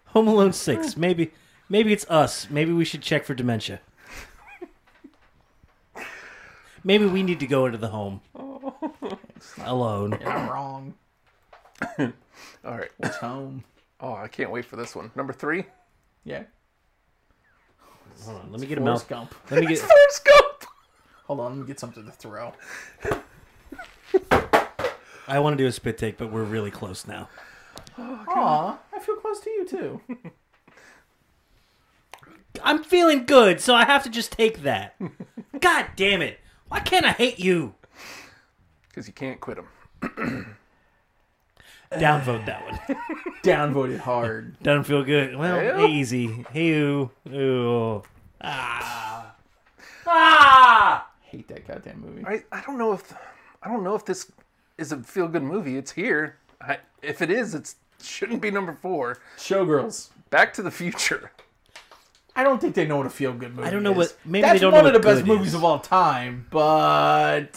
Speaker 3: Home Alone Six. Maybe maybe it's us. Maybe we should check for dementia. Maybe we need to go into the home alone.
Speaker 4: I'm wrong.
Speaker 1: All right.
Speaker 4: It's home.
Speaker 1: Oh, I can't wait for this one. Number three.
Speaker 4: Yeah.
Speaker 3: Hold on, let me get a
Speaker 4: Forrest
Speaker 3: mouth.
Speaker 4: Gump.
Speaker 3: Let me get.
Speaker 1: Forrest Gump.
Speaker 4: Hold on. Let me get something to throw.
Speaker 3: I want to do a spit take, but we're really close now.
Speaker 4: Aw, I feel close to you too.
Speaker 3: I'm feeling good, so I have to just take that. God damn it! Why can't I hate you?
Speaker 1: Because you can't quit him.
Speaker 3: Downvote that one.
Speaker 4: Downvoted hard.
Speaker 3: Doesn't feel good. Well,
Speaker 1: Ew.
Speaker 3: easy. Ew. Ew. Ah. Ah.
Speaker 4: Hate that goddamn movie.
Speaker 1: I, I don't know if I don't know if this is a feel-good movie. It's here. I, if it is, it shouldn't be number four.
Speaker 4: Showgirls.
Speaker 1: Back to the Future.
Speaker 4: I don't think they know what a feel good movie.
Speaker 3: I don't know
Speaker 4: is.
Speaker 3: what- maybe
Speaker 4: that's
Speaker 3: they don't know
Speaker 4: one of
Speaker 3: what
Speaker 4: the best
Speaker 3: good
Speaker 4: movies
Speaker 3: is.
Speaker 4: of all time, but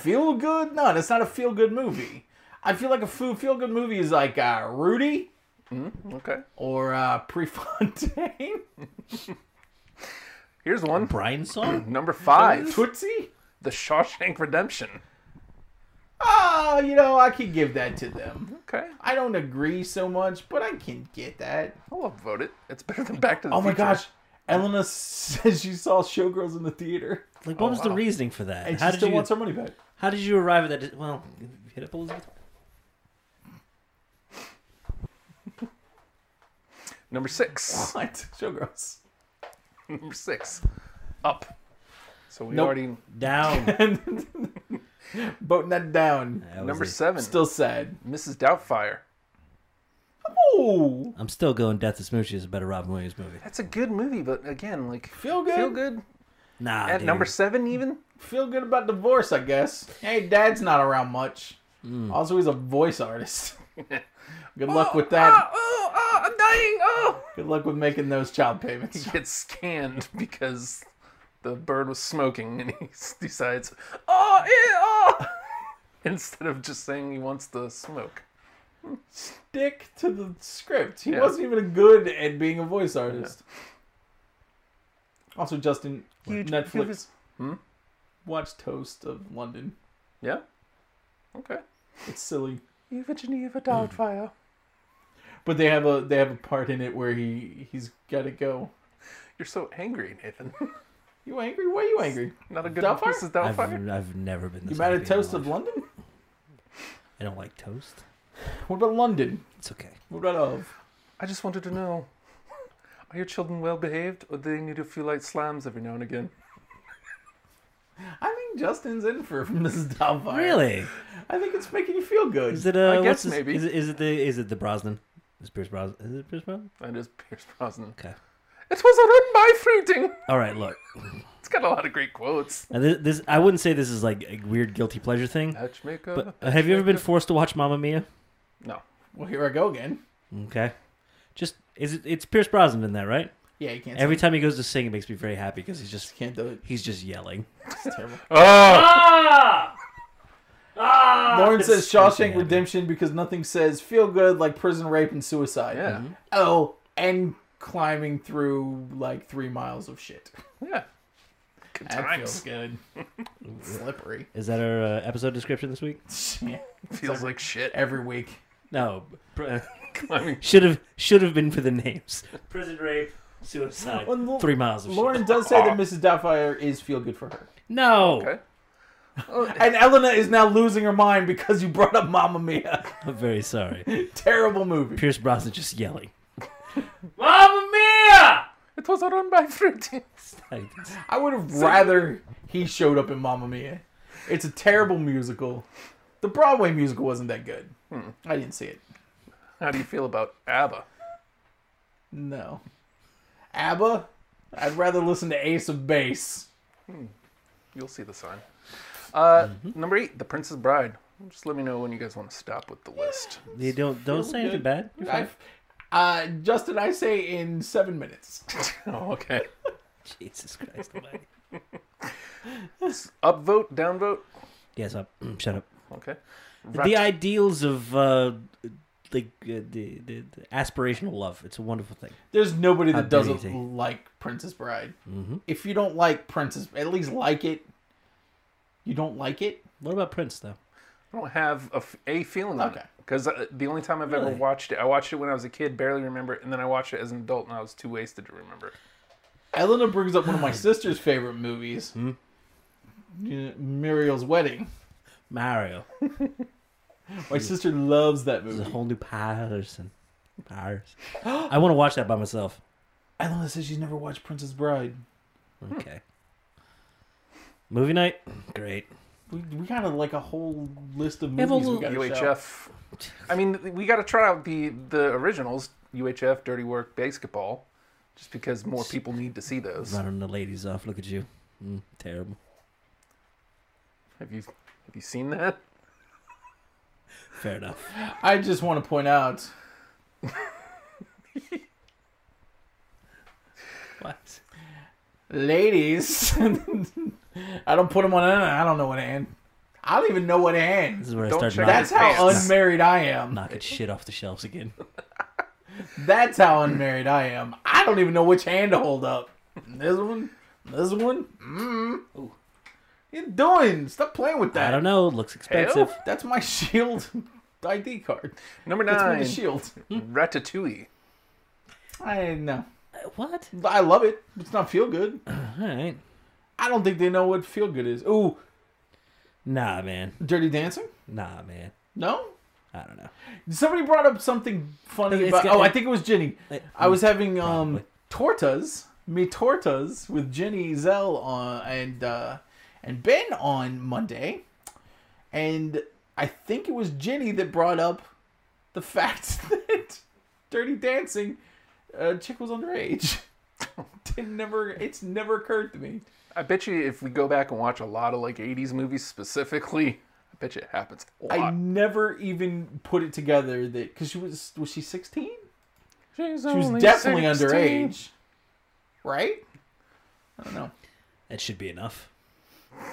Speaker 4: feel good? No, that's not a feel good movie. I feel like a feel good movie is like uh, Rudy
Speaker 1: Okay.
Speaker 4: or uh, Prefontaine,
Speaker 1: Here's one.
Speaker 3: Brian song.
Speaker 1: Number five.
Speaker 4: Tootsie.
Speaker 1: The Shawshank Redemption.
Speaker 4: Oh, you know I can give that to them.
Speaker 1: Okay.
Speaker 4: I don't agree so much, but I can get that.
Speaker 1: I'll upvote it. It's better than Back to the
Speaker 4: Oh
Speaker 1: Future.
Speaker 4: my gosh, Elena says she saw Showgirls in the theater,
Speaker 3: Like,
Speaker 1: Oh,
Speaker 3: what was the reasoning for that?
Speaker 4: and
Speaker 3: how
Speaker 4: she
Speaker 3: did
Speaker 4: still
Speaker 3: you?
Speaker 4: wants her money back.
Speaker 3: How did you arrive at that? Well, hit up Elizabeth.
Speaker 1: Number six.
Speaker 4: What? Showgirls.
Speaker 1: Number six. Up. So we
Speaker 4: Nope.
Speaker 1: already.
Speaker 3: Down.
Speaker 4: Boating that down.
Speaker 3: That was
Speaker 1: Number
Speaker 3: it.
Speaker 1: seven.
Speaker 4: Still sad.
Speaker 1: Mrs. Doubtfire.
Speaker 4: Ooh.
Speaker 3: I'm still going. Death of Smoochie is a better Robin Williams movie.
Speaker 1: That's a good movie, but again, like
Speaker 4: Feel good.
Speaker 1: feel good
Speaker 3: Nah.
Speaker 1: at
Speaker 3: dude.
Speaker 1: number seven even.
Speaker 4: Feel good about divorce, I guess. Hey, dad's not around much.
Speaker 1: Hmm.
Speaker 4: Also, he's a voice artist. Good luck with that.
Speaker 1: Oh, oh, I'm dying. Oh,
Speaker 4: Good luck with making those child payments.
Speaker 1: he gets scanned because the bird was smoking, and he s- decides, oh, yeah, oh, instead of just saying he wants the smoke.
Speaker 4: Stick to the script. He
Speaker 1: Yeah.
Speaker 4: wasn't even good at being a voice artist. Also, Justin,
Speaker 1: Huge-
Speaker 4: Netflix.
Speaker 1: huge- Hmm?
Speaker 4: Watch Toast of London.
Speaker 1: Yeah. Okay.
Speaker 4: It's silly.
Speaker 1: Eva Geneva Doubtfire.
Speaker 4: But they have a they have a part in it where he he's got to go.
Speaker 1: You're so angry, Nathan.
Speaker 4: You angry? Why are you angry?
Speaker 1: Not a good
Speaker 4: Doubtfire?
Speaker 1: Mrs.
Speaker 3: I've,
Speaker 1: Doubtfire.
Speaker 3: I've never been.
Speaker 4: You
Speaker 3: This
Speaker 4: mad at
Speaker 3: happy in my
Speaker 4: Toast of
Speaker 3: life.
Speaker 4: London?
Speaker 3: I don't like toast.
Speaker 4: What about London?
Speaker 3: It's okay.
Speaker 4: What about of?
Speaker 1: I just wanted to know, are your children well behaved, or do they need a few light slams every now and again?
Speaker 4: I think Justin's in for Mrs. Doubtfire.
Speaker 3: Really?
Speaker 4: I think it's making you feel good.
Speaker 3: Is it? Uh,
Speaker 1: I
Speaker 3: what's
Speaker 1: guess
Speaker 3: his-
Speaker 1: maybe.
Speaker 3: Is it, is it the? Is it the Brosnan? Is Pierce Brosnan? Is it Pierce Brosnan?
Speaker 1: That is Pierce Brosnan.
Speaker 3: Okay.
Speaker 1: It was a run by fruiting.
Speaker 3: All right. Look.
Speaker 1: It's got a lot of great quotes.
Speaker 3: Now, this, this I wouldn't say this is like a weird guilty pleasure thing.
Speaker 1: Matchmaker.
Speaker 3: But uh, have you ever been forced to watch Mamma Mia?
Speaker 1: No.
Speaker 4: Well, here I go again.
Speaker 3: Okay. Just is it? It's Pierce Brosnan in that, right?
Speaker 4: Yeah, you can't.
Speaker 3: Every time he goes to sing, it makes me very happy because he's just
Speaker 4: can't do it.
Speaker 3: he's just yelling.
Speaker 4: It's terrible. Ah!
Speaker 1: Oh, Ah,
Speaker 4: Lauren says
Speaker 3: freaking
Speaker 4: Shawshank
Speaker 3: happening.
Speaker 4: Redemption because nothing says feel good like prison rape and suicide.
Speaker 1: yeah,
Speaker 4: Oh, and climbing through like three miles of shit.
Speaker 1: yeah. Good
Speaker 4: That
Speaker 1: times.
Speaker 4: feels good. Slippery.
Speaker 3: Is that our uh, episode description this week?
Speaker 4: Yeah.
Speaker 1: Feels like shit.
Speaker 4: Every week.
Speaker 3: No. Pr-
Speaker 1: I mean,
Speaker 3: should have should have been for the names. Prison rape, suicide,
Speaker 4: Well, Lo-
Speaker 3: three miles of
Speaker 4: Lauren
Speaker 3: shit.
Speaker 4: does say
Speaker 1: Ah.
Speaker 4: that Mrs. Doubtfire is feel good for her.
Speaker 3: No,
Speaker 1: okay.
Speaker 4: And Elena is now losing her mind because you brought up Mamma Mia.
Speaker 3: I'm very sorry.
Speaker 4: Terrible movie.
Speaker 3: Pierce Brosnan just yelling.
Speaker 1: Mamma mia! It was a run by fruiting.
Speaker 3: Like,
Speaker 4: I would have rather he showed up in Mamma Mia. It's a terrible musical. The Broadway musical wasn't that good. I didn't see it.
Speaker 1: How do you feel about ABBA?
Speaker 4: No. ABBA? I'd rather listen to Ace of Base.
Speaker 1: You'll see the sign. Uh,
Speaker 4: Mm-hmm.
Speaker 1: Number eight, The Princess Bride. Just let me know when you guys want to stop with the list.
Speaker 3: you don't don't say anything bad. You're fine.
Speaker 4: I, uh, Justin, I say in seven minutes.
Speaker 1: Oh, okay.
Speaker 3: Jesus Christ. Almighty.
Speaker 1: Upvote, downvote.
Speaker 3: yes, up. Shut up.
Speaker 1: Okay.
Speaker 3: The ideals of uh, like uh, the, the, the aspirational love. It's a wonderful thing.
Speaker 4: There's nobody
Speaker 3: How
Speaker 4: that
Speaker 3: dare you
Speaker 4: doesn't
Speaker 3: take-
Speaker 4: like Princess Bride. If you don't like Princess, at least like it. You don't like it?
Speaker 3: What about Prince though?
Speaker 1: I don't have a, f- a feeling on
Speaker 4: Okay.
Speaker 1: Because uh, the only time I've ever
Speaker 3: Really?
Speaker 1: watched it, I watched it when I was a kid, barely remember it, and then I watched it as an adult and I was too wasted to remember it.
Speaker 4: Elena brings up one of my sister's favorite movies, Yeah, Muriel's Wedding.
Speaker 3: Mario.
Speaker 4: My sister loves that
Speaker 3: There's a
Speaker 4: movie.
Speaker 3: whole new person. Powers. I want to watch that by myself.
Speaker 4: Elena says she's never watched Princess Bride.
Speaker 3: Okay. Movie night. Great.
Speaker 4: We, we got a, like a whole list of
Speaker 3: have a
Speaker 4: movies. We
Speaker 3: little-
Speaker 4: gotta show.
Speaker 1: UHF. I mean, we got to try out the the originals: UHF, Dirty Work, Basketball, just because more people need to see those.
Speaker 3: Running the ladies off. Look at you. Mm, terrible.
Speaker 1: Have you have you seen that?
Speaker 3: Fair enough.
Speaker 4: I just want to point out
Speaker 3: What?
Speaker 4: ladies. I don't put them on. I don't know what hand. I don't even know what hand.
Speaker 3: This is where
Speaker 1: Don't
Speaker 3: I start
Speaker 1: check
Speaker 3: knocking,
Speaker 4: That's how
Speaker 1: Pants.
Speaker 4: unmarried I am.
Speaker 3: knocking shit off the shelves again.
Speaker 4: That's how unmarried I am. I don't even know which hand to hold up. This one, this one. Mm. What you doing? Stop playing with that.
Speaker 3: I don't know. Looks expensive.
Speaker 4: That's my shield ID card.
Speaker 1: Number
Speaker 4: That's my
Speaker 1: nine,
Speaker 4: shield. Hmm?
Speaker 1: Ratatouille.
Speaker 4: I know.
Speaker 3: What?
Speaker 4: I love it. It's not feel good.
Speaker 3: All right.
Speaker 4: I don't think they know what feel good is. Ooh,
Speaker 3: Nah, man.
Speaker 4: Dirty Dancing?
Speaker 3: Nah, man.
Speaker 4: No.
Speaker 3: I don't know.
Speaker 4: Somebody brought up something funny
Speaker 3: It's
Speaker 4: about.
Speaker 3: got-
Speaker 4: oh, I think it was Jenny.
Speaker 3: It-
Speaker 4: I was having um
Speaker 3: probably.
Speaker 4: tortas, me tortas with Jenny Zell on and uh, and Ben on Monday, and I think it was Jenny that brought up the fact that Dirty Dancing, uh, chick was underage. it never, it's never occurred to me.
Speaker 1: I bet you if we go back and watch a lot of like '80s movies specifically, I bet you it happens a
Speaker 4: I
Speaker 1: lot.
Speaker 4: never even put it together that because she was was she sixteen?
Speaker 1: She's
Speaker 4: She was definitely underage, right? I don't know.
Speaker 3: That should be enough.
Speaker 1: I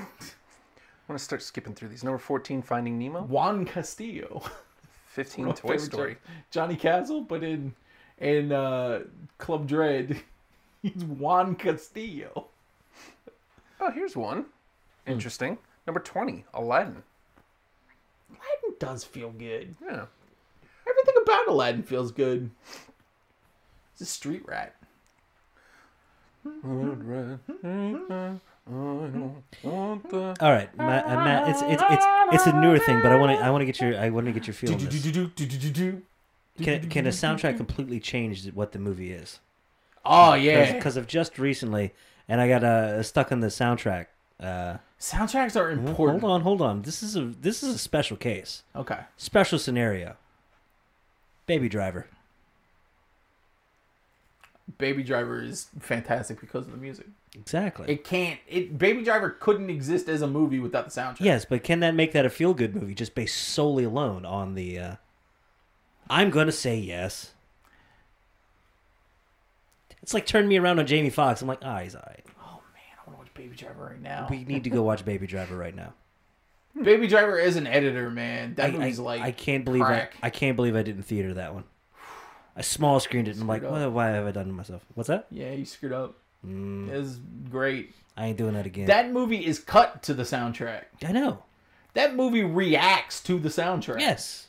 Speaker 1: want to start skipping through these. Number 14, Finding Nemo.
Speaker 4: Juan Castillo.
Speaker 1: 15,
Speaker 4: My
Speaker 1: Toy
Speaker 4: favorite
Speaker 1: Story.
Speaker 4: Jo- Johnny Castle, but in in uh, Club Dread, he's Juan Castillo.
Speaker 1: Oh, here's one. Interesting. Number 20, Aladdin.
Speaker 4: Aladdin does feel good.
Speaker 1: Yeah.
Speaker 4: Everything about Aladdin feels good. He's a street rat.
Speaker 3: All right, Matt, uh, Matt it's it's it's it's a newer thing, but I want to I want to get your I want to get your feel. on this. Can can a soundtrack completely change what the movie is?
Speaker 4: Oh yeah,
Speaker 3: because of just recently, and I got uh, stuck on the soundtrack. Uh,
Speaker 4: soundtracks are important.
Speaker 3: hold on, hold on. This is a this is a special case,
Speaker 4: Okay,
Speaker 3: special scenario. Baby Driver.
Speaker 4: Baby Driver is fantastic because of the music.
Speaker 3: Exactly.
Speaker 4: It can't. It Baby Driver couldn't exist as a movie without the soundtrack.
Speaker 3: Yes, but can that make that a feel good movie just based solely alone on the? Uh... I'm gonna say yes. It's like turn me around on Jamie Foxx. I'm like, ah, he's all right.
Speaker 4: I want to watch Baby Driver right now.
Speaker 3: We need to go watch Baby Driver right now.
Speaker 4: Baby Driver is an editor, man.
Speaker 3: I,
Speaker 4: That
Speaker 3: I,
Speaker 4: movie's like
Speaker 3: I can't believe I,
Speaker 4: crack.
Speaker 3: I can't believe I didn't theater that one. I small screened it and I'm like,
Speaker 4: Screwed
Speaker 3: what, why have I done to myself? What's that?
Speaker 4: Yeah, you screwed up.
Speaker 3: Mm.
Speaker 4: It was great.
Speaker 3: I ain't doing that again.
Speaker 4: That movie is cut to the soundtrack.
Speaker 3: I know.
Speaker 4: That movie reacts to the soundtrack.
Speaker 3: Yes.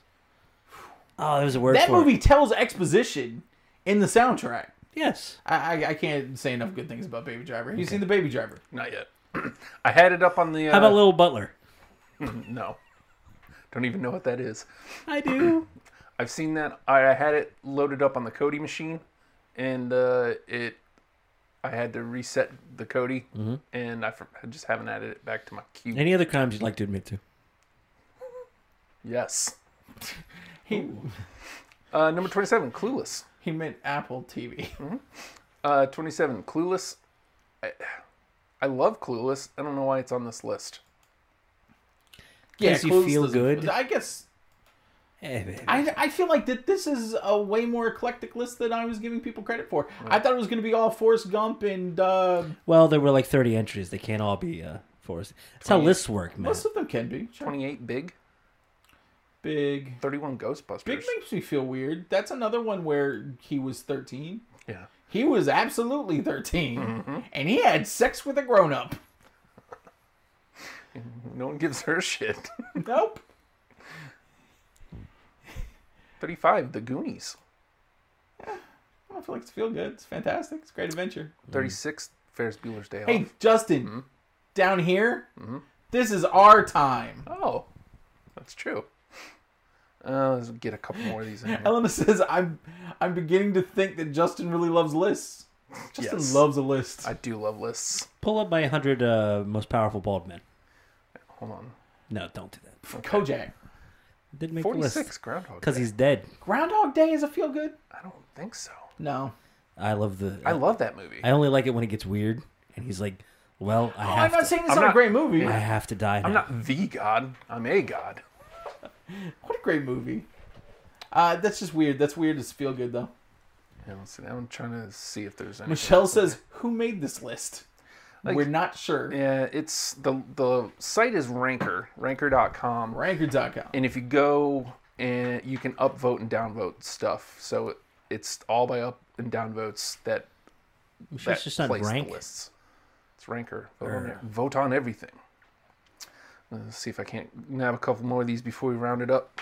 Speaker 3: Oh, there was a word
Speaker 4: that
Speaker 3: for
Speaker 4: movie
Speaker 3: it.
Speaker 4: tells exposition in the soundtrack.
Speaker 3: Yes.
Speaker 4: I, I I can't say enough good things about Baby Driver. Have you seen the Baby Driver?
Speaker 1: Not yet. I had it up on the. Uh,
Speaker 3: How about Little Butler?
Speaker 1: No. Don't even know what that is.
Speaker 3: I do.
Speaker 1: I've seen that. I I had it loaded up on the Cody machine, and uh, it. I had to reset the Cody, and I, for- I just haven't added it back to my queue.
Speaker 3: Any other crimes you'd like to admit to?
Speaker 1: yes.
Speaker 4: He
Speaker 1: Uh, number twenty-seven, Clueless.
Speaker 4: he meant Apple TV.
Speaker 1: Uh, twenty-seven, Clueless. I, I love Clueless. I don't know why it's on this list.
Speaker 4: Yeah,
Speaker 3: you
Speaker 4: Clueless
Speaker 3: feel
Speaker 4: doesn't-
Speaker 3: good.
Speaker 4: I guess
Speaker 3: Eh, baby.
Speaker 4: I, I feel like that this is a way more eclectic list than I was giving people credit for. I thought it was going to be all Forrest Gump and uh,
Speaker 3: Well, there were like 30 entries. They can't all be uh, forced. That's how lists work, man.
Speaker 4: most of them can be. Sure.
Speaker 1: Twenty-eight, Big.
Speaker 4: Big
Speaker 1: Thirty-one, Ghostbusters.
Speaker 4: Big makes me feel weird. That's another one where he was 13.
Speaker 1: yeah.
Speaker 4: He was absolutely 13. And he had sex with a grown up.
Speaker 1: No one gives her shit.
Speaker 4: Nope.
Speaker 1: Thirty-five, The Goonies.
Speaker 4: I feel like it's feel good. It's fantastic. It's a great adventure.
Speaker 1: Thirty-six, Ferris Bueller's Day Off.
Speaker 4: Hey, Justin, down here, this is our time.
Speaker 1: Oh, that's true. Uh, let's get a couple more of these in here.
Speaker 4: Elena says, I'm I'm beginning to think that Justin really loves lists. Justin
Speaker 1: Yes.
Speaker 4: loves a list.
Speaker 1: I do love lists.
Speaker 3: Pull up my 100 uh, most powerful bald men.
Speaker 1: Hold on.
Speaker 3: No, don't do that.
Speaker 4: Kojak.
Speaker 3: Didn't make the
Speaker 1: 46
Speaker 3: list
Speaker 1: Groundhog
Speaker 3: because
Speaker 1: Day.
Speaker 3: he's dead.
Speaker 4: Groundhog Day is a feel good?
Speaker 1: I don't think so.
Speaker 4: No.
Speaker 3: I love the.
Speaker 1: I love that movie.
Speaker 3: I only like it when it gets weird, and he's like, "Well, I
Speaker 4: Oh,
Speaker 3: have
Speaker 4: I'm not
Speaker 3: to.
Speaker 4: saying it's
Speaker 1: I'm
Speaker 4: not,
Speaker 1: not-
Speaker 4: a great movie.
Speaker 3: I have to die now."
Speaker 1: I'm not the god. I'm a god.
Speaker 4: What a great movie. Uh, that's just weird. That's weird as feel good though.
Speaker 1: Yeah, let's see. Now I'm trying to see if there's any.
Speaker 4: Michelle says, "Who made this list?" We're not sure.
Speaker 1: Yeah, it's the the site is Ranker, ranker.com.
Speaker 4: Ranker.com.
Speaker 1: And if you go and you can upvote and downvote stuff. So it, it's all by up and downvotes that
Speaker 3: I'm sure
Speaker 1: that
Speaker 3: it's just not
Speaker 1: place the
Speaker 3: rank. Er.
Speaker 1: lists. It's ranker. Vote, on, it. Vote on everything. Let's see if I can't nab a couple more of these before we round it up.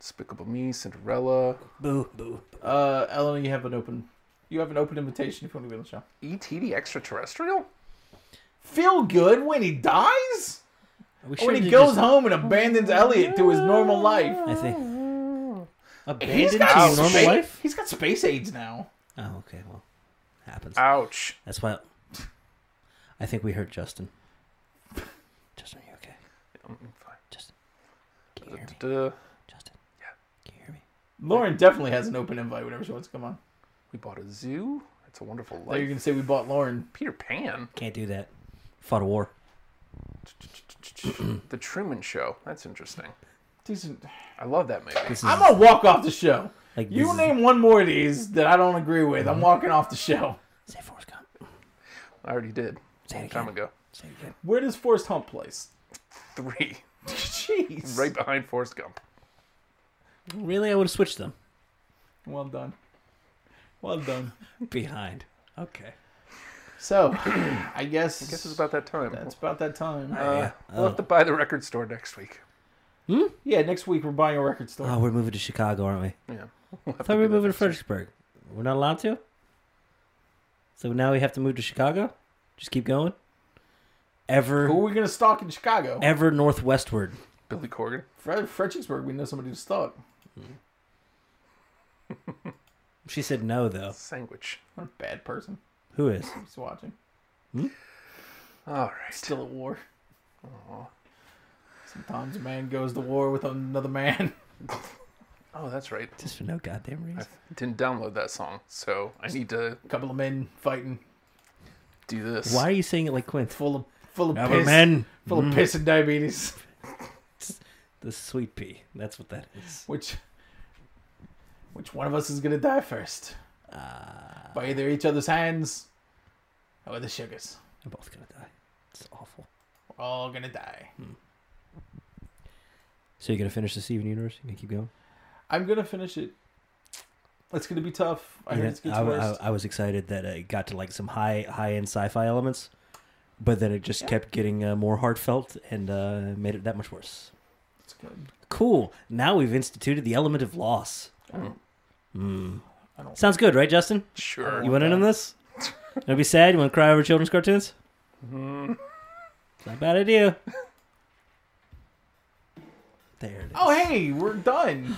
Speaker 1: Despicable Me, Cinderella,
Speaker 3: Boo, boo.
Speaker 4: Uh, Eleanor, you have an open, you have an open invitation if you want to be on the show.
Speaker 1: E.T. the E Extraterrestrial.
Speaker 4: Feel good when he dies,
Speaker 3: Are we
Speaker 4: or when
Speaker 3: sure
Speaker 4: he
Speaker 3: they
Speaker 4: goes
Speaker 3: just-
Speaker 4: home and abandons Elliot to his normal life.
Speaker 3: I think. Abandoned
Speaker 4: He's
Speaker 3: to
Speaker 4: got
Speaker 3: your
Speaker 4: space,
Speaker 3: normal life.
Speaker 4: He's got space aids now.
Speaker 3: Oh, okay. Well, happens.
Speaker 4: Uh,
Speaker 1: Ouch.
Speaker 3: That's why. I think we hurt Justin. Justin, are you okay?
Speaker 1: I'm fine.
Speaker 3: Justin, can you hear me?
Speaker 1: Duh.
Speaker 3: Justin, can you hear me?
Speaker 4: Lauren definitely has an open invite whenever she wants to come on.
Speaker 1: We bought a zoo. It's a wonderful
Speaker 4: Now you're
Speaker 1: life.
Speaker 4: gonna say we bought Lauren.
Speaker 1: Peter Pan.
Speaker 3: Can't do that. Fought a war.
Speaker 1: the Truman Show. That's interesting.
Speaker 4: Decent.
Speaker 1: I love that movie.
Speaker 3: This is
Speaker 4: I'm gonna walk off the show.
Speaker 3: like this
Speaker 4: You
Speaker 3: is- Mm-hmm.
Speaker 4: name one more of these that I don't agree with. I'm walking off the show.
Speaker 3: Say Forrest Gump.
Speaker 1: I already did. Say it Time ago. Say it again.
Speaker 4: Where does Forrest Hump place?
Speaker 1: Three.
Speaker 4: Jeez.
Speaker 1: Right behind Forrest Gump.
Speaker 3: Really, I would have switched them.
Speaker 4: Well done. Well done.
Speaker 3: Behind. Okay.
Speaker 4: So, I guess.
Speaker 1: I guess it's about that time.
Speaker 4: That's about that time.
Speaker 1: Uh, We'll have to buy the record store next week.
Speaker 4: yeah, next week we're buying a record store.
Speaker 3: Oh, we're moving to Chicago, aren't we?
Speaker 1: Yeah. We'll
Speaker 3: I
Speaker 1: have
Speaker 3: thought we
Speaker 1: do
Speaker 3: were
Speaker 1: that
Speaker 3: moving to
Speaker 1: next week.
Speaker 3: Fredericksburg. We're not allowed to? So now we have to move to Chicago? Just keep going? Ever,
Speaker 4: Who are we gonna stalk in Chicago?
Speaker 3: ever northwestward.
Speaker 1: Billy Corgan.
Speaker 4: Fred Fredericksburg. We know somebody to stalk.
Speaker 3: She said no, though.
Speaker 1: Sandwich.
Speaker 4: What a bad person.
Speaker 3: Who is?
Speaker 4: He's watching.
Speaker 1: All right.
Speaker 4: Still at war. Sometimes a man goes to war with another man.
Speaker 1: Oh, that's right.
Speaker 3: Just for no goddamn reason.
Speaker 1: Didn't download that song, so I need to
Speaker 4: A couple of men fighting,
Speaker 1: do this.
Speaker 3: Why are you saying it like Quint?
Speaker 4: full of full of
Speaker 3: Another
Speaker 4: piss,
Speaker 3: man. Mm.
Speaker 4: full of piss and diabetes.
Speaker 3: The sweet pea. That's what that is.
Speaker 4: Which, which one of us is gonna die first?
Speaker 3: Uh,
Speaker 4: By either each other's hands, or the sugars.
Speaker 3: We're both gonna die. It's awful.
Speaker 4: We're all gonna die.
Speaker 3: So you're gonna finish the Steven Universe? You gonna keep going?
Speaker 4: I'm gonna finish it. It's gonna be tough. I heard
Speaker 3: Yeah,
Speaker 4: it gets
Speaker 3: I, w-
Speaker 4: worse.
Speaker 3: I- I was excited that it got to like some high high end sci fi elements, but then it just kept getting uh, more heartfelt and uh, made it that much worse.
Speaker 4: It's good.
Speaker 3: Cool. Now we've instituted the element of loss. Hmm.
Speaker 4: I don't-
Speaker 3: Sounds good, right, Justin?
Speaker 1: Sure.
Speaker 3: You want in on this? Don't be sad. You want to cry over children's cartoons?
Speaker 4: Mm-hmm.
Speaker 3: It's Not a bad idea. There it is.
Speaker 4: Oh hey, we're done.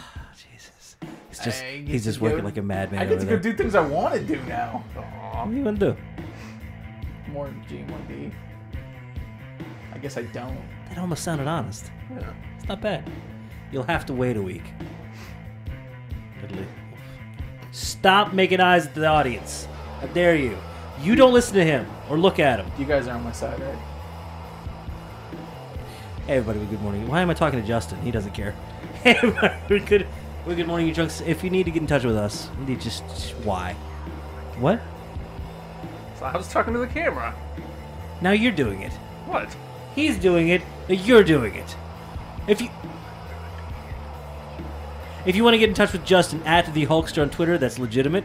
Speaker 3: Jesus. He's just
Speaker 4: I get
Speaker 3: he's just
Speaker 4: to
Speaker 3: working
Speaker 4: go-
Speaker 3: like a madman
Speaker 4: I get
Speaker 3: over
Speaker 4: to
Speaker 3: there.
Speaker 4: go do things I want to do now.
Speaker 3: what do you want to do?
Speaker 4: More G1D. I guess I don't.
Speaker 3: That almost sounded honest. It's not bad. You'll have to wait a week. Diddly. Stop making eyes at the audience. I dare you. You don't listen to him or look at him.
Speaker 4: You guys are on my side, right?
Speaker 3: Hey, everybody, with good morning. Why am I talking to Justin? He doesn't care. Hey, everybody, with good, with good morning, you drunks. If you need to get in touch with us, you need just just- why? What?
Speaker 1: So I was talking to the camera.
Speaker 3: Now you're doing it.
Speaker 1: What?
Speaker 3: He's doing it. but You're doing it. If you if you want to get in touch with Justin at the Hulkster on Twitter, that's legitimate.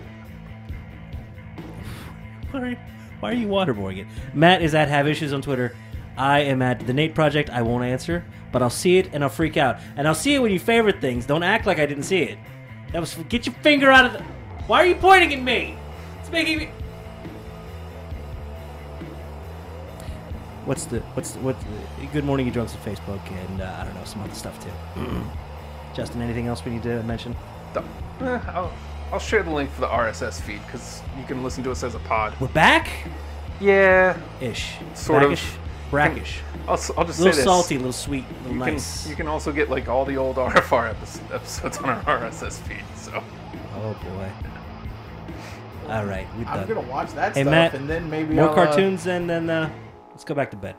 Speaker 3: Why are you, why are you waterboarding it? Matt is at Have Issues on Twitter. I am at the Nate Project. I won't answer, but I'll see it and I'll freak out. And I'll see it when you favorite things. Don't act like I didn't see it. That was get your finger out of the. Why are you pointing at me? It's making me. what's the what's the, what? The, good morning, you drunks at Facebook, and uh, I don't know some other stuff too. Justin, anything else we need to mention?
Speaker 1: The- eh, I'll, I'll share the link for the RSS feed because you can listen to us as a pod.
Speaker 3: We're back
Speaker 1: Yeah.
Speaker 3: ish,
Speaker 1: Sort of.
Speaker 3: brackish, brackish,
Speaker 1: I'll, s- I'll just
Speaker 3: a little
Speaker 1: say this.
Speaker 3: salty, a little sweet, a little
Speaker 1: You
Speaker 3: nice.
Speaker 1: can you can also get like all the old RFR episodes, episodes on our RSS feed. So
Speaker 3: Oh boy! All right, we're
Speaker 4: I'm
Speaker 3: done.
Speaker 4: gonna watch that
Speaker 3: Hey,
Speaker 4: stuff
Speaker 3: Matt,
Speaker 4: and then maybe
Speaker 3: More
Speaker 4: I'll, uh,
Speaker 3: cartoons, and then uh, let's go back to bed.